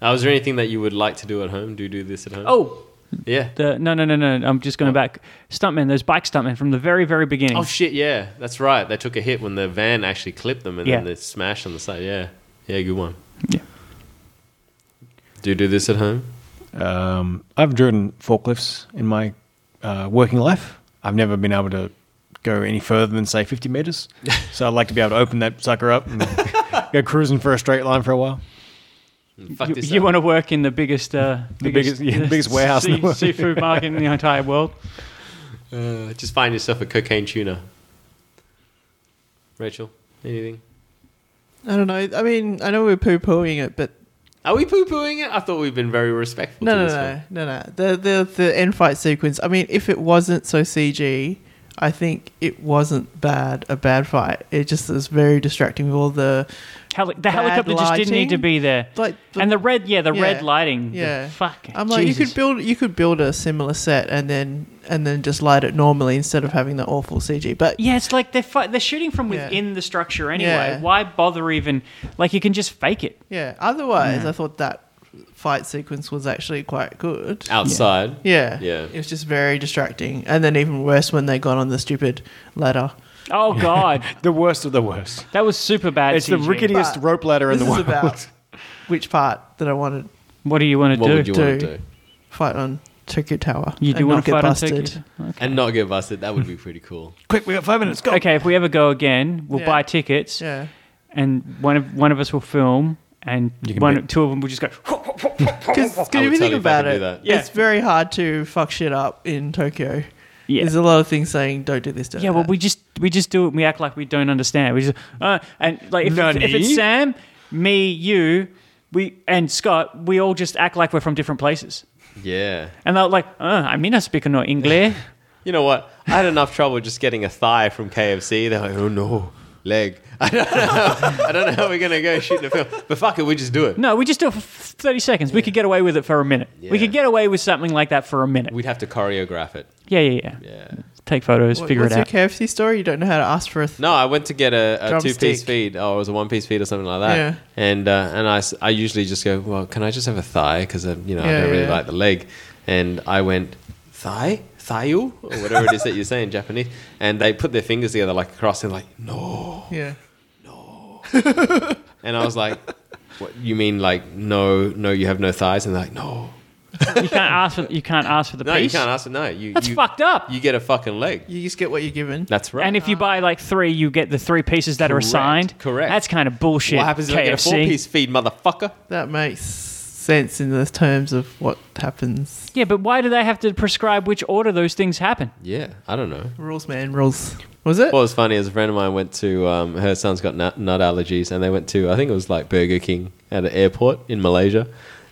H: Uh, was there anything that you would like to do at home? Do do this at home?
I: Oh,
H: yeah.
I: the, no, no, no, no. I'm just going back. Stuntmen, those bike stuntmen from the very, very beginning.
H: Oh shit, yeah. That's right. They took a hit when the van actually clipped them, and then
I: Yeah.
H: they smashed on the side. Yeah, yeah, good one.
I: Yeah.
H: Do you do this at home?
F: Um, I've driven forklifts in my uh, working life. I've never been able to go any further than say 50 meters. so I'd like to be able to open that sucker up and go cruising for a straight line for a while.
H: Fuck
I: You,
H: this.
I: you
H: up.
I: want to work in the biggest, uh,
F: uh, The biggest- yeah, the biggest warehouse in the world.
I: seafood market in the entire world.
H: Uh, just find yourself a cocaine tuna. Rachel, anything?
G: I don't know. I mean, I know we're poo pooing it, but
H: Are we poo pooing it? I thought we've been very respectful.
G: no,
H: to
G: no,
H: this
G: no,
H: one.
G: no, no. The the the end fight sequence. I mean, if it wasn't so CG, I think it wasn't bad. A bad fight. It just is very distracting with all the
I: Heli- the helicopter just didn't need to
G: lighting.
I: be there.
G: like.
I: and the red, yeah, the
G: yeah,
I: red lighting.
G: yeah.
I: Yeah. Fuck.
G: I'm like, you
I: Jesus.
G: could build you could build a similar set and then and then just light it normally instead of having the awful CG. But
I: Yeah, it's like they're fi- they're shooting from
G: Yeah.
I: within the structure anyway.
G: Yeah.
I: Why bother even? Like you can just fake it.
G: yeah, otherwise, I thought that fight sequence was actually quite good.
H: Outside.
G: Yeah.
H: Yeah.
G: It was just very distracting. And then even worse when they got on the stupid ladder.
I: Oh god,
F: The worst of the worst.
I: that was super bad.
F: It's the
I: CG.
F: ricketiest
G: But
F: rope ladder in
G: This
F: the
G: is
F: world.
G: about which part that I wanted
I: What do you want to
H: What
I: do?
H: would you want to
G: do.
H: do?
G: fight on Tokyo Tower.
I: You do
G: and
I: want
G: not
I: to
G: get
I: fight on
G: busted.
I: Tokyo?
H: And not get busted. That would be pretty cool.
F: Quick, we got five minutes. Go.
I: Okay, if we ever go again, we'll
G: Yeah.
I: buy tickets,
G: Yeah.
I: and one of one of us will film, and
F: can
I: one
F: bet.
I: two of them will just go.
G: Because if
H: would
G: you
H: totally
G: think about
H: fucking
G: it,
H: do that.
I: Yeah.
G: it's very hard to fuck shit up in Tokyo.
I: Yeah.
G: There's a lot of things saying, don't do this, don't
I: Yeah,
G: do
I: well,
G: that."
I: we just we just do it. and We act like we don't understand. We just uh, and like if, if, it's
F: Nani?
I: Sam, me, you, we and Scott, we all just act like we're from different places.
H: Yeah.
I: And they're like, uh, I mean, I speak no English.
H: You know what? I had enough trouble just getting a thigh from KFC. They're like, oh no, leg. I don't know. How, I don't know how we're gonna go shoot the film, but fuck it, we just do it.
I: no, we just do it for f- thirty seconds. We could get away with it for a minute. We
H: Yeah.
I: could get away with something like that for a minute.
H: We'd have to choreograph it.
I: yeah, yeah, yeah,
H: Yeah.
I: Take photos,
G: What-
I: figure it
G: What's
I: out.
G: your KFC story? You don't know how to ask for a. Th-
H: No, I went to get a, a two
G: Drumstick.
H: piece feed. Oh, it was a one piece feed or something like that.
G: Yeah.
H: And uh, and I, s- I usually just go, well, can I just have a thigh? Because you know I
G: Yeah,
H: don't really
G: yeah.
H: like the leg. And I went thigh, thayu, or whatever it is that you say in Japanese. And they put their fingers together like a cross and like no.
G: yeah.
H: And I was like, what you mean like no no you have no thighs? And they're like no.
I: You can't ask for you can't ask for the
H: No, you
I: piece.
H: can't ask. No, you.
I: That's
H: you-
I: fucked up.
H: You get a fucking leg.
G: You just get what you're given.
H: That's right.
I: and if you buy like three, you get the three pieces that are
H: Correct,
I: assigned.
H: correct.
I: That's kind of bullshit.
H: what happens if I get a
I: KFC.
H: four-piece feed, motherfucker?
G: That makes sense in the terms of what happens.
I: Yeah, but why do they have to prescribe which order those things happen?
H: Yeah, I don't know.
G: Rules, man, rules. Was it?
H: What was funny is a friend of mine went to um, her son's got nut, nut allergies, and they went to I think it was like Burger King at an airport in Malaysia,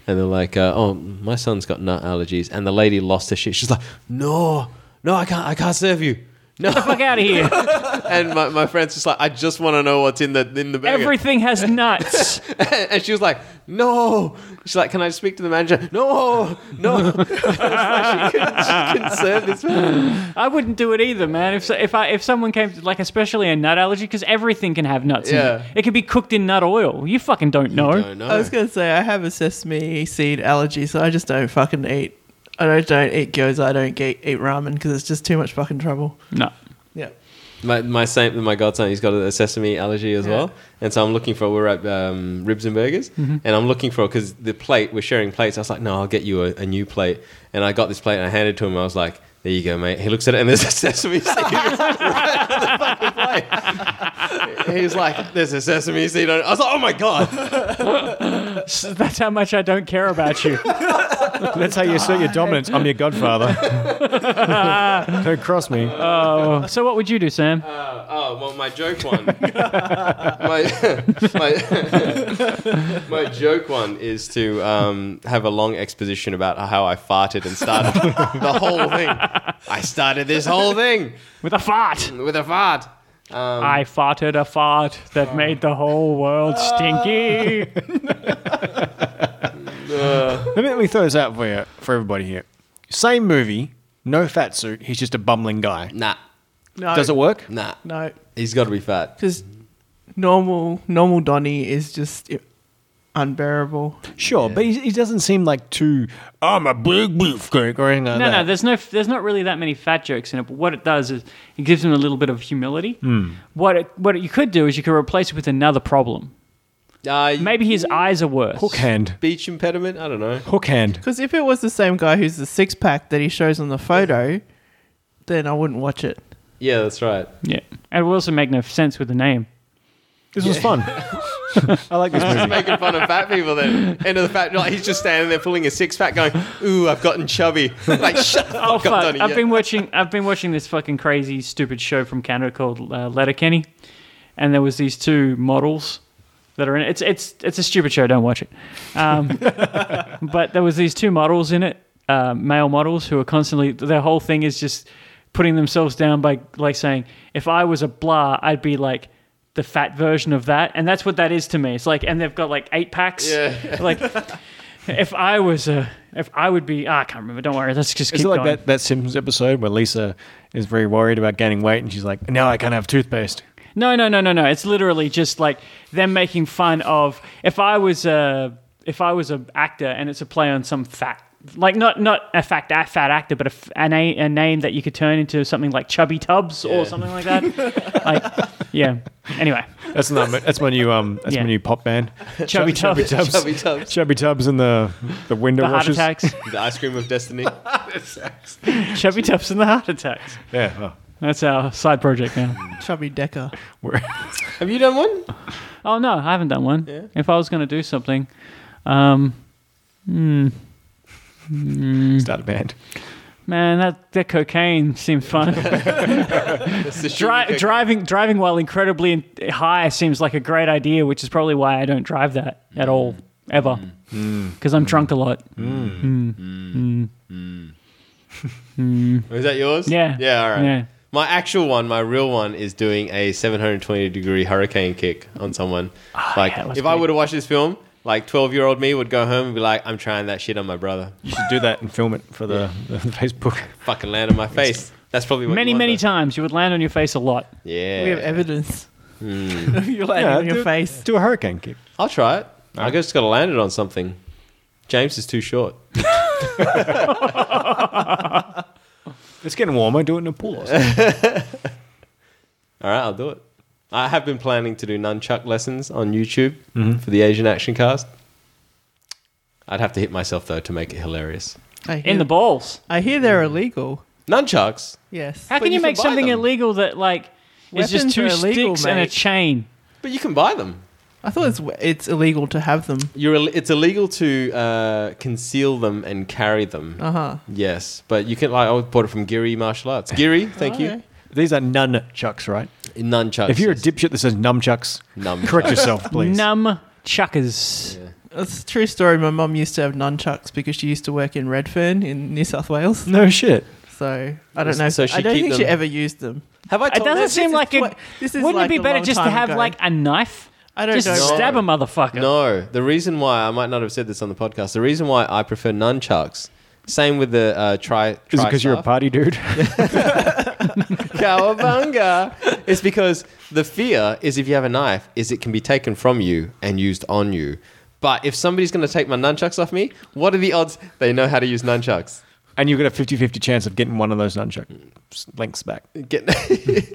H: and they're like, uh, "Oh, my son's got nut allergies," and the lady lost her shit. She's like, "No, no, I can't, I can't serve you." No,
I: Fuck out of here.
H: and my, my friend's just like, "I just want to know what's in the in the burger."
I: Everything has nuts.
H: and she was like, "No." She's like, "Can I speak to the manager?" No, no. I was like, she, couldn't, she couldn't serve this man.
I: I wouldn't do it either, man. If so, if I if someone came to, like especially a nut allergy, because everything can have nuts.
H: Yeah.
I: in it. it could be cooked in nut oil. You fucking don't know.
H: Don't know.
G: I was gonna say I have a sesame seed allergy, so I just don't fucking eat. I don't, don't eat gyoza. I don't get, eat ramen because it's just too much fucking trouble.
I: No.
G: Yeah.
H: My my same my godson, he's got a sesame allergy as well, and so I'm looking for. We're at um, Ribs and Burgers, and I'm looking for because the plate we're sharing plates. I was like, no, I'll get you a, a new plate, and I got this plate and I handed it to him. I was like, there you go, mate. He looks at it and there's a sesame seed right on the fucking plate. He's like, there's a sesame seed on it. I was like, oh my god,
I: So that's how much I don't care about you.
G: Oh
F: That's how you assert your dominance. I'm your godfather. Don't cross me.
I: So what would you do, Sam?
H: Oh well, my joke one. my, my, my joke one is to um, have a long exposition about how I farted and started the whole thing. I started this whole thing
I: With a fart.
H: with a fart. um,
I: I farted a fart
H: uh,
I: that made the whole world stinky.
F: Let me, let me throw this out for you, for everybody here. Same movie, no fat suit. He's just a bumbling guy.
H: Nah,
G: No,
F: Does it work?
H: nah.
G: No,
H: He's got to be fat.
G: because normal normal Donny is just i- unbearable.
F: Sure, but he, he doesn't seem like too. I'm a big beef cook or anything like
I: No, no,
F: that.
I: there's no, there's not really that many fat jokes in it. But what it does is it gives him a little bit of humility. What it, what you could do is you could replace it with another problem.
H: Uh,
I: Maybe his eyes are worse.
F: Hook hand.
H: speech impediment. I don't know.
F: Hook hand.
G: Because if it was the same guy who's the six pack that he shows on the photo, then I wouldn't watch it.
H: Yeah, that's right.
I: Yeah, and it would also make no sense with the name.
F: This was fun. I like this movie.
H: Making fun of fat people. Then end of the fat. Like he's just standing there pulling a six pack, going, "Ooh, I've gotten chubby." Like shut the Oh, fuck up,
I: Oh, Fuck,
H: Donnie.
I: I've
H: Yeah.
I: been watching. I've been watching this fucking crazy, stupid show from Canada called uh, Letterkenny, and there was these two models that are in it. It's it's it's a stupid show. Don't watch it. Um, but there was these two models in it, uh, male models who are constantly. Their whole thing is just putting themselves down by like saying, "If I was a blah, I'd be like." The fat version of that, and that's what that is to me. It's like, and they've got like eight packs.
H: Yeah.
I: Like, if I was a, if I would be, ah, I can't remember. Don't worry. Let's just keep
F: Is it like
I: going.
F: that, that Simpsons episode where Lisa is very worried about gaining weight and she's like, now I can't have toothpaste?
I: No, no, no, no, no. It's literally just like them making fun of if I was a if I was an actor and it's a play on some fat like not not a fact a fat actor, but a, f- a, na- a name that you could turn into something like Chubby Tubbs or something like that. like, yeah. Anyway,
F: That's not. That's my new. Um. That's
I: Yeah.
F: my new pop band.
I: Chubby, Tubbs,
F: Tubs.
H: Chubby tubs.
F: Chubby Tubbs and the the window
I: the heart
F: washers.
I: attacks.
H: The ice cream of destiny.
I: Chubby Tubbs and the heart attacks.
F: Yeah. oh, well,
I: That's our side project now.
G: Chubby Decker.
F: we're-
H: Have you done one?
I: oh no, I haven't done one. If I was going to do something, um,
F: start a band.
I: man, that that cocaine seems fun.
H: It's the sugar
I: Dri-
H: cake.
I: driving driving while incredibly in- high seems like a great idea, which is probably why I don't drive that at all ever because I'm drunk a lot.
H: Is that yours?
I: Yeah.
H: Yeah, all right.
I: Yeah.
H: My actual one, my real one, is doing a 720 degree hurricane kick on someone. like,
I: Ah, yeah,
H: if
I: that's
H: I
I: big.
H: would have watched this film, like 12 year old me would go home and be like, I'm trying that shit on my brother.
F: You should do that and film it for the, the Facebook.
H: Fucking land on my face. That's probably what
I: Many
H: you want,
I: many
H: though.
I: times you would land on your face a lot.
H: Yeah.
G: We have evidence. You're laying on your
F: do,
G: face.
F: Do a hurricane kick.
H: I'll try it. I just got to land it on something. James is too short.
F: It's getting warmer. Do it in a pool. Or something.
H: All right, I'll do it. I have been planning to do nunchuck lessons on YouTube
I: Mm-hmm.
H: for the Asian Action Cast. I'd have to hit myself, though, to make it hilarious.
G: I hear,
I: In the balls.
G: I hear they're
H: Mm.
G: illegal.
H: Nunchucks?
G: Yes.
I: How
H: But
I: can you,
H: you
I: make
H: can buy
I: something
H: them.
I: illegal that like is just
G: Weapons
I: two
G: are illegal,
I: sticks and a
G: mate.
I: chain?
H: But you can buy them.
G: I thought it's it's illegal to have them.
H: You're ill- it's illegal to uh, conceal them and carry them.
G: Uh huh.
H: Yes, but you can. Like, I bought it from Geary Martial Arts. Geary, thank you.
G: Okay.
F: These are nunchucks, right?
H: Nunchucks.
F: If you're a
H: yes.
F: dipshit that says nunchucks,
H: Nunchucks.
F: correct yourself, please.
I: Numb chuckers.
G: It's a true story. My mum used to have nunchucks because she used to work in Redfern in New South Wales.
F: No shit.
G: So I don't know.
H: So
G: I
H: she
G: don't
H: keep
G: think she
H: them-
G: ever used them.
H: have I
I: It
H: told
I: doesn't
G: this
I: seem
G: is
I: like it.
G: tw- this is
I: Wouldn't
G: like
I: it be
G: a
I: better
G: long
I: just to
G: time
I: have
G: ago.
I: like a knife?
G: I don't
I: just
G: know.
I: stab a motherfucker.
H: No, the reason why I might not have said this on the podcast. The reason why I prefer nunchucks. Same with the uh, try.
F: Is it because you're a
H: tri-staff.
F: party dude?
H: Cowabunga. it's because the fear is if you have a knife, is it can be taken from you and used on you. But if somebody's going to take my nunchucks off me, what are the odds they know how to use nunchucks?
F: and you've got a 50 50 chance of getting one of those nunchuck links back,
H: Get-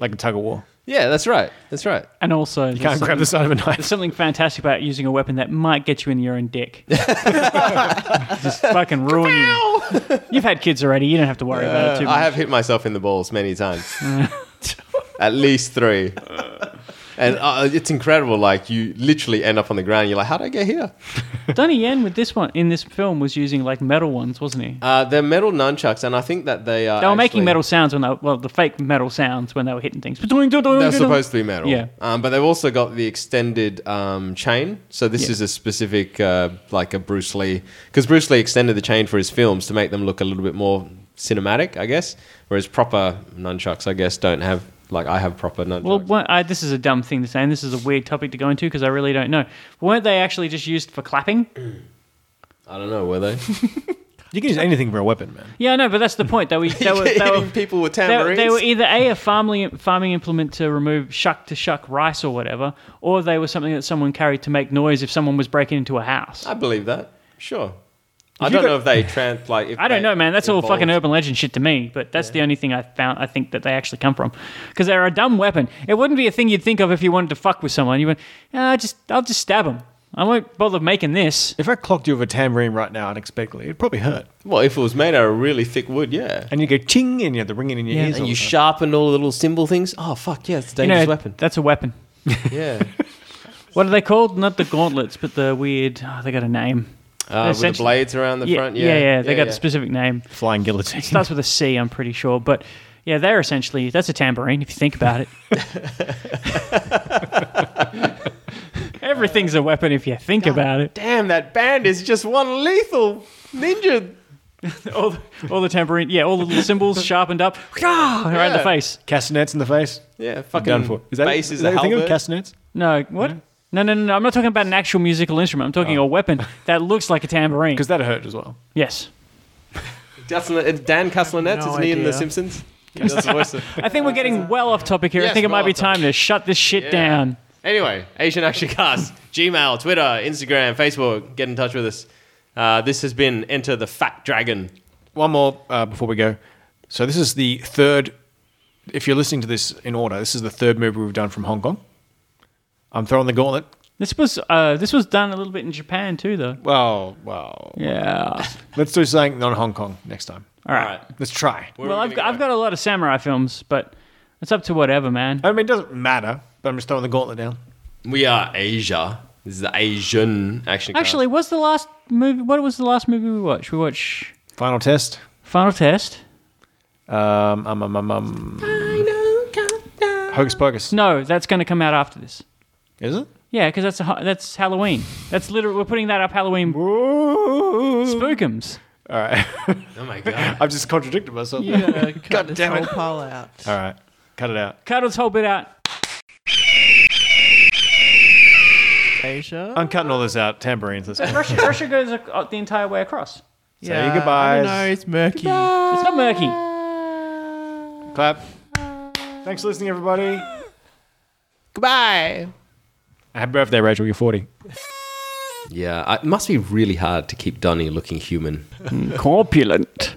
F: like a tug of war.
H: yeah, that's right. That's right.
I: And also,
F: You can't grab the side of a
I: There's
F: knife.
I: something fantastic about using a weapon that might get you in your own dick. Just fucking ruin you. You've had kids already. You don't have to worry about it too much.
H: I have hit myself in the balls many times. At least three. and uh, it's incredible. Like you literally end up on the ground. You're like, how did I get here?
I: Donnie Yen with this one in this film was using like metal ones, wasn't he?
H: Uh, they're metal nunchucks, and I think that they are.
I: They were making
H: actually-
I: metal sounds when they were, well, the fake metal sounds when they were hitting things.
H: They're supposed to be metal.
I: Yeah.
H: Um, but they've also got the extended um, chain. So this
I: Yeah.
H: is a specific, uh, like a Bruce Lee, because Bruce Lee extended the chain for his films to make them look a little bit more cinematic, I guess. Whereas proper nunchucks, I guess, don't have like I have proper nunchucks.
I: Well, weren't- I, this is a dumb thing to say, and this is a weird topic to go into because I really don't know. Weren't they actually just used for clapping?
H: I don't know were they?
F: You can use anything for a weapon, man.
I: Yeah, I know, but that's the point. They were they were, they were
H: Hitting people with
I: They,
H: tambourines.
I: they were either a, a farming farming implement to remove shuck to shuck rice or whatever, or they were something that someone carried to make noise if someone was breaking into a house.
H: I
I: I,
H: believe that. Sure. I
F: you
H: don't
F: got-
H: know if they trans like. If
I: don't
H: they
I: know, man. That's all
H: evolved.
I: fucking urban legend shit to me. But that's the only thing I found. I think that they actually come from because they're a dumb weapon. It wouldn't be a thing you'd think of if you wanted to fuck with someone. You went, ah, just I'll just stab them. I won't bother making this.
F: If I clocked you with a tambourine right now unexpectedly, it'd probably hurt.
H: Well, if it was made out of really thick wood, yeah.
F: And you go ching, and you have to ring it in your
I: Yeah.
F: ears.
H: And
F: all
H: you
F: the time.
H: sharpened all the little symbol things. Oh fuck yeah, it's a
I: You
H: dangerous
I: know,
H: weapon.
I: That's a weapon.
H: Yeah. Uh,
I: What are they called? Not the gauntlets, but the weird. Oh, they got a name.
H: Uh, with the
I: Essentially-
H: blades around the front. Yeah,
I: yeah, yeah. They got
H: yeah.
I: the specific name.
F: flying guillotine.
I: starts with a C, I'm pretty sure. But yeah, they're essentially that's a tambourine if you think about it. Everything's a weapon if you think about it.
H: Damn, that band is just one lethal ninja.
I: All the, all the tambourine, yeah, all the little symbols sharpened up, right in the
H: Yeah.
I: face.
F: Castanets in the face.
H: Yeah,
F: I'm
H: fucking
F: done for. Is that,
H: bass
F: is
H: is
F: that
H: a
F: what you think of
H: halberd.
F: castanets?
I: No, what? No, no, no, no. I'm not talking about an actual musical instrument. I'm talking a weapon that looks like a tambourine.
F: Because that hurt as well.
I: Yes.
H: Castellan- uh, Dan Castellanets,
G: No
H: isn't he in The
G: idea.
H: Simpsons? He does the voice of-
I: I think we're getting well off topic here. I
H: Yes,
I: think it
H: well
I: might be
H: off topic.
I: time to shut this shit
H: Yeah.
I: down.
H: Anyway, Asian Action Cast, Gmail, Twitter, Instagram, Facebook, get in touch with us. Uh, this has been Enter the Fat Dragon.
F: One more uh, before we go. So this is the third. If you're listening to this in order, this is the third movie we've done from Hong Kong. I'm throwing the gauntlet.
I: This was uh, this was done a little bit in Japan too, though.
F: Well, well.
I: Yeah.
F: Let's do something non Hong Kong next time.
I: All
H: All
I: right.
H: right.
F: Let's try.
H: where are
I: Well,
H: we
I: I've
H: gonna
I: got,
H: go?
I: I've got a lot of samurai films, but it's up to whatever, man.
F: I mean, it doesn't matter, but I'm just throwing the gauntlet down.
H: We are Asia. This is the Asian Action Cast.
I: Actually, what's the last movie? What was the last movie we watched? We watched
F: Final test.
I: Final Test.
F: Um, um, um, um, um. Hocus Pocus.
I: No, that's going to come out after this.
F: Is it?
I: Yeah, because that's a, ho- that's Halloween. That's literally we're putting that up Halloween. Spookums.
F: All right.
H: oh my god.
F: I've just contradicted myself.
G: Yeah,
F: God
G: cut this
F: damn
G: whole
F: it.
G: pile out.
F: All right. Cut it out.
I: Cut this whole bit out.
G: Asia.
F: I'm cutting all this out. Tambourines. Let's go.
I: Russia, Russia goes ac- uh, the entire way across.
G: yeah,
F: goodbyes.
G: No, it's murky.
I: It's not murky.
F: Clap. Thanks for listening, everybody.
H: Goodbye.
F: Happy birthday, Rachel. You're 40.
H: Yeah, I- it must be really hard to keep Donnie looking human.
I: Corpulent.